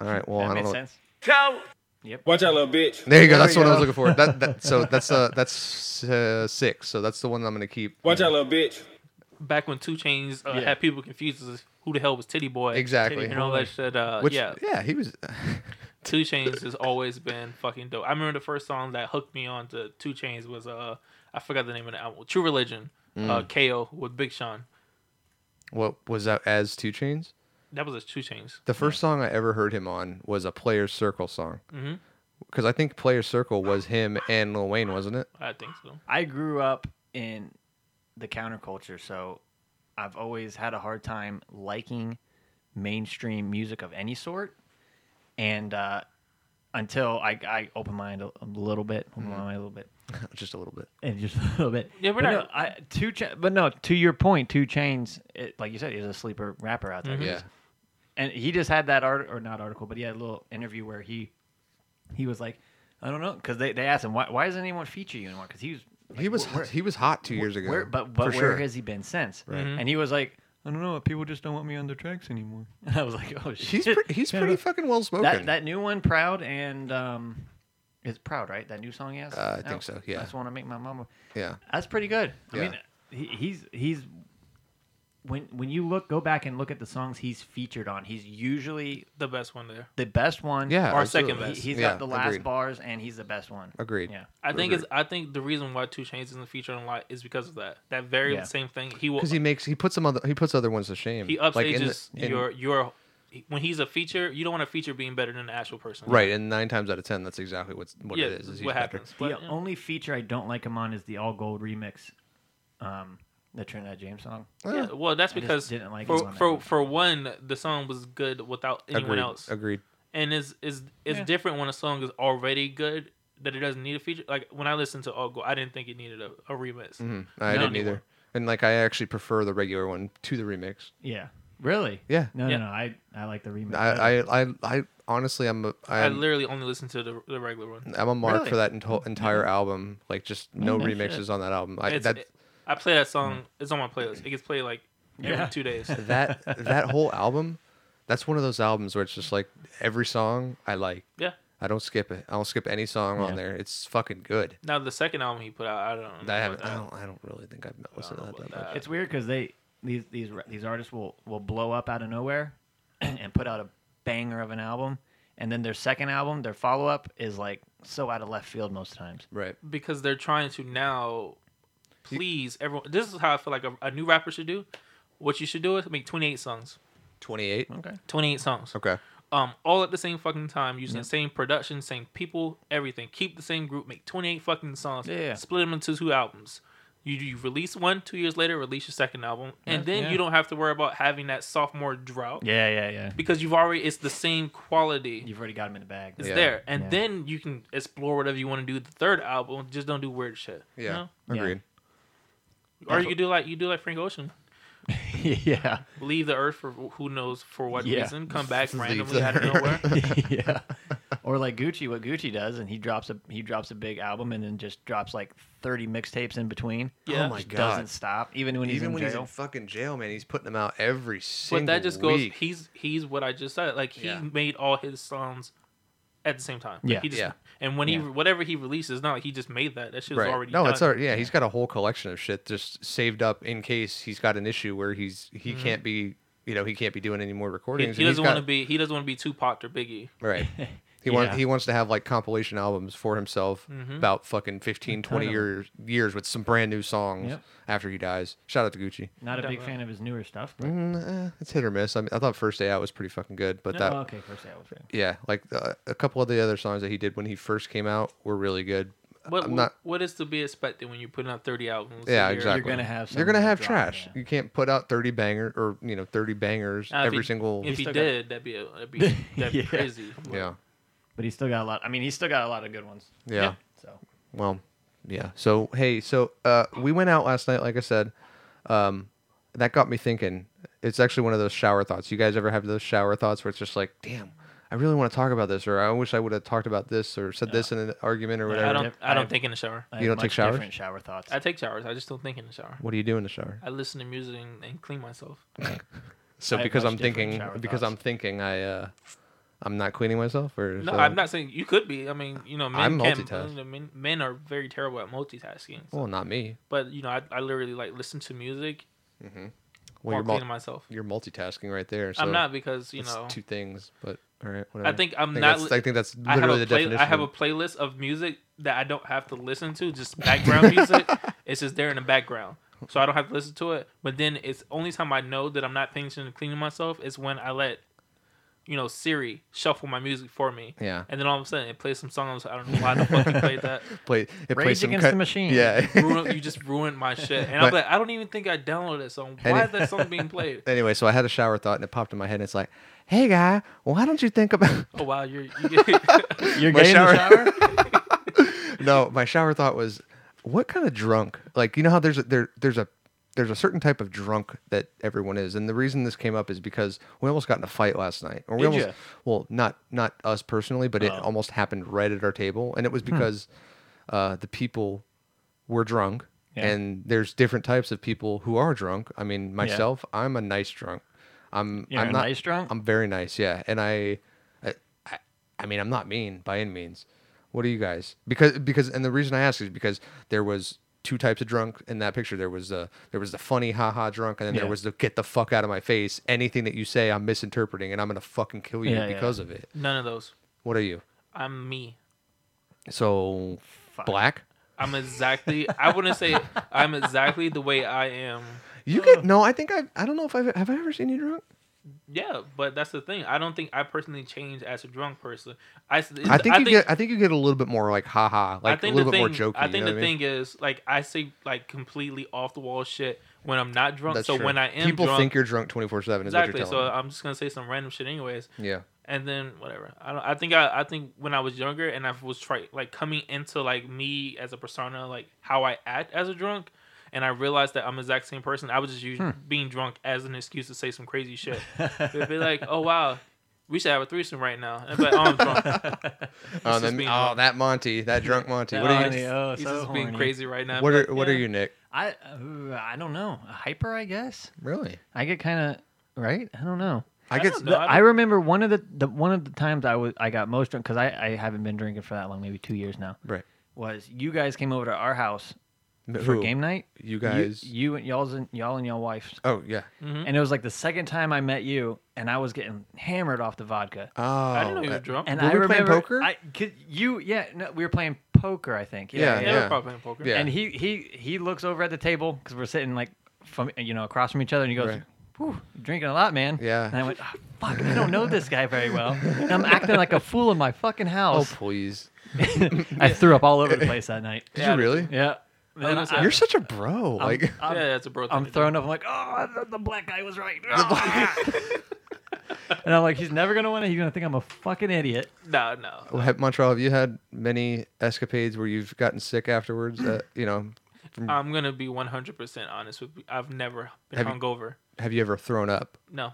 [SPEAKER 7] right, well, I
[SPEAKER 6] that
[SPEAKER 7] don't
[SPEAKER 6] makes
[SPEAKER 7] know.
[SPEAKER 6] sense.
[SPEAKER 9] Watch out, little bitch.
[SPEAKER 7] There you go.
[SPEAKER 6] There
[SPEAKER 7] that's
[SPEAKER 6] we
[SPEAKER 7] what I was
[SPEAKER 6] go.
[SPEAKER 7] looking for. That, that so that's uh that's uh, six. So that's the one I'm gonna keep.
[SPEAKER 9] Watch out, little bitch.
[SPEAKER 8] Back when Two Chains uh,
[SPEAKER 6] Yeah.
[SPEAKER 8] had people confused as who the hell was Titty Boy.
[SPEAKER 7] Exactly.
[SPEAKER 8] And all that shit. Uh,
[SPEAKER 7] Which
[SPEAKER 8] yeah.
[SPEAKER 7] yeah, he was.
[SPEAKER 8] Two Chains has always been fucking dope. I remember the first song that hooked me on to Two Chains was uh I forgot the name of the album. True Religion,
[SPEAKER 7] Mm.
[SPEAKER 8] uh KO with Big Sean.
[SPEAKER 7] what was that as two chains?
[SPEAKER 8] That was a Two Chains.
[SPEAKER 7] The first song I ever heard him on was a Player's Circle song.
[SPEAKER 8] Mhm.
[SPEAKER 7] Because I think Player's Circle was him and Lil Wayne, wasn't it?
[SPEAKER 8] I think so.
[SPEAKER 6] I grew up in the counterculture, so I've always had a hard time liking mainstream music of any sort. And uh, until I, I open my mind a, a little bit, open my mind a little bit,
[SPEAKER 7] Just a little bit.
[SPEAKER 6] and just a little bit.
[SPEAKER 8] Yeah, we're
[SPEAKER 6] but
[SPEAKER 8] not-
[SPEAKER 6] No, I, two, cha- but no, to your point, two chains. It, like you said, is a sleeper rapper out
[SPEAKER 8] Mm-hmm.
[SPEAKER 6] there.
[SPEAKER 7] Yeah.
[SPEAKER 6] and he just had that art or not article, but he had a little interview where he he was like, I don't know, because they, they asked him why why doesn't anyone feature you anymore? Because he was like,
[SPEAKER 7] He was
[SPEAKER 6] "Wh- where-
[SPEAKER 7] he was hot two years ago.
[SPEAKER 6] where, but but
[SPEAKER 7] for
[SPEAKER 6] where
[SPEAKER 7] sure.
[SPEAKER 6] has he been since?
[SPEAKER 8] Mm-hmm.
[SPEAKER 6] And he was like, I don't know, people just don't want me on their tracks anymore. And I was like, oh shit,
[SPEAKER 7] He's pre- he's
[SPEAKER 6] Yeah.
[SPEAKER 7] pretty fucking well spoken.
[SPEAKER 6] That that new one, proud and um, is proud right? That new song he has.
[SPEAKER 7] Uh, I
[SPEAKER 6] out?
[SPEAKER 7] think so, yeah.
[SPEAKER 6] I just want to make my mama.
[SPEAKER 7] yeah.
[SPEAKER 6] That's pretty good. I
[SPEAKER 7] Yeah.
[SPEAKER 6] mean, he, he's he's when when you look go back and look at the songs he's featured on, he's usually
[SPEAKER 8] The best one there.
[SPEAKER 6] the best one.
[SPEAKER 7] Yeah.
[SPEAKER 8] Our second
[SPEAKER 7] absolutely.
[SPEAKER 8] best.
[SPEAKER 6] He, has
[SPEAKER 7] Yeah,
[SPEAKER 6] got the last
[SPEAKER 7] agreed.
[SPEAKER 6] bars, and he's the best one.
[SPEAKER 7] Agreed.
[SPEAKER 6] Yeah.
[SPEAKER 8] I think it's I think the reason why Two Chains isn't featured a lot is because of that. That very
[SPEAKER 6] Yeah.
[SPEAKER 8] same thing. He will
[SPEAKER 7] Because he makes he puts some other he puts other ones to shame.
[SPEAKER 8] he
[SPEAKER 7] Like in the-
[SPEAKER 8] upstages
[SPEAKER 7] in-
[SPEAKER 8] your your when he's a feature, you don't want a feature being better than the actual person.
[SPEAKER 7] right, and nine times out of ten, that's exactly what's what
[SPEAKER 8] yeah,
[SPEAKER 7] it is. is
[SPEAKER 8] this is
[SPEAKER 7] he's
[SPEAKER 8] what
[SPEAKER 7] better.
[SPEAKER 8] happens.
[SPEAKER 6] The
[SPEAKER 8] But, yeah.
[SPEAKER 6] only feature I don't like him on is the all gold remix, um, the Trinidad James song.
[SPEAKER 8] Yeah, well, that's
[SPEAKER 6] I just
[SPEAKER 8] because
[SPEAKER 6] didn't like him
[SPEAKER 8] for
[SPEAKER 6] on that
[SPEAKER 8] for,
[SPEAKER 6] one.
[SPEAKER 8] for one, the song was good without anyone
[SPEAKER 7] Agreed.
[SPEAKER 8] else,
[SPEAKER 7] Agreed.
[SPEAKER 8] and is is it's different when a song is already good that it doesn't need a feature. Like when I listened to All Go, I didn't think it needed a, a remix.
[SPEAKER 7] I
[SPEAKER 8] No,
[SPEAKER 7] didn't
[SPEAKER 8] anymore.
[SPEAKER 7] either. And like I actually prefer the regular one to the remix.
[SPEAKER 6] Yeah. Really?
[SPEAKER 7] Yeah.
[SPEAKER 6] No,
[SPEAKER 8] Yeah.
[SPEAKER 6] no, no. I, I like the remix.
[SPEAKER 7] I I, I, I honestly I'm a,
[SPEAKER 8] I
[SPEAKER 7] I'm,
[SPEAKER 8] literally only listened to the, the regular one.
[SPEAKER 7] I'm a mark
[SPEAKER 6] Really?
[SPEAKER 7] for that ento- entire album. Like just no
[SPEAKER 6] no
[SPEAKER 7] remixes
[SPEAKER 6] shit.
[SPEAKER 7] on that album. I,
[SPEAKER 8] It's,
[SPEAKER 7] that
[SPEAKER 8] it- I play that song. It's on my playlist. It gets played like every
[SPEAKER 6] Yeah.
[SPEAKER 8] two days.
[SPEAKER 7] that that whole album, that's one of those albums where it's just like every song I like.
[SPEAKER 8] yeah.
[SPEAKER 7] I don't skip it. I don't skip any song on
[SPEAKER 6] Yeah.
[SPEAKER 7] there. It's fucking good.
[SPEAKER 8] Now the second album he put out, I don't. Know
[SPEAKER 7] I
[SPEAKER 8] about
[SPEAKER 7] haven't. I
[SPEAKER 8] that.
[SPEAKER 7] don't. I don't really think I've listened to that that much.
[SPEAKER 6] it's weird because they these these ra- these artists will will blow up out of nowhere and put out a banger of an album, and then their second album, their follow up, is like so out of left field most times.
[SPEAKER 7] Right.
[SPEAKER 8] because they're trying to now please everyone. This is how I feel like a, a new rapper should do. What you should do is make 28 songs.
[SPEAKER 7] Twenty eight.
[SPEAKER 8] 28 songs.
[SPEAKER 7] Okay.
[SPEAKER 8] Um, all at the same fucking time, using the same production, same people, everything. Keep the same group, make 28 fucking songs.
[SPEAKER 6] Yeah, yeah.
[SPEAKER 8] Split them into two albums. You, you release one, two years later, release your second album, and then
[SPEAKER 6] yeah.
[SPEAKER 8] you don't have to worry about having that sophomore drought
[SPEAKER 6] Yeah, yeah, yeah.
[SPEAKER 8] because you've already it's the same quality.
[SPEAKER 6] You've already got them in the bag.
[SPEAKER 8] It's
[SPEAKER 7] Yeah.
[SPEAKER 8] there, and
[SPEAKER 6] Yeah.
[SPEAKER 8] then you can explore whatever you want to do. with The third album, just don't do weird shit. you
[SPEAKER 7] Yeah.
[SPEAKER 8] know?
[SPEAKER 6] Yeah.
[SPEAKER 7] Agreed.
[SPEAKER 8] Or you could do like you do like Frank Ocean,
[SPEAKER 6] yeah.
[SPEAKER 8] leave the earth for who knows for what
[SPEAKER 6] Yeah.
[SPEAKER 8] reason, come back
[SPEAKER 7] Leave
[SPEAKER 8] randomly
[SPEAKER 7] the
[SPEAKER 8] out of nowhere.
[SPEAKER 6] yeah. Or like Gucci, what Gucci does, and he drops a he drops a big album and then just drops like thirty mixtapes in between.
[SPEAKER 8] Yeah. Oh
[SPEAKER 7] my
[SPEAKER 6] Just
[SPEAKER 7] God.
[SPEAKER 6] Doesn't stop even when he's
[SPEAKER 7] Even
[SPEAKER 6] in
[SPEAKER 7] when he's
[SPEAKER 6] jail.
[SPEAKER 7] in fucking jail, man, he's putting them out every single
[SPEAKER 8] But that just goes.
[SPEAKER 7] week.
[SPEAKER 8] He's he's what I just said. Like he
[SPEAKER 7] Yeah.
[SPEAKER 8] made all his songs at the same time. Like,
[SPEAKER 6] Yeah.
[SPEAKER 8] he just,
[SPEAKER 7] Yeah.
[SPEAKER 8] And when he
[SPEAKER 6] Yeah.
[SPEAKER 8] whatever he releases, it's not like he just made that. That shit was already
[SPEAKER 7] no,
[SPEAKER 8] done.
[SPEAKER 7] it's already yeah. He's got a whole collection of shit just saved up in case he's got an issue where he's he can't be you know he can't be doing any more
[SPEAKER 8] Mm-hmm. He,
[SPEAKER 7] recordings.
[SPEAKER 8] he
[SPEAKER 7] and he's
[SPEAKER 8] doesn't want to
[SPEAKER 7] got-
[SPEAKER 8] be. He doesn't want to be Tupac or Biggie.
[SPEAKER 7] Right. He wants
[SPEAKER 6] Yeah.
[SPEAKER 7] he wants to have like compilation albums for himself
[SPEAKER 8] Mm-hmm.
[SPEAKER 7] about fucking 15 20
[SPEAKER 6] of 'em.
[SPEAKER 7] years years with some brand new songs
[SPEAKER 6] Yep.
[SPEAKER 7] after he dies. Shout out to Gucci.
[SPEAKER 6] Not a big fan of his newer stuff. But,
[SPEAKER 7] Mm, eh, it's hit or miss. I mean, I thought First Day Out was pretty fucking good, but that
[SPEAKER 6] Oh,
[SPEAKER 8] uh
[SPEAKER 6] okay, first album.
[SPEAKER 7] yeah, like uh, a couple of the other songs that he did when he first came out were really good.
[SPEAKER 8] What
[SPEAKER 7] I'm not
[SPEAKER 8] what is to be expected when you're putting out 30 albums? a
[SPEAKER 7] yeah,
[SPEAKER 8] year?
[SPEAKER 7] exactly.
[SPEAKER 6] gonna have
[SPEAKER 7] you're gonna
[SPEAKER 6] some
[SPEAKER 7] have
[SPEAKER 6] drop,
[SPEAKER 7] trash.
[SPEAKER 6] yeah.
[SPEAKER 7] You can't put out thirty banger or you know thirty bangers
[SPEAKER 8] Now, if
[SPEAKER 7] every
[SPEAKER 8] he-
[SPEAKER 7] single.
[SPEAKER 8] If he
[SPEAKER 6] still got-
[SPEAKER 8] did, that'd be a, that'd be that'd be
[SPEAKER 6] Yeah.
[SPEAKER 8] crazy.
[SPEAKER 7] yeah,
[SPEAKER 6] But he's still got a lot. I mean, he's still got a lot of good ones.
[SPEAKER 7] yeah.
[SPEAKER 6] So
[SPEAKER 7] Well, yeah. So hey, so uh, we went out last night. Like I said, um, that got me thinking. It's actually one of those shower thoughts. You guys ever have those shower thoughts where it's just like, damn, I really want to talk about this, or I wish I would have talked about this, or said this in an argument, or whatever.
[SPEAKER 8] I don't.
[SPEAKER 6] I've-
[SPEAKER 8] I don't
[SPEAKER 6] I've-
[SPEAKER 8] think in the shower.
[SPEAKER 6] I
[SPEAKER 7] You
[SPEAKER 6] have
[SPEAKER 7] don't take
[SPEAKER 6] much
[SPEAKER 7] showers?
[SPEAKER 6] Different shower thoughts.
[SPEAKER 8] I take showers. I just don't think in the shower.
[SPEAKER 7] What do you do in the shower?
[SPEAKER 8] I listen to music and, and clean myself.
[SPEAKER 7] So
[SPEAKER 6] I have
[SPEAKER 7] because
[SPEAKER 6] much
[SPEAKER 7] I'm
[SPEAKER 6] different
[SPEAKER 7] thinking,
[SPEAKER 6] shower
[SPEAKER 7] because
[SPEAKER 6] thoughts.
[SPEAKER 7] I'm thinking, I uh, I'm not cleaning myself, or
[SPEAKER 8] No,
[SPEAKER 7] so-
[SPEAKER 8] I'm not saying you could be. I mean, you know, men
[SPEAKER 7] I'm
[SPEAKER 8] can,
[SPEAKER 7] multitask.
[SPEAKER 8] you know, men, men are very terrible at multitasking. so-
[SPEAKER 7] Well, not me.
[SPEAKER 8] but you know, I, I literally like listen to music
[SPEAKER 7] Mm-hmm. Well, you're,
[SPEAKER 8] while cleaning
[SPEAKER 7] mul-
[SPEAKER 8] myself.
[SPEAKER 7] you're multitasking right there. So
[SPEAKER 8] I'm not because you
[SPEAKER 7] it's
[SPEAKER 8] know
[SPEAKER 7] two things, but all right. Whatever.
[SPEAKER 8] I think I'm
[SPEAKER 7] that's-
[SPEAKER 8] not.
[SPEAKER 7] I think that's
[SPEAKER 8] I have
[SPEAKER 7] literally
[SPEAKER 8] a
[SPEAKER 7] the
[SPEAKER 8] play-
[SPEAKER 7] definition.
[SPEAKER 8] I have
[SPEAKER 7] of-
[SPEAKER 8] a playlist of music that I don't have to listen to, just background music. It's just there in the background, so I don't have to listen to it. But then it's only time I know that I'm not paying attention to cleaning myself is when I let, you know, Siri shuffle my music for me.
[SPEAKER 7] Yeah.
[SPEAKER 8] And then all of a sudden it plays some songs. I don't know why the fuck you played that.
[SPEAKER 7] play it
[SPEAKER 6] Rage
[SPEAKER 7] plays some
[SPEAKER 6] Against
[SPEAKER 7] cut-
[SPEAKER 6] the Machine.
[SPEAKER 7] Yeah.
[SPEAKER 8] Ruin, you just ruined my shit. And I'm
[SPEAKER 7] But-
[SPEAKER 8] like, I don't even think I downloaded that song.
[SPEAKER 7] And
[SPEAKER 8] Why
[SPEAKER 7] it-
[SPEAKER 8] is that song being played?
[SPEAKER 7] anyway, so I had a shower thought and it popped in my head and it's like, "Hey guy, why don't you think about
[SPEAKER 8] Oh wow, you're. You get,
[SPEAKER 6] You're
[SPEAKER 7] My
[SPEAKER 6] gay in the
[SPEAKER 7] shower-
[SPEAKER 6] shower?
[SPEAKER 7] No, my shower thought was what kind of drunk? Like, you know how there's a there there's a there's a certain type of drunk that everyone is. And the reason this came up is because we almost got in a fight last night. Or we
[SPEAKER 6] Did
[SPEAKER 7] almost
[SPEAKER 6] ya? Oh.
[SPEAKER 7] well, not not us personally, but it almost happened right at our table and it was because uh the people were drunk.
[SPEAKER 6] Yeah.
[SPEAKER 7] And there's different types of people who are drunk. I mean, myself, I'm a nice drunk. I'm
[SPEAKER 6] You're
[SPEAKER 7] I'm
[SPEAKER 6] a
[SPEAKER 7] not
[SPEAKER 6] nice drunk?
[SPEAKER 7] I'm very nice, yeah. And I, I, I- I mean, I'm not mean by any means. What are you guys? Because because and the reason I ask is because there was two types of drunk in that picture. There was the there was the funny haha drunk, and then there
[SPEAKER 6] Yeah.
[SPEAKER 7] was the get the fuck out of my face. Anything that you say, I'm misinterpreting, and I'm gonna fucking kill you
[SPEAKER 6] Yeah, yeah.
[SPEAKER 7] because of it.
[SPEAKER 8] none of those.
[SPEAKER 7] What are you?
[SPEAKER 8] I'm me.
[SPEAKER 7] So black.
[SPEAKER 8] I'm exactly. I wouldn't say I'm exactly the way I am.
[SPEAKER 7] You
[SPEAKER 8] Uh.
[SPEAKER 7] get no. I think I I don't know if I've have I ever seen you drunk.
[SPEAKER 8] Yeah, but that's the thing. I don't think I personally changed as a drunk person. I, s-
[SPEAKER 7] I think you get I think you get a little bit more like haha, like
[SPEAKER 8] I think
[SPEAKER 7] a little
[SPEAKER 8] the
[SPEAKER 7] bit
[SPEAKER 8] thing,
[SPEAKER 7] more jokey.
[SPEAKER 8] I think
[SPEAKER 7] you know
[SPEAKER 8] the
[SPEAKER 7] what I mean?
[SPEAKER 8] thing is, like, I say like completely off the wall shit when I'm not drunk.
[SPEAKER 7] That's
[SPEAKER 8] so
[SPEAKER 7] true.
[SPEAKER 8] when I am
[SPEAKER 7] people
[SPEAKER 8] drunk,
[SPEAKER 7] think you're drunk 24 seven. Is
[SPEAKER 8] exactly.
[SPEAKER 7] what
[SPEAKER 8] So
[SPEAKER 7] you're telling
[SPEAKER 8] I'm just gonna say some random shit anyways.
[SPEAKER 7] me. yeah.
[SPEAKER 8] and then whatever. I don't. I think I. I think when I was younger and I was try like coming into like me as a persona, like how I act as a drunk, and I realized that I'm the exact same person. I was just
[SPEAKER 6] Hmm.
[SPEAKER 8] using being drunk as an excuse to say some crazy shit. It'd be like, oh wow, we should have a threesome right now. And but oh, I'm drunk.
[SPEAKER 7] Oh,
[SPEAKER 8] just
[SPEAKER 7] then-
[SPEAKER 8] being
[SPEAKER 7] oh,
[SPEAKER 8] drunk.
[SPEAKER 7] that Monty, that drunk Monty. What
[SPEAKER 6] Oh,
[SPEAKER 7] are
[SPEAKER 6] yeah.
[SPEAKER 7] you?
[SPEAKER 6] Oh,
[SPEAKER 8] He's
[SPEAKER 6] so
[SPEAKER 8] just being
[SPEAKER 6] horny.
[SPEAKER 8] crazy right now.
[SPEAKER 7] What
[SPEAKER 8] But,
[SPEAKER 7] are What are
[SPEAKER 8] yeah.
[SPEAKER 7] you, Nick?
[SPEAKER 6] I uh, I don't know. Hyper, I guess.
[SPEAKER 7] Really?
[SPEAKER 6] I get kind of right. I don't know.
[SPEAKER 7] I get.
[SPEAKER 8] don't
[SPEAKER 6] The-
[SPEAKER 8] know. I
[SPEAKER 6] I remember one of the, the one of the times I was I got most drunk because I, I haven't been drinking for that long, maybe two years now.
[SPEAKER 7] Right.
[SPEAKER 6] Was you guys came over to our house
[SPEAKER 7] M-
[SPEAKER 6] for
[SPEAKER 7] who?
[SPEAKER 6] game night?
[SPEAKER 7] You guys.
[SPEAKER 6] you, and y'all's and y'all and y'all wives.
[SPEAKER 7] oh yeah.
[SPEAKER 8] Mm.
[SPEAKER 6] And it was like the second time I met you, and I was getting hammered off the vodka.
[SPEAKER 7] Oh.
[SPEAKER 8] I didn't know you were drunk.
[SPEAKER 6] and
[SPEAKER 7] were
[SPEAKER 6] I
[SPEAKER 7] we playing
[SPEAKER 6] remember
[SPEAKER 7] poker?
[SPEAKER 6] I, 'cause you yeah no, we were playing poker I think
[SPEAKER 7] Yeah,
[SPEAKER 8] yeah,
[SPEAKER 7] yeah.
[SPEAKER 8] we're probably playing poker.
[SPEAKER 7] Yeah.
[SPEAKER 6] And he he he looks over at the table because we're sitting like from you know across from each other, and he goes,
[SPEAKER 7] Right.
[SPEAKER 6] "Whew, you're drinking a lot, man."
[SPEAKER 7] Yeah.
[SPEAKER 6] And I went, "Ah, "Fuck, I don't know this guy very well, and I'm acting like a fool in my fucking
[SPEAKER 7] Oh
[SPEAKER 6] house."
[SPEAKER 7] please.
[SPEAKER 6] I threw up all over the place that night.
[SPEAKER 7] Did
[SPEAKER 8] Yeah, Um,
[SPEAKER 7] you really?
[SPEAKER 6] Yeah. And then
[SPEAKER 8] that's
[SPEAKER 6] I-
[SPEAKER 7] You're such a bro. like.
[SPEAKER 8] Yeah, that's a bro. thing
[SPEAKER 6] I'm
[SPEAKER 8] to do.
[SPEAKER 6] thrown up. I'm like, oh, the, the black guy was right. Ah! and I'm like, he's never gonna win it. He's gonna think I'm a fucking idiot.
[SPEAKER 8] No, no.
[SPEAKER 7] Have, Montreal, have you had many escapades where you've gotten sick afterwards? Uh, you know,
[SPEAKER 8] I'm gonna be 100 percent honest with you. I've never been
[SPEAKER 7] Mm-hmm. Have you-
[SPEAKER 8] hungover.
[SPEAKER 7] have you ever thrown up?
[SPEAKER 8] No,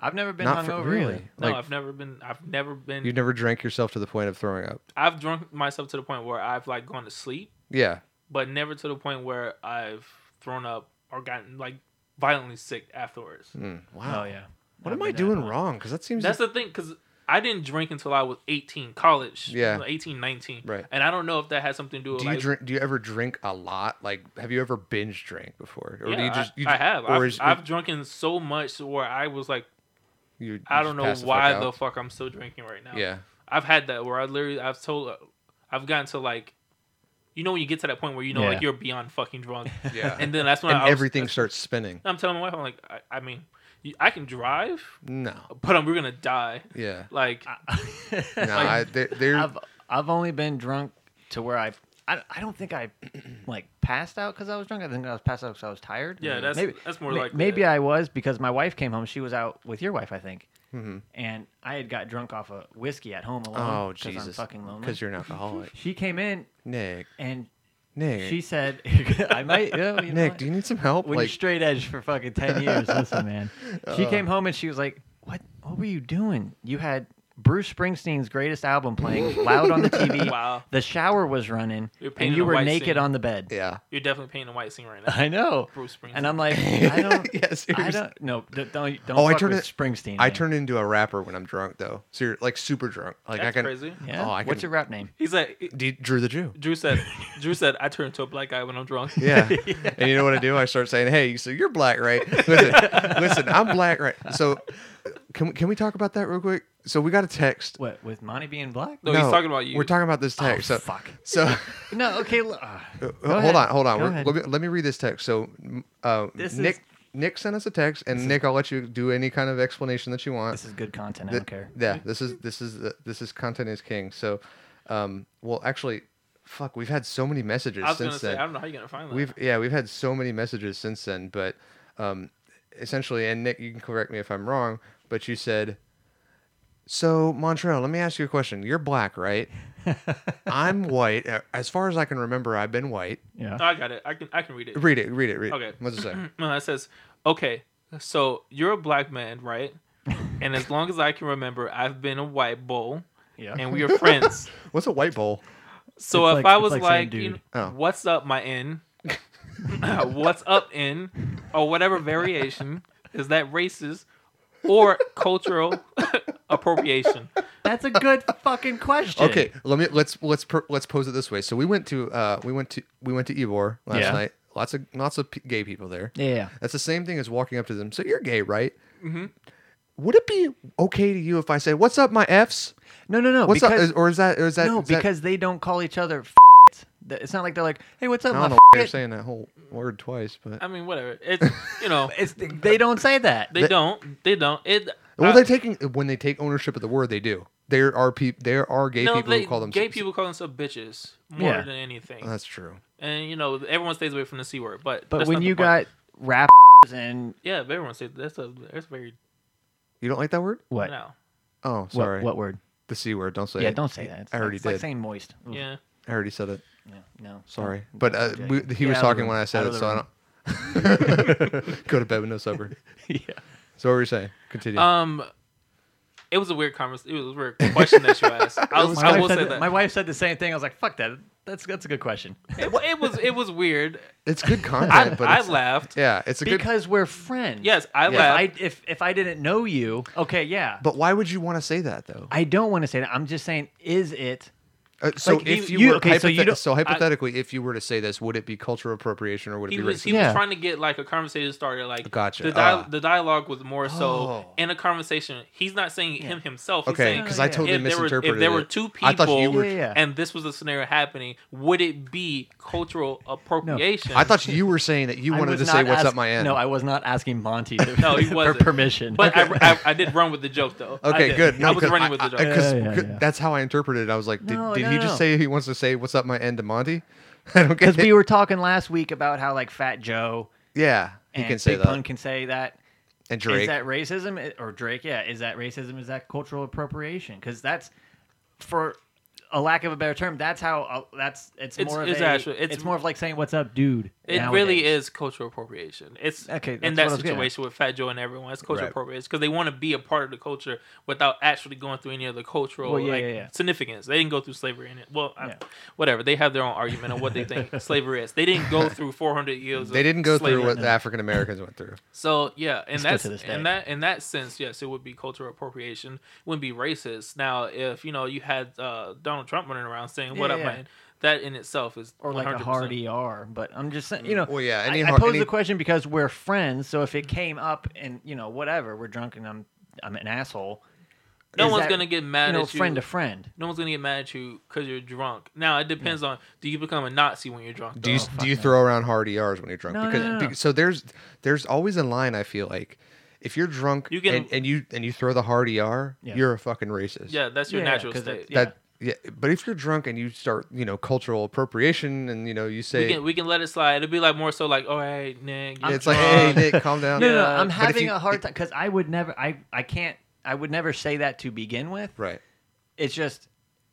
[SPEAKER 6] I've never been
[SPEAKER 7] Not for-
[SPEAKER 6] hungover
[SPEAKER 7] really.
[SPEAKER 6] either.
[SPEAKER 8] no.
[SPEAKER 7] Like-
[SPEAKER 8] I've never been. I've never been.
[SPEAKER 7] You've never drank yourself to the point of throwing up.
[SPEAKER 8] I've drunk myself to the point where I've like gone to sleep,
[SPEAKER 7] Yeah.
[SPEAKER 8] but never to the point where I've thrown up or gotten like violently sick afterwards.
[SPEAKER 7] Wow.
[SPEAKER 6] Oh yeah.
[SPEAKER 7] What am I doing wrong? Because that seems.
[SPEAKER 8] That's the thing, because I didn't drink until I was 18, college.
[SPEAKER 7] Yeah.
[SPEAKER 8] 18, 19.
[SPEAKER 7] Right.
[SPEAKER 8] And I don't know if that has something to do with
[SPEAKER 7] Do you
[SPEAKER 8] like,
[SPEAKER 7] drink? Do you ever drink a lot? Like, have you ever binge drank before, or do you
[SPEAKER 8] Yeah,
[SPEAKER 7] just?
[SPEAKER 8] I,
[SPEAKER 7] you
[SPEAKER 8] I
[SPEAKER 7] just-
[SPEAKER 8] have.
[SPEAKER 7] Or
[SPEAKER 8] I've,
[SPEAKER 7] is,
[SPEAKER 8] I've drunken so much to where I was like,
[SPEAKER 7] you, you
[SPEAKER 8] I
[SPEAKER 7] just
[SPEAKER 8] don't know
[SPEAKER 7] pass the fuck
[SPEAKER 8] why
[SPEAKER 7] out?
[SPEAKER 8] the fuck I'm still drinking right now.
[SPEAKER 7] Yeah.
[SPEAKER 8] I've had that where I literally I've told I've gotten to like you know when you get to that point where you know
[SPEAKER 6] Yeah.
[SPEAKER 8] like you're beyond fucking drunk.
[SPEAKER 7] Yeah.
[SPEAKER 8] And then that's when
[SPEAKER 7] and
[SPEAKER 8] I was,
[SPEAKER 7] everything starts spinning.
[SPEAKER 8] I'm telling my wife I'm like I, I mean you- I can drive
[SPEAKER 7] No.
[SPEAKER 8] but I'm, we're going to die.
[SPEAKER 7] Yeah.
[SPEAKER 8] Like
[SPEAKER 7] No. I, they they're,
[SPEAKER 6] I've I've only been drunk to where I I, I don't think I like passed out because I was drunk. I think I was passed out because I was tired.
[SPEAKER 8] Yeah, that's- that's more likely
[SPEAKER 6] Maybe
[SPEAKER 8] it.
[SPEAKER 6] I was because my wife came home. She was out with your wife, I think. And I had got drunk off of whiskey at home alone.
[SPEAKER 7] Mm-hmm. oh
[SPEAKER 6] 'cause
[SPEAKER 7] Jesus!
[SPEAKER 6] I'm fucking lonely.
[SPEAKER 7] Because you're an alcoholic,
[SPEAKER 6] She came in
[SPEAKER 7] Nick.
[SPEAKER 6] and
[SPEAKER 7] Nick.
[SPEAKER 6] she said, "I might." yeah, you know
[SPEAKER 7] Nick,
[SPEAKER 6] what?
[SPEAKER 7] do you need some help?
[SPEAKER 6] when you're
[SPEAKER 7] like, Uh.
[SPEAKER 6] straight edge for fucking 10 years listen man she came home and she was like what what were you doing you had bruce springsteen's greatest album playing loud on the tv
[SPEAKER 8] Wow.
[SPEAKER 6] the shower was running
[SPEAKER 8] You're painting
[SPEAKER 6] and you
[SPEAKER 8] a
[SPEAKER 6] were
[SPEAKER 8] white
[SPEAKER 6] naked
[SPEAKER 8] scene.
[SPEAKER 6] on the bed
[SPEAKER 7] yeah.
[SPEAKER 8] you're definitely painting a white scene right now.
[SPEAKER 6] i know
[SPEAKER 8] Bruce Springsteen.
[SPEAKER 6] and i'm like i don't
[SPEAKER 7] Yeah,
[SPEAKER 6] i
[SPEAKER 7] seriously.
[SPEAKER 6] don't no d- don't don't
[SPEAKER 7] Oh, I
[SPEAKER 6] fuck
[SPEAKER 7] turn
[SPEAKER 6] with
[SPEAKER 7] it-
[SPEAKER 6] springsteen
[SPEAKER 7] I
[SPEAKER 6] man.
[SPEAKER 7] turn into a rapper when I'm drunk, though. So you're like super drunk. Like I
[SPEAKER 8] That's
[SPEAKER 7] can.
[SPEAKER 8] crazy.
[SPEAKER 6] yeah
[SPEAKER 7] Oh, I
[SPEAKER 6] what's
[SPEAKER 7] can-
[SPEAKER 6] your rap name
[SPEAKER 8] He's like
[SPEAKER 7] D- Drew the Jew.
[SPEAKER 8] Drew said Drew said I turn into a black guy when I'm drunk.
[SPEAKER 7] Yeah. And you know what I do? I start saying, "Hey, so you're black, right? Listen, listen, I'm black, right? So can we, can we talk about that real quick? So we got a text.
[SPEAKER 6] what with monty being black
[SPEAKER 8] No, he's talking about you.
[SPEAKER 7] We're talking about this text. so
[SPEAKER 6] Oh, fuck.
[SPEAKER 7] So
[SPEAKER 6] no okay l- uh, go
[SPEAKER 7] hold
[SPEAKER 6] ahead.
[SPEAKER 7] on, hold on.
[SPEAKER 6] Go
[SPEAKER 7] We're-
[SPEAKER 6] ahead.
[SPEAKER 7] Let me, let me read this text. So m- uh,
[SPEAKER 6] This is-
[SPEAKER 7] Nick Nick sent us a text, and Nick, I'll let you do any kind of explanation that you want.
[SPEAKER 6] this is good content i
[SPEAKER 7] Th-
[SPEAKER 6] don't care
[SPEAKER 7] Yeah, this is this is uh, this is content is king. So, um, well, actually, fuck, we've had so many messages
[SPEAKER 8] I was going
[SPEAKER 7] since
[SPEAKER 8] to say
[SPEAKER 7] then.
[SPEAKER 8] I don't know how you're going to find that.
[SPEAKER 7] We've yeah, we've had so many messages since then, but um, essentially, and Nick, you can correct me if I'm wrong, but you said, so Montreal, let me ask you a question. You're black, right? I'm white. A- As far as I can remember, I've been white.
[SPEAKER 8] No, I got it. I can I can read it.
[SPEAKER 7] Read it, read it, read it.
[SPEAKER 8] Okay.
[SPEAKER 7] What's it say?
[SPEAKER 8] Mm, No, it says, okay, so you're a black man, right? And as long as I can remember, I've been a white bull,
[SPEAKER 6] yeah
[SPEAKER 8] and we are friends.
[SPEAKER 7] What's a white bowl?
[SPEAKER 8] So
[SPEAKER 6] It's
[SPEAKER 8] if
[SPEAKER 6] like-
[SPEAKER 8] I
[SPEAKER 6] it's
[SPEAKER 8] was
[SPEAKER 6] like
[SPEAKER 8] like,
[SPEAKER 6] saying
[SPEAKER 8] you
[SPEAKER 6] dude.
[SPEAKER 8] know,
[SPEAKER 7] Oh.
[SPEAKER 8] what's up, my N? what's up, N? Or whatever variation, is that racist or cultural appropriation?
[SPEAKER 6] that's a good fucking question
[SPEAKER 7] Okay, let me let's let's per, let's pose it this way. So we went to uh we went to we went to Ivor last
[SPEAKER 6] Yeah.
[SPEAKER 7] night. Lots of lots of p- gay people there.
[SPEAKER 6] yeah
[SPEAKER 7] That's the same thing as walking up to them. So you're gay, right? Mm-hmm. Would it be okay to you if I say, "What's up, my f's"?
[SPEAKER 6] no no no
[SPEAKER 7] What's
[SPEAKER 6] because,
[SPEAKER 7] up? Is- Or is that? Or is that?
[SPEAKER 6] no,
[SPEAKER 7] is that-
[SPEAKER 6] because they don't call each other. F- Th- it's not like they're like, "Hey, what's up?"
[SPEAKER 7] I
[SPEAKER 6] my
[SPEAKER 7] don't know
[SPEAKER 6] f-"
[SPEAKER 7] why you're saying that whole word twice, but
[SPEAKER 8] I mean, whatever. It's, you know,
[SPEAKER 6] It's they don't say that.
[SPEAKER 8] they, don't. They don't. It.
[SPEAKER 7] well,
[SPEAKER 8] I-
[SPEAKER 7] they taking when they take ownership of the word, they do. There are people. There are gay
[SPEAKER 8] no,
[SPEAKER 7] people
[SPEAKER 8] they,
[SPEAKER 7] who call them Uh,
[SPEAKER 8] gay people call themselves bitches more
[SPEAKER 6] Yeah.
[SPEAKER 8] than anything.
[SPEAKER 7] That's true.
[SPEAKER 8] and you know everyone stays away from the c word. But
[SPEAKER 6] but
[SPEAKER 8] that's
[SPEAKER 6] when
[SPEAKER 8] not the
[SPEAKER 6] you
[SPEAKER 8] point.
[SPEAKER 6] got rap and
[SPEAKER 8] yeah, but everyone stays that's a that's very
[SPEAKER 7] You don't like that word?
[SPEAKER 6] what?
[SPEAKER 8] no
[SPEAKER 7] Oh,
[SPEAKER 6] What,
[SPEAKER 7] sorry.
[SPEAKER 6] what word?
[SPEAKER 7] The c word. Don't say.
[SPEAKER 6] Yeah,
[SPEAKER 7] it.
[SPEAKER 6] don't say that. It's
[SPEAKER 7] I
[SPEAKER 6] like-
[SPEAKER 7] already
[SPEAKER 6] it's
[SPEAKER 7] did.
[SPEAKER 6] Like saying moist. Oof.
[SPEAKER 8] yeah.
[SPEAKER 7] I already said it.
[SPEAKER 6] Yeah, No.
[SPEAKER 7] Sorry, but uh,
[SPEAKER 6] Oh, Okay.
[SPEAKER 7] we, he
[SPEAKER 6] Get out of
[SPEAKER 7] was
[SPEAKER 6] the
[SPEAKER 7] talking
[SPEAKER 6] room.
[SPEAKER 7] when I said
[SPEAKER 6] Out
[SPEAKER 7] it,
[SPEAKER 6] of the
[SPEAKER 7] so I
[SPEAKER 6] room.
[SPEAKER 7] don't go to bed with no supper.
[SPEAKER 6] yeah.
[SPEAKER 7] So what were you saying? Continue.
[SPEAKER 8] Um, it was a weird conversation. It was a weird question that you asked. I, was, I will
[SPEAKER 6] said
[SPEAKER 8] say
[SPEAKER 6] the-
[SPEAKER 8] that
[SPEAKER 6] My wife said the same thing. I was like, "Fuck that. That's that's a good question."
[SPEAKER 8] it, wa- it was it was weird.
[SPEAKER 7] it's good content,
[SPEAKER 8] I,
[SPEAKER 7] but
[SPEAKER 8] I
[SPEAKER 7] it's-
[SPEAKER 8] laughed.
[SPEAKER 7] Yeah, it's a good.
[SPEAKER 6] because we're friends.
[SPEAKER 8] Yes, I
[SPEAKER 6] If I
[SPEAKER 8] laughed.
[SPEAKER 6] if if I didn't know you, okay, yeah.
[SPEAKER 7] But why would you want to say that though?
[SPEAKER 6] I don't want to say that. I'm just saying, is it?
[SPEAKER 7] Uh, so
[SPEAKER 6] like,
[SPEAKER 7] if
[SPEAKER 6] you-
[SPEAKER 7] you,
[SPEAKER 6] you-
[SPEAKER 7] were
[SPEAKER 6] okay, so you
[SPEAKER 7] hypothet-
[SPEAKER 6] don't-
[SPEAKER 7] so hypothetically, if you were to say this, would it be cultural appropriation or would it
[SPEAKER 8] he
[SPEAKER 7] be
[SPEAKER 8] was
[SPEAKER 7] racist?
[SPEAKER 8] he
[SPEAKER 6] Yeah.
[SPEAKER 8] was trying to get like a conversation started. Like
[SPEAKER 7] Gotcha.
[SPEAKER 8] The, dia-
[SPEAKER 7] Ah.
[SPEAKER 8] the dialogue was more so
[SPEAKER 7] Oh.
[SPEAKER 8] in a conversation. He's not saying him himself. He's
[SPEAKER 7] okay,
[SPEAKER 8] saying
[SPEAKER 7] because
[SPEAKER 6] No,
[SPEAKER 7] I
[SPEAKER 6] yeah.
[SPEAKER 7] totally
[SPEAKER 8] if there were- if
[SPEAKER 7] misinterpreted.
[SPEAKER 8] there were
[SPEAKER 7] it.
[SPEAKER 8] two
[SPEAKER 7] I thought you
[SPEAKER 8] people-
[SPEAKER 7] were.
[SPEAKER 6] Yeah, yeah.
[SPEAKER 8] and this was a scenario happening. Would it be cultural appropriation?
[SPEAKER 7] I thought you were saying that you
[SPEAKER 6] I
[SPEAKER 7] wanted
[SPEAKER 6] was
[SPEAKER 7] to say
[SPEAKER 6] not
[SPEAKER 7] what's
[SPEAKER 6] ask-
[SPEAKER 7] up my end.
[SPEAKER 6] No, I was not asking Monty to,
[SPEAKER 8] No, he
[SPEAKER 6] for
[SPEAKER 8] wasn't.
[SPEAKER 6] permission.
[SPEAKER 8] But I, I, I did run with the joke though. I
[SPEAKER 7] Okay,
[SPEAKER 8] did.
[SPEAKER 7] good. No,
[SPEAKER 8] I was
[SPEAKER 7] 'cause
[SPEAKER 8] running
[SPEAKER 7] I-
[SPEAKER 8] with the
[SPEAKER 7] I-
[SPEAKER 8] joke.
[SPEAKER 7] 'cause
[SPEAKER 6] Yeah, yeah,
[SPEAKER 7] good-
[SPEAKER 6] yeah.
[SPEAKER 7] that's how I interpreted it. I was like, did,
[SPEAKER 6] No,
[SPEAKER 7] did
[SPEAKER 6] no,
[SPEAKER 7] he
[SPEAKER 6] no.
[SPEAKER 7] just say he wants to say what's up my end to Monty? I don't get
[SPEAKER 6] because
[SPEAKER 7] it.
[SPEAKER 6] we were talking last week about how like Fat Joe
[SPEAKER 7] yeah, he
[SPEAKER 6] and
[SPEAKER 7] can say
[SPEAKER 6] Big
[SPEAKER 7] that.
[SPEAKER 6] Pun can say that.
[SPEAKER 7] and
[SPEAKER 6] Is
[SPEAKER 7] Drake.
[SPEAKER 6] that racism I- or Drake? Yeah, is that racism? Is that cultural appropriation? Because that's for a lack of a better term, that's how uh, that's it's,
[SPEAKER 8] It's-
[SPEAKER 6] more of
[SPEAKER 8] it's
[SPEAKER 6] a,
[SPEAKER 8] actually-
[SPEAKER 6] it's,
[SPEAKER 8] it's-
[SPEAKER 6] more of like saying what's up, dude.
[SPEAKER 8] It really is cultural appropriation. It's
[SPEAKER 6] Okay,
[SPEAKER 8] in
[SPEAKER 6] that's what I
[SPEAKER 8] that
[SPEAKER 6] was getting at.
[SPEAKER 8] situation with Fat Joe and everyone. It's cultural
[SPEAKER 10] Right.
[SPEAKER 8] appropriation because they want to be a part of the culture without actually going through any of the cultural
[SPEAKER 6] Well, yeah,
[SPEAKER 8] like
[SPEAKER 6] yeah, yeah.
[SPEAKER 8] significance. They didn't go through slavery in it. Well, I-
[SPEAKER 6] Yeah.
[SPEAKER 8] whatever. They have their own argument on what they think slavery is. They didn't go through 400 years.
[SPEAKER 7] They
[SPEAKER 8] of
[SPEAKER 7] didn't go
[SPEAKER 8] slavery.
[SPEAKER 7] through what the African Americans went through.
[SPEAKER 8] So yeah, and
[SPEAKER 6] Still
[SPEAKER 8] that's
[SPEAKER 6] to this day.
[SPEAKER 8] in that in that sense, yes, it would be cultural appropriation. It wouldn't be racist. Now, if you know you had uh, Donald Trump running around saying "What
[SPEAKER 6] Yeah,
[SPEAKER 8] up,
[SPEAKER 6] yeah.
[SPEAKER 8] man," that in itself is
[SPEAKER 6] or like a
[SPEAKER 8] 100%.
[SPEAKER 6] hard ER. But I'm just saying, you know.
[SPEAKER 7] Well, yeah,
[SPEAKER 6] I-
[SPEAKER 7] any
[SPEAKER 6] I,
[SPEAKER 7] hard-
[SPEAKER 6] posed
[SPEAKER 7] any-
[SPEAKER 6] the question because we're friends. So if it came up and you know whatever, we're drunk and I'm I'm an asshole.
[SPEAKER 8] No
[SPEAKER 6] is
[SPEAKER 8] one's
[SPEAKER 6] that,
[SPEAKER 8] gonna get mad
[SPEAKER 6] you know,
[SPEAKER 8] at you.
[SPEAKER 6] friend to friend.
[SPEAKER 8] No one's gonna get mad at you because you're drunk. Now it depends on do you become a Nazi when you're drunk?
[SPEAKER 7] Do you
[SPEAKER 8] though?
[SPEAKER 7] do you throw around hard ERs when you're drunk?
[SPEAKER 6] No, no,
[SPEAKER 7] because
[SPEAKER 6] no, no.
[SPEAKER 7] be- so there's there's always a line I feel like if you're drunk
[SPEAKER 8] You can-
[SPEAKER 7] and, and you and you throw the hard ER,
[SPEAKER 6] Yeah.
[SPEAKER 7] you're a fucking racist.
[SPEAKER 8] Yeah, that's your
[SPEAKER 6] Yeah,
[SPEAKER 8] natural
[SPEAKER 6] 'cause it-
[SPEAKER 8] state.
[SPEAKER 6] yeah.
[SPEAKER 7] That yeah, but if you're drunk and you start, you know, cultural appropriation and you know, you say
[SPEAKER 8] We can we can let it slide. It'll be like more so like, oh hey Nick,
[SPEAKER 7] it's like, "Hey, Nick, calm down."
[SPEAKER 6] No, no, no,
[SPEAKER 7] Yeah.
[SPEAKER 6] I'm
[SPEAKER 7] But if
[SPEAKER 6] having
[SPEAKER 7] you-
[SPEAKER 6] a hard time because I would never. I I can't. I would never say that to begin with.
[SPEAKER 7] Right.
[SPEAKER 6] It's just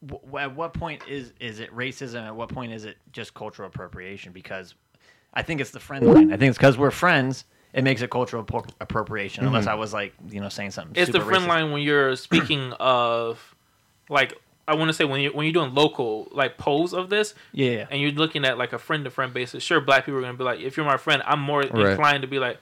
[SPEAKER 6] w- at what point is is it racism? At what point is it just cultural appropriation? Because I think it's the friend line. I think it's because we're friends. It makes it cultural appro- appropriation.
[SPEAKER 7] Mm-hmm.
[SPEAKER 6] Unless I was like you know saying something.
[SPEAKER 8] it's the
[SPEAKER 6] super
[SPEAKER 8] friend
[SPEAKER 6] racist.
[SPEAKER 8] line when you're speaking of like I want to say when you when you're doing local like polls of this,
[SPEAKER 6] Yeah, yeah.
[SPEAKER 8] and you're looking at like a friend to friend basis. Sure, black people are gonna be like, if you're my friend, I'm more inclined to be like,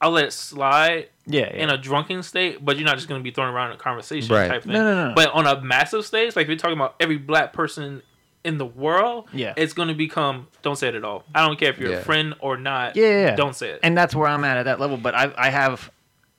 [SPEAKER 8] I'll let it slide.
[SPEAKER 6] Yeah, yeah.
[SPEAKER 8] in a drunken state, but you're not just gonna be thrown around in a conversation
[SPEAKER 7] Right.
[SPEAKER 8] type thing.
[SPEAKER 6] No, no, no.
[SPEAKER 8] But on a massive stage, like if you're talking about every black person in the world,
[SPEAKER 6] Yeah.
[SPEAKER 8] it's gonna become don't say it at all. I don't care if you're
[SPEAKER 7] Yeah.
[SPEAKER 8] a friend or not.
[SPEAKER 6] Yeah, yeah, yeah.
[SPEAKER 8] don't say it.
[SPEAKER 6] And that's where I'm at at that level. But I, I have,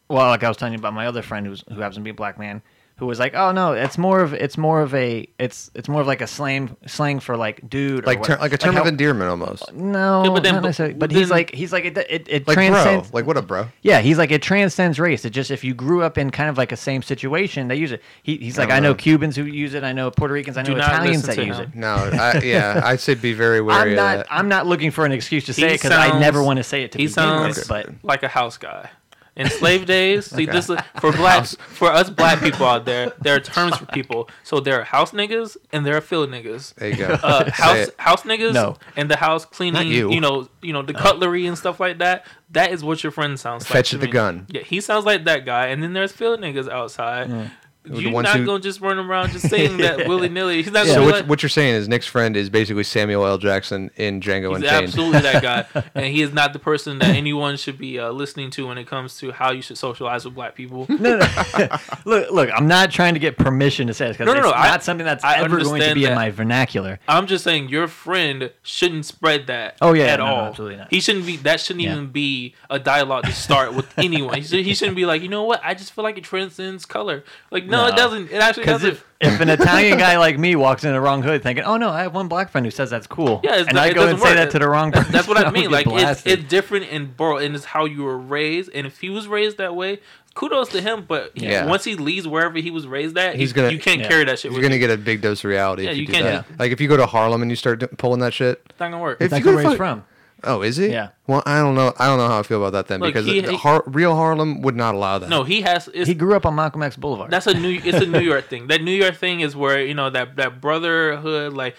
[SPEAKER 6] well, like I was telling you about my other friend who's who happens to be a black man, who was like, oh no, it's more of it's more of a it's it's more of like a slang slang for like dude, or
[SPEAKER 7] Like
[SPEAKER 6] what-
[SPEAKER 7] ter- like a term
[SPEAKER 6] how-
[SPEAKER 7] of endearment almost.
[SPEAKER 6] No,
[SPEAKER 8] Yeah, but then-
[SPEAKER 6] not necessarily. But
[SPEAKER 8] but
[SPEAKER 6] he's
[SPEAKER 8] then-
[SPEAKER 6] like he's like it it, it
[SPEAKER 7] Like bro.
[SPEAKER 6] transcends.
[SPEAKER 7] Like what a bro.
[SPEAKER 6] yeah, he's like it transcends race. It just if you grew up in kind of like a same situation, they use it. He, he's like,
[SPEAKER 7] don't
[SPEAKER 6] I know
[SPEAKER 7] know.
[SPEAKER 6] Cubans who use it. I know Puerto Ricans. I know
[SPEAKER 8] Do not
[SPEAKER 6] Italians
[SPEAKER 8] listen
[SPEAKER 6] that
[SPEAKER 8] to
[SPEAKER 6] use
[SPEAKER 8] him.
[SPEAKER 6] it.
[SPEAKER 7] No, I, yeah, I'd say be very wary
[SPEAKER 6] I'm not.
[SPEAKER 7] of that.
[SPEAKER 6] I'm not looking for an excuse to
[SPEAKER 8] He
[SPEAKER 6] say it because I
[SPEAKER 8] sounds-
[SPEAKER 6] never want to say it to
[SPEAKER 8] he
[SPEAKER 6] begin with,
[SPEAKER 8] sounds-
[SPEAKER 6] But
[SPEAKER 8] like a house guy. In slave days, see this is- for blacks, for us black people out there, there are terms for people. So there are house niggas and there are field niggas.
[SPEAKER 7] There you go.
[SPEAKER 8] Uh,
[SPEAKER 7] Say
[SPEAKER 8] house
[SPEAKER 7] it.
[SPEAKER 8] house niggas
[SPEAKER 6] No.
[SPEAKER 8] and the house cleaning,
[SPEAKER 7] you.
[SPEAKER 8] you. know, you know the cutlery and stuff like that. That is what your friend sounds like.
[SPEAKER 7] Fetch
[SPEAKER 8] to
[SPEAKER 7] the
[SPEAKER 8] me.
[SPEAKER 7] gun.
[SPEAKER 8] Yeah, he sounds like that guy. And then there's field niggas outside.
[SPEAKER 7] The
[SPEAKER 8] You're
[SPEAKER 7] ones
[SPEAKER 8] not
[SPEAKER 7] who-
[SPEAKER 8] gonna just run around just saying that willy nilly. He's not
[SPEAKER 7] So
[SPEAKER 8] gonna be
[SPEAKER 7] what,
[SPEAKER 8] like,
[SPEAKER 7] what you're saying is Nick's friend is basically Samuel L. Jackson in Django
[SPEAKER 8] He's
[SPEAKER 7] Unchained.
[SPEAKER 8] absolutely that guy, and he is not the person that anyone should be uh, listening to when it comes to how you should socialize with black people.
[SPEAKER 6] No, no. look, look. I'm not trying to get permission to say this because
[SPEAKER 8] No,
[SPEAKER 6] it's
[SPEAKER 8] no, no, I-
[SPEAKER 6] not something that's
[SPEAKER 8] I
[SPEAKER 6] ever going to
[SPEAKER 8] understand
[SPEAKER 6] be in
[SPEAKER 8] that.
[SPEAKER 6] my vernacular.
[SPEAKER 8] I'm just saying your friend shouldn't spread that.
[SPEAKER 6] Oh, yeah,
[SPEAKER 8] at
[SPEAKER 6] no, no,
[SPEAKER 8] all.
[SPEAKER 6] absolutely not.
[SPEAKER 8] He shouldn't be. That shouldn't
[SPEAKER 6] Yeah.
[SPEAKER 8] even be a dialogue to start with anyone. He, should, he shouldn't be like, you know what? I just feel like it transcends color. Like, no,
[SPEAKER 6] No.
[SPEAKER 8] it doesn't. It actually
[SPEAKER 6] Because
[SPEAKER 8] doesn't.
[SPEAKER 6] if, if an Italian guy like me walks in the wrong hood thinking, "Oh no, I have one black friend who says that's cool,"
[SPEAKER 8] yeah, it's
[SPEAKER 6] and
[SPEAKER 8] not,
[SPEAKER 6] I
[SPEAKER 8] it
[SPEAKER 6] go and
[SPEAKER 8] doesn't
[SPEAKER 6] say
[SPEAKER 8] work.
[SPEAKER 6] that to the wrong
[SPEAKER 8] That-
[SPEAKER 6] person,
[SPEAKER 8] That's what
[SPEAKER 6] I'll
[SPEAKER 8] I mean.
[SPEAKER 6] get
[SPEAKER 8] Like it's,
[SPEAKER 6] blasted.
[SPEAKER 8] it's different in Burl, and it's how you were raised. And if he was raised that way, kudos to him. But he-
[SPEAKER 7] Yeah.
[SPEAKER 8] once he leaves wherever he was raised at,
[SPEAKER 7] He's
[SPEAKER 8] he-
[SPEAKER 7] gonna-
[SPEAKER 8] you can't
[SPEAKER 6] yeah.
[SPEAKER 8] carry that shit.
[SPEAKER 7] You're
[SPEAKER 8] with
[SPEAKER 7] gonna
[SPEAKER 8] you.
[SPEAKER 7] get a big dose of reality
[SPEAKER 8] Yeah,
[SPEAKER 7] if you,
[SPEAKER 8] you
[SPEAKER 7] do
[SPEAKER 8] can't
[SPEAKER 7] that.
[SPEAKER 8] just-
[SPEAKER 7] Like if you go to Harlem and you start d- pulling that shit.
[SPEAKER 8] It's not gonna work.
[SPEAKER 7] If
[SPEAKER 6] That's
[SPEAKER 7] you go
[SPEAKER 6] where
[SPEAKER 7] to
[SPEAKER 6] he's
[SPEAKER 7] fuck-
[SPEAKER 6] from.
[SPEAKER 7] Oh, is he?
[SPEAKER 6] Yeah.
[SPEAKER 7] Well, I don't know. I don't know how I feel about that then
[SPEAKER 8] Look,
[SPEAKER 7] because
[SPEAKER 8] he-
[SPEAKER 7] the
[SPEAKER 8] he-
[SPEAKER 7] Har- real Harlem would not allow that.
[SPEAKER 8] No, he has. It's,
[SPEAKER 6] He grew up on Malcolm X Boulevard.
[SPEAKER 8] that's a new. It's a New York thing. That New York thing is where you know that that brotherhood. Like,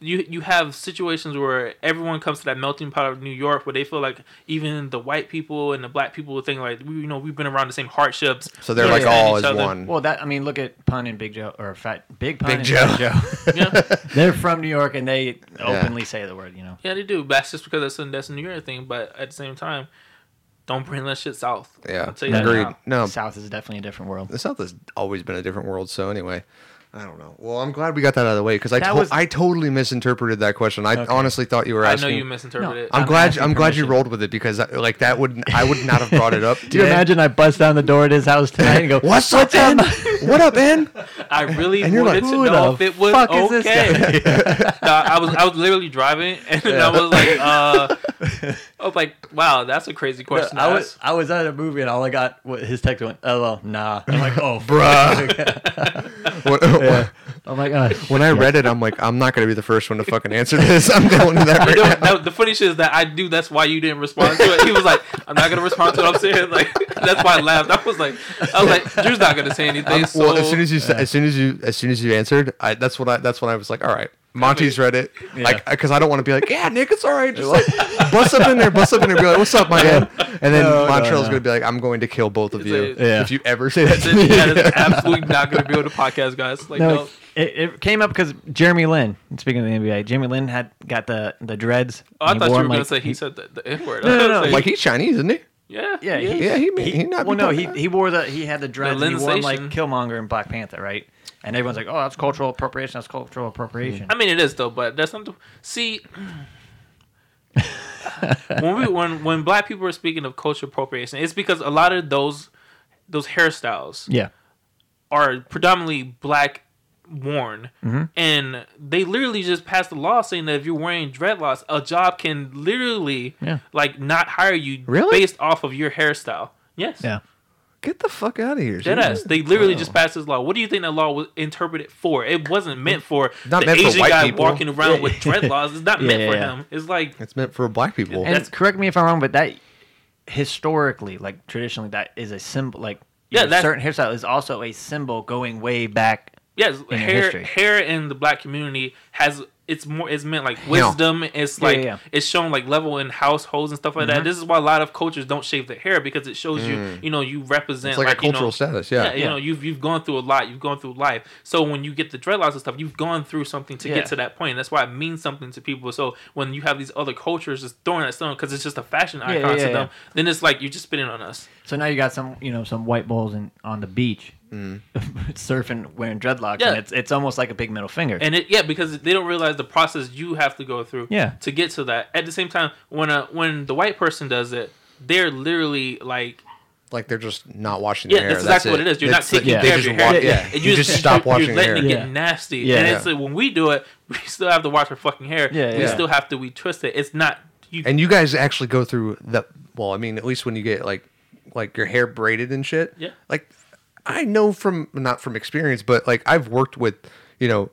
[SPEAKER 8] you you have situations where everyone comes to that melting pot of New York, where they feel like even the white people and the black people think like we you know we've been around the same hardships.
[SPEAKER 7] so they're
[SPEAKER 8] We
[SPEAKER 7] like
[SPEAKER 8] understand
[SPEAKER 7] all
[SPEAKER 8] each
[SPEAKER 7] as
[SPEAKER 8] other.
[SPEAKER 7] one.
[SPEAKER 6] well, that I mean, look at Pun and Big Joe or Fat Big Pun
[SPEAKER 7] Big
[SPEAKER 6] and
[SPEAKER 7] Joe.
[SPEAKER 6] Fat Joe.
[SPEAKER 8] Yeah,
[SPEAKER 6] They're from New York and they openly say the word. You know,
[SPEAKER 8] yeah, they do. But that's just because that's a, that's a New York thing. But at the same time, don't bring that shit south.
[SPEAKER 7] yeah,
[SPEAKER 8] I'll tell you that
[SPEAKER 7] agreed.
[SPEAKER 8] now.
[SPEAKER 7] No,
[SPEAKER 6] South is definitely a different world.
[SPEAKER 7] the South has always been a different world. So anyway, I don't know. Well, I'm glad we got that out of the way because I
[SPEAKER 6] That
[SPEAKER 7] to-
[SPEAKER 6] was-
[SPEAKER 7] I totally misinterpreted that question. I honestly thought you were
[SPEAKER 8] I
[SPEAKER 7] asking.
[SPEAKER 8] know you misinterpreted.
[SPEAKER 7] I'm,
[SPEAKER 6] I'm
[SPEAKER 7] glad.
[SPEAKER 6] asking
[SPEAKER 7] I'm glad you
[SPEAKER 6] permission.
[SPEAKER 7] rolled with it because I, like that would I would not have brought it up.
[SPEAKER 6] Do you
[SPEAKER 7] today.
[SPEAKER 6] imagine I bust down the door at his house tonight and go,
[SPEAKER 7] What's up, Ben? what up, Ben?
[SPEAKER 8] it. I really
[SPEAKER 7] And you're like,
[SPEAKER 8] wanted to
[SPEAKER 6] "Who
[SPEAKER 8] know
[SPEAKER 6] the
[SPEAKER 8] if it was
[SPEAKER 6] fuck is this
[SPEAKER 8] okay. No, I was I was literally driving and I was like, uh, I was like, wow, that's a crazy
[SPEAKER 6] No,
[SPEAKER 8] question. to
[SPEAKER 6] I was
[SPEAKER 8] ask.
[SPEAKER 6] I was at a movie and all I got was his text went, "Oh, nah." I'm like, "Oh,
[SPEAKER 7] Bruh. what, what-
[SPEAKER 11] Oh my
[SPEAKER 6] "Uh,
[SPEAKER 11] god.
[SPEAKER 7] When I read it, I'm like, I'm not gonna be the first one to fucking answer this. I'm going to that
[SPEAKER 8] You know,
[SPEAKER 7] right now.
[SPEAKER 8] no, the funny shit is that I do. That's why you didn't respond to it. He was like, "I'm not gonna respond to what I'm saying." Like that's why I laughed. I was like, "I was like, Drew's not gonna say anything."
[SPEAKER 7] Um,
[SPEAKER 8] so
[SPEAKER 7] well, as soon as you sa- as soon as you as soon as you answered, I, that's what I that's when I was like, all right, Monty's read it, like because I don't want to be like, yeah, Nick, it's all right, just like bust up in there, bust up in there, be like, what's up, my man, and then Montreal's
[SPEAKER 11] no.
[SPEAKER 7] gonna be like, I'm going to kill both of
[SPEAKER 8] It's
[SPEAKER 7] you
[SPEAKER 8] like-
[SPEAKER 11] Yeah.
[SPEAKER 7] if you ever say that to
[SPEAKER 8] That-
[SPEAKER 7] me.
[SPEAKER 8] yeah, that's absolutely not gonna be on the podcast, guys. Like, no,
[SPEAKER 6] No, it, it came up because Jeremy Lin. Speaking of the NBA, Jeremy Lin had got the the dreads.
[SPEAKER 8] Oh, I
[SPEAKER 6] and he
[SPEAKER 8] thought you
[SPEAKER 6] wore
[SPEAKER 8] were
[SPEAKER 6] 'em
[SPEAKER 8] gonna
[SPEAKER 6] like-
[SPEAKER 8] say he, said the, the N word.
[SPEAKER 6] No, no, no,
[SPEAKER 7] like he's Chinese, isn't he?
[SPEAKER 8] yeah,
[SPEAKER 6] Yeah,
[SPEAKER 8] yeah.
[SPEAKER 7] Yeah, he he,
[SPEAKER 6] He,
[SPEAKER 7] he not.
[SPEAKER 6] well,
[SPEAKER 7] be
[SPEAKER 6] no,
[SPEAKER 7] talking
[SPEAKER 6] he
[SPEAKER 7] about
[SPEAKER 6] he wore the he had the dreads. And he wore 'em like
[SPEAKER 8] Linsation.
[SPEAKER 6] Killmonger and Black Panther, right? And everyone's like, "Oh, that's cultural appropriation. That's cultural appropriation."
[SPEAKER 8] I mean, it is though, but that's not. The, see, when we when when black people are speaking of cultural appropriation, it's because a lot of those those hairstyles
[SPEAKER 6] Yeah,
[SPEAKER 8] are predominantly black worn,
[SPEAKER 6] Mm-hmm.
[SPEAKER 8] and they literally just passed a law saying that if you're wearing dreadlocks, a job can literally
[SPEAKER 6] Yeah.
[SPEAKER 8] like not hire you
[SPEAKER 7] Really?
[SPEAKER 8] based off of your hairstyle. Yes.
[SPEAKER 6] yeah.
[SPEAKER 7] Get the fuck out of here!
[SPEAKER 8] Dead
[SPEAKER 7] dude.
[SPEAKER 8] ass. They literally just passed this law. What do you think that law was interpreted for? It wasn't meant for
[SPEAKER 7] Not
[SPEAKER 8] the
[SPEAKER 7] meant for
[SPEAKER 8] Asian
[SPEAKER 7] white
[SPEAKER 8] guy
[SPEAKER 7] people.
[SPEAKER 8] walking around with dreadlocks. It's not meant
[SPEAKER 6] Yeah,
[SPEAKER 8] for
[SPEAKER 6] yeah.
[SPEAKER 8] him. It's like
[SPEAKER 7] It's meant for black people.
[SPEAKER 6] And correct me if I'm wrong, but that historically, like traditionally, that is a symbol. Like,
[SPEAKER 8] Yeah,
[SPEAKER 6] yeah,
[SPEAKER 8] that's-
[SPEAKER 6] certain hairstyle is also a symbol going way back.
[SPEAKER 8] yes,
[SPEAKER 6] In
[SPEAKER 8] hair
[SPEAKER 6] history.
[SPEAKER 8] hair in the black community has it's more it's meant like wisdom. It's
[SPEAKER 6] Yeah,
[SPEAKER 8] like
[SPEAKER 6] yeah, yeah.
[SPEAKER 8] it's shown like level in households and stuff like
[SPEAKER 7] Mm-hmm.
[SPEAKER 8] that. This is why a lot of cultures don't shave their hair because it shows you you know you represent
[SPEAKER 7] Mm. It's like, a
[SPEAKER 8] you
[SPEAKER 7] cultural
[SPEAKER 8] know,
[SPEAKER 7] status.
[SPEAKER 8] Yeah,
[SPEAKER 7] Yeah.
[SPEAKER 8] you know, you've you've gone through a lot. You've gone through life. So when you get the dreadlocks and stuff, you've gone through something to
[SPEAKER 6] Yeah.
[SPEAKER 8] get to that point. That's why it means something to people. So when you have these other cultures just throwing that stone because it's just a fashion icon
[SPEAKER 6] yeah,
[SPEAKER 8] to
[SPEAKER 6] yeah,
[SPEAKER 8] them, then it's like you're just spitting on us.
[SPEAKER 6] So now you got some, you know, some white bulls in, on the beach surfing, wearing dreadlocks,
[SPEAKER 8] Mm. Yeah.
[SPEAKER 6] and it's it's almost like a big middle finger.
[SPEAKER 8] And it yeah, because they don't realize the process you have to go through
[SPEAKER 6] Yeah.
[SPEAKER 8] to get to that. At the same time, when a when the white person does it, they're literally like
[SPEAKER 7] like they're just not washing
[SPEAKER 8] Yeah,
[SPEAKER 7] their hair.
[SPEAKER 8] that's exactly what it is. You're not
[SPEAKER 7] It's like
[SPEAKER 8] taking
[SPEAKER 6] yeah.
[SPEAKER 7] they
[SPEAKER 8] care of
[SPEAKER 7] just
[SPEAKER 8] your hair.
[SPEAKER 7] walk- yeah.
[SPEAKER 8] And
[SPEAKER 7] You just stop washing
[SPEAKER 8] You're
[SPEAKER 7] your
[SPEAKER 8] letting it
[SPEAKER 6] hair.
[SPEAKER 8] get
[SPEAKER 6] Yeah.
[SPEAKER 8] nasty.
[SPEAKER 6] Yeah.
[SPEAKER 8] And it's like when we do it, we still have to wash our fucking hair.
[SPEAKER 6] Yeah,
[SPEAKER 8] we
[SPEAKER 6] yeah.
[SPEAKER 8] still have to we twist it. It's not you.
[SPEAKER 7] and you guys actually go through the well i mean at least when you get like like your hair braided and shit
[SPEAKER 8] Yeah.
[SPEAKER 7] like i know from not from experience but like i've worked with you know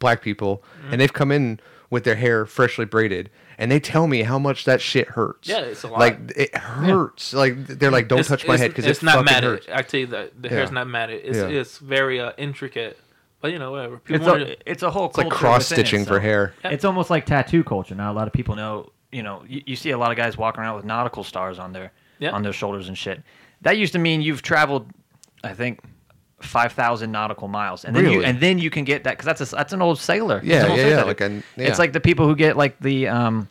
[SPEAKER 7] black people
[SPEAKER 8] Mm-hmm.
[SPEAKER 7] and they've come in with their hair freshly braided and they tell me how much that shit hurts
[SPEAKER 8] Yeah, it's a lot.
[SPEAKER 7] like it hurts like they're like don't
[SPEAKER 8] it's,
[SPEAKER 7] touch my
[SPEAKER 8] it's-
[SPEAKER 7] head because
[SPEAKER 8] it's
[SPEAKER 7] it's
[SPEAKER 8] not matted.
[SPEAKER 7] hurts.
[SPEAKER 8] I tell you that the
[SPEAKER 7] Yeah.
[SPEAKER 8] hair's not matted. It's
[SPEAKER 7] Yeah.
[SPEAKER 8] it's very uh, intricate. But you know whatever. People
[SPEAKER 6] it's
[SPEAKER 8] want
[SPEAKER 6] a, it's a whole
[SPEAKER 7] it's like cross stitching for hair
[SPEAKER 6] It's almost like tattoo culture. Now a lot of people know, you know, you, you see a lot of guys walking around with nautical stars on their
[SPEAKER 8] Yeah.
[SPEAKER 6] on their shoulders and shit. That used to mean you've traveled, I think, five thousand nautical miles, and then you
[SPEAKER 7] Really?
[SPEAKER 6] and then you can get that because that's a s that's an old sailor. That's
[SPEAKER 7] Yeah,
[SPEAKER 6] an old
[SPEAKER 7] yeah,
[SPEAKER 6] sailor
[SPEAKER 7] yeah,
[SPEAKER 6] tattoo.
[SPEAKER 7] like an- yeah.
[SPEAKER 6] It's like the people who get like the um,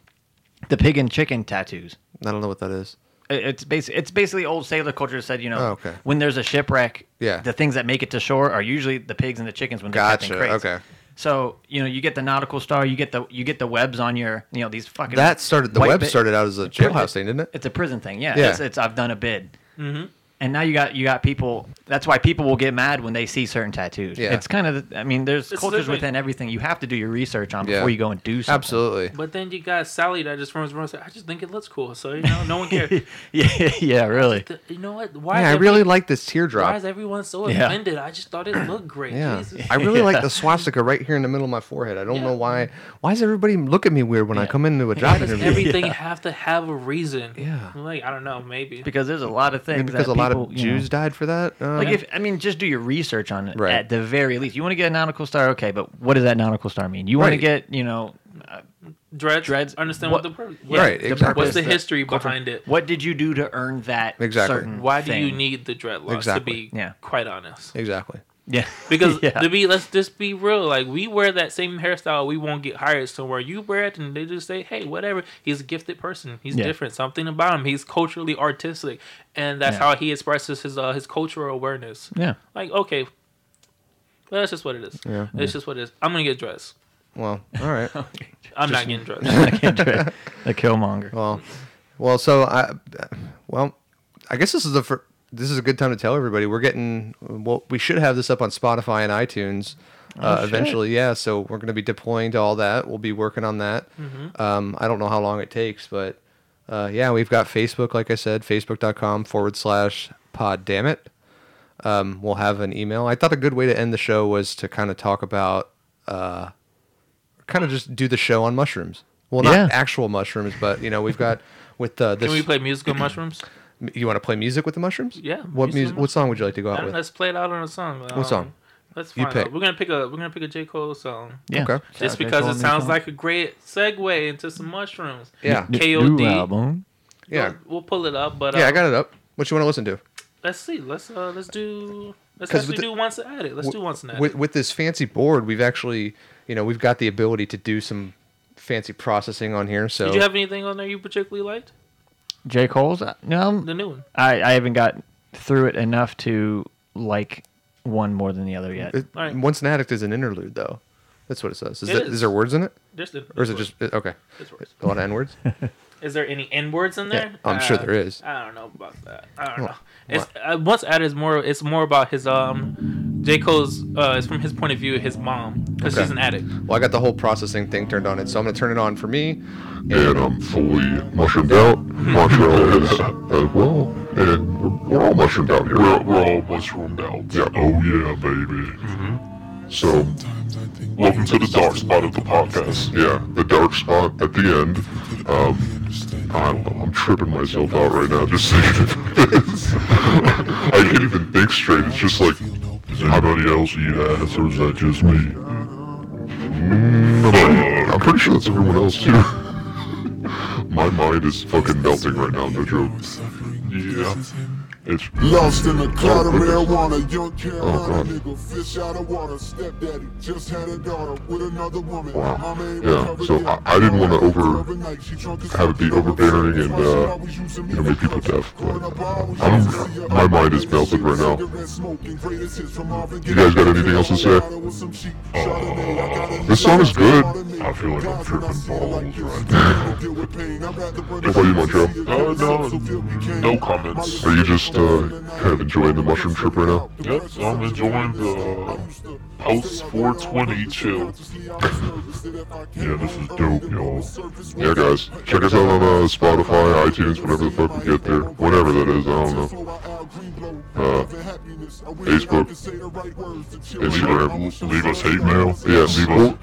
[SPEAKER 6] the pig and chicken tattoos.
[SPEAKER 7] i don't know what that is
[SPEAKER 6] It- It's basically it's basically old sailor culture said you know
[SPEAKER 7] Oh, okay.
[SPEAKER 6] when there's a shipwreck
[SPEAKER 7] Yeah.
[SPEAKER 6] the things that make it to shore are usually the pigs and the chickens when they're kept in
[SPEAKER 7] Gotcha,
[SPEAKER 6] crates.
[SPEAKER 7] okay.
[SPEAKER 6] so you know you get the nautical star you get the you get the webs on your you know these fucking
[SPEAKER 7] that started the
[SPEAKER 6] white
[SPEAKER 7] web
[SPEAKER 6] bi-
[SPEAKER 7] started out as a jailhouse thing didn't it
[SPEAKER 6] it's a prison thing yeah,
[SPEAKER 7] Yeah.
[SPEAKER 6] It's, it's I've done a bid mm-hmm. and now you got you got people that's why people will get mad when they see certain tattoos
[SPEAKER 7] Yeah.
[SPEAKER 6] it's kind of the- I mean there's
[SPEAKER 8] It's
[SPEAKER 6] cultures
[SPEAKER 8] literally-
[SPEAKER 6] within everything you have to do your research on
[SPEAKER 7] Yeah.
[SPEAKER 6] before you go and do something
[SPEAKER 7] absolutely
[SPEAKER 8] But then you got Sally that just runs around. and says, I just think it looks cool. So you know, no one cares.
[SPEAKER 6] yeah yeah really
[SPEAKER 8] Th- you know what? Why?
[SPEAKER 7] yeah, I
[SPEAKER 8] every-
[SPEAKER 7] really like this
[SPEAKER 8] Why
[SPEAKER 7] teardrop.
[SPEAKER 8] is everyone so
[SPEAKER 6] Yeah.
[SPEAKER 8] offended? I just thought it looked great.
[SPEAKER 7] Yeah,
[SPEAKER 8] Jesus.
[SPEAKER 7] I really like the swastika right here in the middle of my forehead. I don't know why. Why does everybody look at me weird when I come into a job
[SPEAKER 8] Does
[SPEAKER 7] interview?
[SPEAKER 8] everything have to have a reason?
[SPEAKER 7] Yeah.
[SPEAKER 8] Like, I don't know, maybe.
[SPEAKER 6] because there's a lot of things
[SPEAKER 7] Maybe because
[SPEAKER 6] that
[SPEAKER 7] a lot
[SPEAKER 6] people,
[SPEAKER 7] of
[SPEAKER 6] you know-
[SPEAKER 7] Jews died for that. Uh,
[SPEAKER 12] Uh-huh.
[SPEAKER 6] Like if I mean, just do your research on it
[SPEAKER 7] Right.
[SPEAKER 6] at the very least. You want to get a nautical star, okay? But what does that nautical star mean? You want to
[SPEAKER 7] Right.
[SPEAKER 6] get, you know,
[SPEAKER 8] Dreads,
[SPEAKER 6] Dreads-
[SPEAKER 8] understand
[SPEAKER 6] what-
[SPEAKER 8] what, the purpose
[SPEAKER 6] yeah,
[SPEAKER 7] Right,
[SPEAKER 6] the
[SPEAKER 7] exactly.
[SPEAKER 6] purpose-
[SPEAKER 8] What's the
[SPEAKER 7] that
[SPEAKER 8] history behind it?
[SPEAKER 6] What did you do to earn that?
[SPEAKER 7] Exactly.
[SPEAKER 6] Certain
[SPEAKER 8] Why do you
[SPEAKER 6] thing?
[SPEAKER 8] need the dreadlocks
[SPEAKER 7] Exactly.
[SPEAKER 8] to be
[SPEAKER 6] Mm, Yeah.
[SPEAKER 8] quite honest?
[SPEAKER 7] exactly.
[SPEAKER 6] Yeah,
[SPEAKER 8] Because
[SPEAKER 6] yeah.
[SPEAKER 8] to be let's just be real, like we wear that same hairstyle, we won't get hired somewhere. You wear it and they just say, Hey, whatever. He's a gifted person. He's
[SPEAKER 6] Yeah.
[SPEAKER 8] different. Something about him. He's culturally artistic. And that's
[SPEAKER 6] Yeah.
[SPEAKER 8] how he expresses his uh, his cultural awareness.
[SPEAKER 6] yeah.
[SPEAKER 8] Like, okay. Well, that's just what it is. Yeah. It's just what it is. I'm gonna get dressed.
[SPEAKER 7] Well, all right.
[SPEAKER 8] I'm not getting dressed.
[SPEAKER 6] the Killmonger.
[SPEAKER 7] well, well. So I, well, I guess this is the fir- this is a good time to tell everybody we're getting. Well, we should have this up on Spotify and iTunes. Uh, eventually, yeah. So we're going to be deploying to all that. We'll be working on that. Um, I don't know how long it takes, but uh, yeah, we've got Facebook. Like I said, facebook.com forward slash pod. Damn it. um, we'll have an email. I thought a good way to end the show was to kind of talk about, uh, kind of just do the show on mushrooms. Well, not
[SPEAKER 12] Yeah.
[SPEAKER 7] actual mushrooms, but you know, we've got with uh, this.
[SPEAKER 8] Can we play musical mushrooms?
[SPEAKER 7] You want to play music with the mushrooms?
[SPEAKER 8] Yeah,
[SPEAKER 7] What
[SPEAKER 8] musical
[SPEAKER 7] music? What song would you like to go
[SPEAKER 8] I
[SPEAKER 7] out
[SPEAKER 8] don't know,
[SPEAKER 7] with?
[SPEAKER 8] let's play it out on a song. Um,
[SPEAKER 7] song?
[SPEAKER 8] Let's
[SPEAKER 7] You
[SPEAKER 8] find out.
[SPEAKER 7] pick.
[SPEAKER 8] We're gonna pick a we're gonna pick a J Cole song.
[SPEAKER 12] Yeah.
[SPEAKER 7] Okay.
[SPEAKER 12] Shout
[SPEAKER 8] Just
[SPEAKER 12] out J.
[SPEAKER 8] because
[SPEAKER 12] Cole
[SPEAKER 8] it
[SPEAKER 12] and Meek
[SPEAKER 8] sounds
[SPEAKER 12] Mill.
[SPEAKER 8] like a great segue into some mushrooms.
[SPEAKER 7] Yeah.
[SPEAKER 12] New-
[SPEAKER 8] KOD.
[SPEAKER 12] New album.
[SPEAKER 7] Yeah,
[SPEAKER 8] We'll, we'll pull it up, but uh,
[SPEAKER 7] yeah, I got it up. What you want to listen to?
[SPEAKER 8] Let's see. Let's uh let's do let's
[SPEAKER 7] 'Cause
[SPEAKER 8] actually
[SPEAKER 7] with the-
[SPEAKER 8] do once at it. Let's do once at
[SPEAKER 7] with,
[SPEAKER 8] it.
[SPEAKER 7] with this fancy board, we've actually, you know, we've got the ability to do some fancy processing on here. So
[SPEAKER 8] Did you have anything on there you particularly liked?
[SPEAKER 12] J. Cole's? Uh, No,
[SPEAKER 8] The new one.
[SPEAKER 12] I, I haven't got through it enough to like one more than the other yet.
[SPEAKER 7] It-
[SPEAKER 8] Alright.
[SPEAKER 7] once an addict is an interlude, though. That's what it says. Is,
[SPEAKER 8] It
[SPEAKER 7] that-
[SPEAKER 8] is.
[SPEAKER 7] is there words in it,
[SPEAKER 8] There's the,
[SPEAKER 7] or is it just it- okay?
[SPEAKER 8] It's words.
[SPEAKER 7] A lot of n words.
[SPEAKER 8] Is there any N words in
[SPEAKER 7] Yeah,
[SPEAKER 8] there? Uh,
[SPEAKER 7] I'm sure there is.
[SPEAKER 8] I don't know about that. I don't know. It's uh, once at is more. It's more about his um, J Cole's. Uh, it's from his point of view, his mom, because
[SPEAKER 7] Okay.
[SPEAKER 8] she's an addict.
[SPEAKER 7] well, I got the whole processing thing turned on it, so I'm gonna turn it on for me.
[SPEAKER 5] And I'm fully mushroomed out. Montreal is as well. And we're all mushroomed out here. We're, we're all mushroomed out. Yeah. Oh, yeah, baby. So, welcome to the dark spot of the podcast. Yeah, the dark spot at the end. Um, I don't know. I'm tripping myself out right now just thinking of this. I can't even think straight. It's just like, is anybody else eat ass or is that just me? Mm, I'm pretty sure that's everyone else too. My mind is fucking melting right now, no joke. Yeah. It's
[SPEAKER 13] Lost in a cloud of marijuana, young
[SPEAKER 5] Oh, God.
[SPEAKER 13] Carolina nigga, fish out of water, stepdaddy, just had a daughter with another woman.
[SPEAKER 5] Wow.
[SPEAKER 13] Mama ain't
[SPEAKER 5] Yeah,
[SPEAKER 13] recovered
[SPEAKER 5] so
[SPEAKER 13] yet.
[SPEAKER 5] I- I didn't wanna over-
[SPEAKER 13] Overnight, she drunk as
[SPEAKER 5] have it be
[SPEAKER 13] fuck,
[SPEAKER 5] overbearing
[SPEAKER 13] overbearing,
[SPEAKER 5] and, uh,
[SPEAKER 13] that's why she always using
[SPEAKER 5] you know,
[SPEAKER 13] me
[SPEAKER 5] make
[SPEAKER 13] for
[SPEAKER 5] people
[SPEAKER 13] crutches.
[SPEAKER 5] deaf, but
[SPEAKER 13] Growing up, I always
[SPEAKER 5] I don't-
[SPEAKER 13] used to see her
[SPEAKER 5] my mind is
[SPEAKER 13] overbearing,
[SPEAKER 5] melted right now.
[SPEAKER 13] cigarette smoking, greatest hits from Marvin Gaye.
[SPEAKER 5] You guys got anything else to say? Uh,
[SPEAKER 13] say?
[SPEAKER 5] This song is good. I feel like I'm tripping balls right now.
[SPEAKER 13] Nobody
[SPEAKER 5] Nobody much, Joe?
[SPEAKER 13] Uh, no, no comments. Are you just uh, kind of enjoying the mushroom trip right now?
[SPEAKER 5] Yep, I'm enjoying the
[SPEAKER 13] post 420 chill.
[SPEAKER 5] Yeah,
[SPEAKER 13] yeah,
[SPEAKER 5] this is dope, y'all. Yeah,
[SPEAKER 13] guys.
[SPEAKER 5] guys, check us out on uh, Spotify, iTunes, whatever the fuck we get there. Whatever that is, I don't know.
[SPEAKER 13] Uh, Facebook,
[SPEAKER 5] Instagram,
[SPEAKER 13] Instagram,
[SPEAKER 5] leave us hate mail. Yeah, leave us.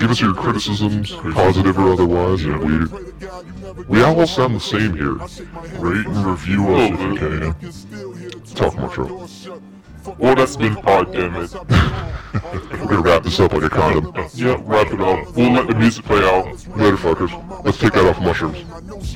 [SPEAKER 5] Give us your criticisms, positive or otherwise, and weird. We all sound the same here. Rate and review us if you can.
[SPEAKER 13] Talk more trouble.
[SPEAKER 5] Well, that's been pod, damn it.
[SPEAKER 13] We're gonna wrap this up like a condom.
[SPEAKER 5] Yeah, wrap it up. We'll let the music play out. Later, fuckers. Let's take that off mushrooms.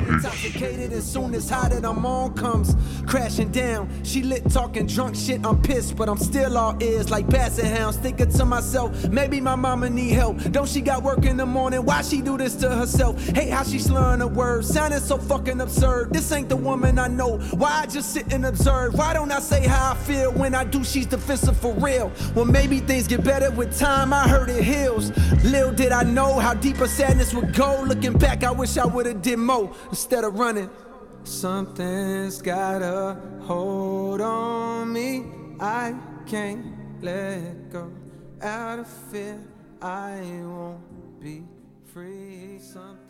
[SPEAKER 9] intoxicated as soon as high that I'm on comes crashing down. She lit talking drunk shit. I'm pissed, but I'm still all ears like basset hounds. Thinking to myself, maybe my mama need help. Don't she got work in the morning? Why she do this to herself? Hate how she slurring her words, sounding so fucking absurd. This ain't the woman I know. Why I just sit and observe? Why don't I say how I feel when I do? She's defensive for real. Well, maybe things get better with time. I heard it heals. Little did I know how deep her sadness would go. Looking back, I wish I would've did more instead of running. Something's got a hold on me. I can't let go. Out of fear, I won't be free. Something-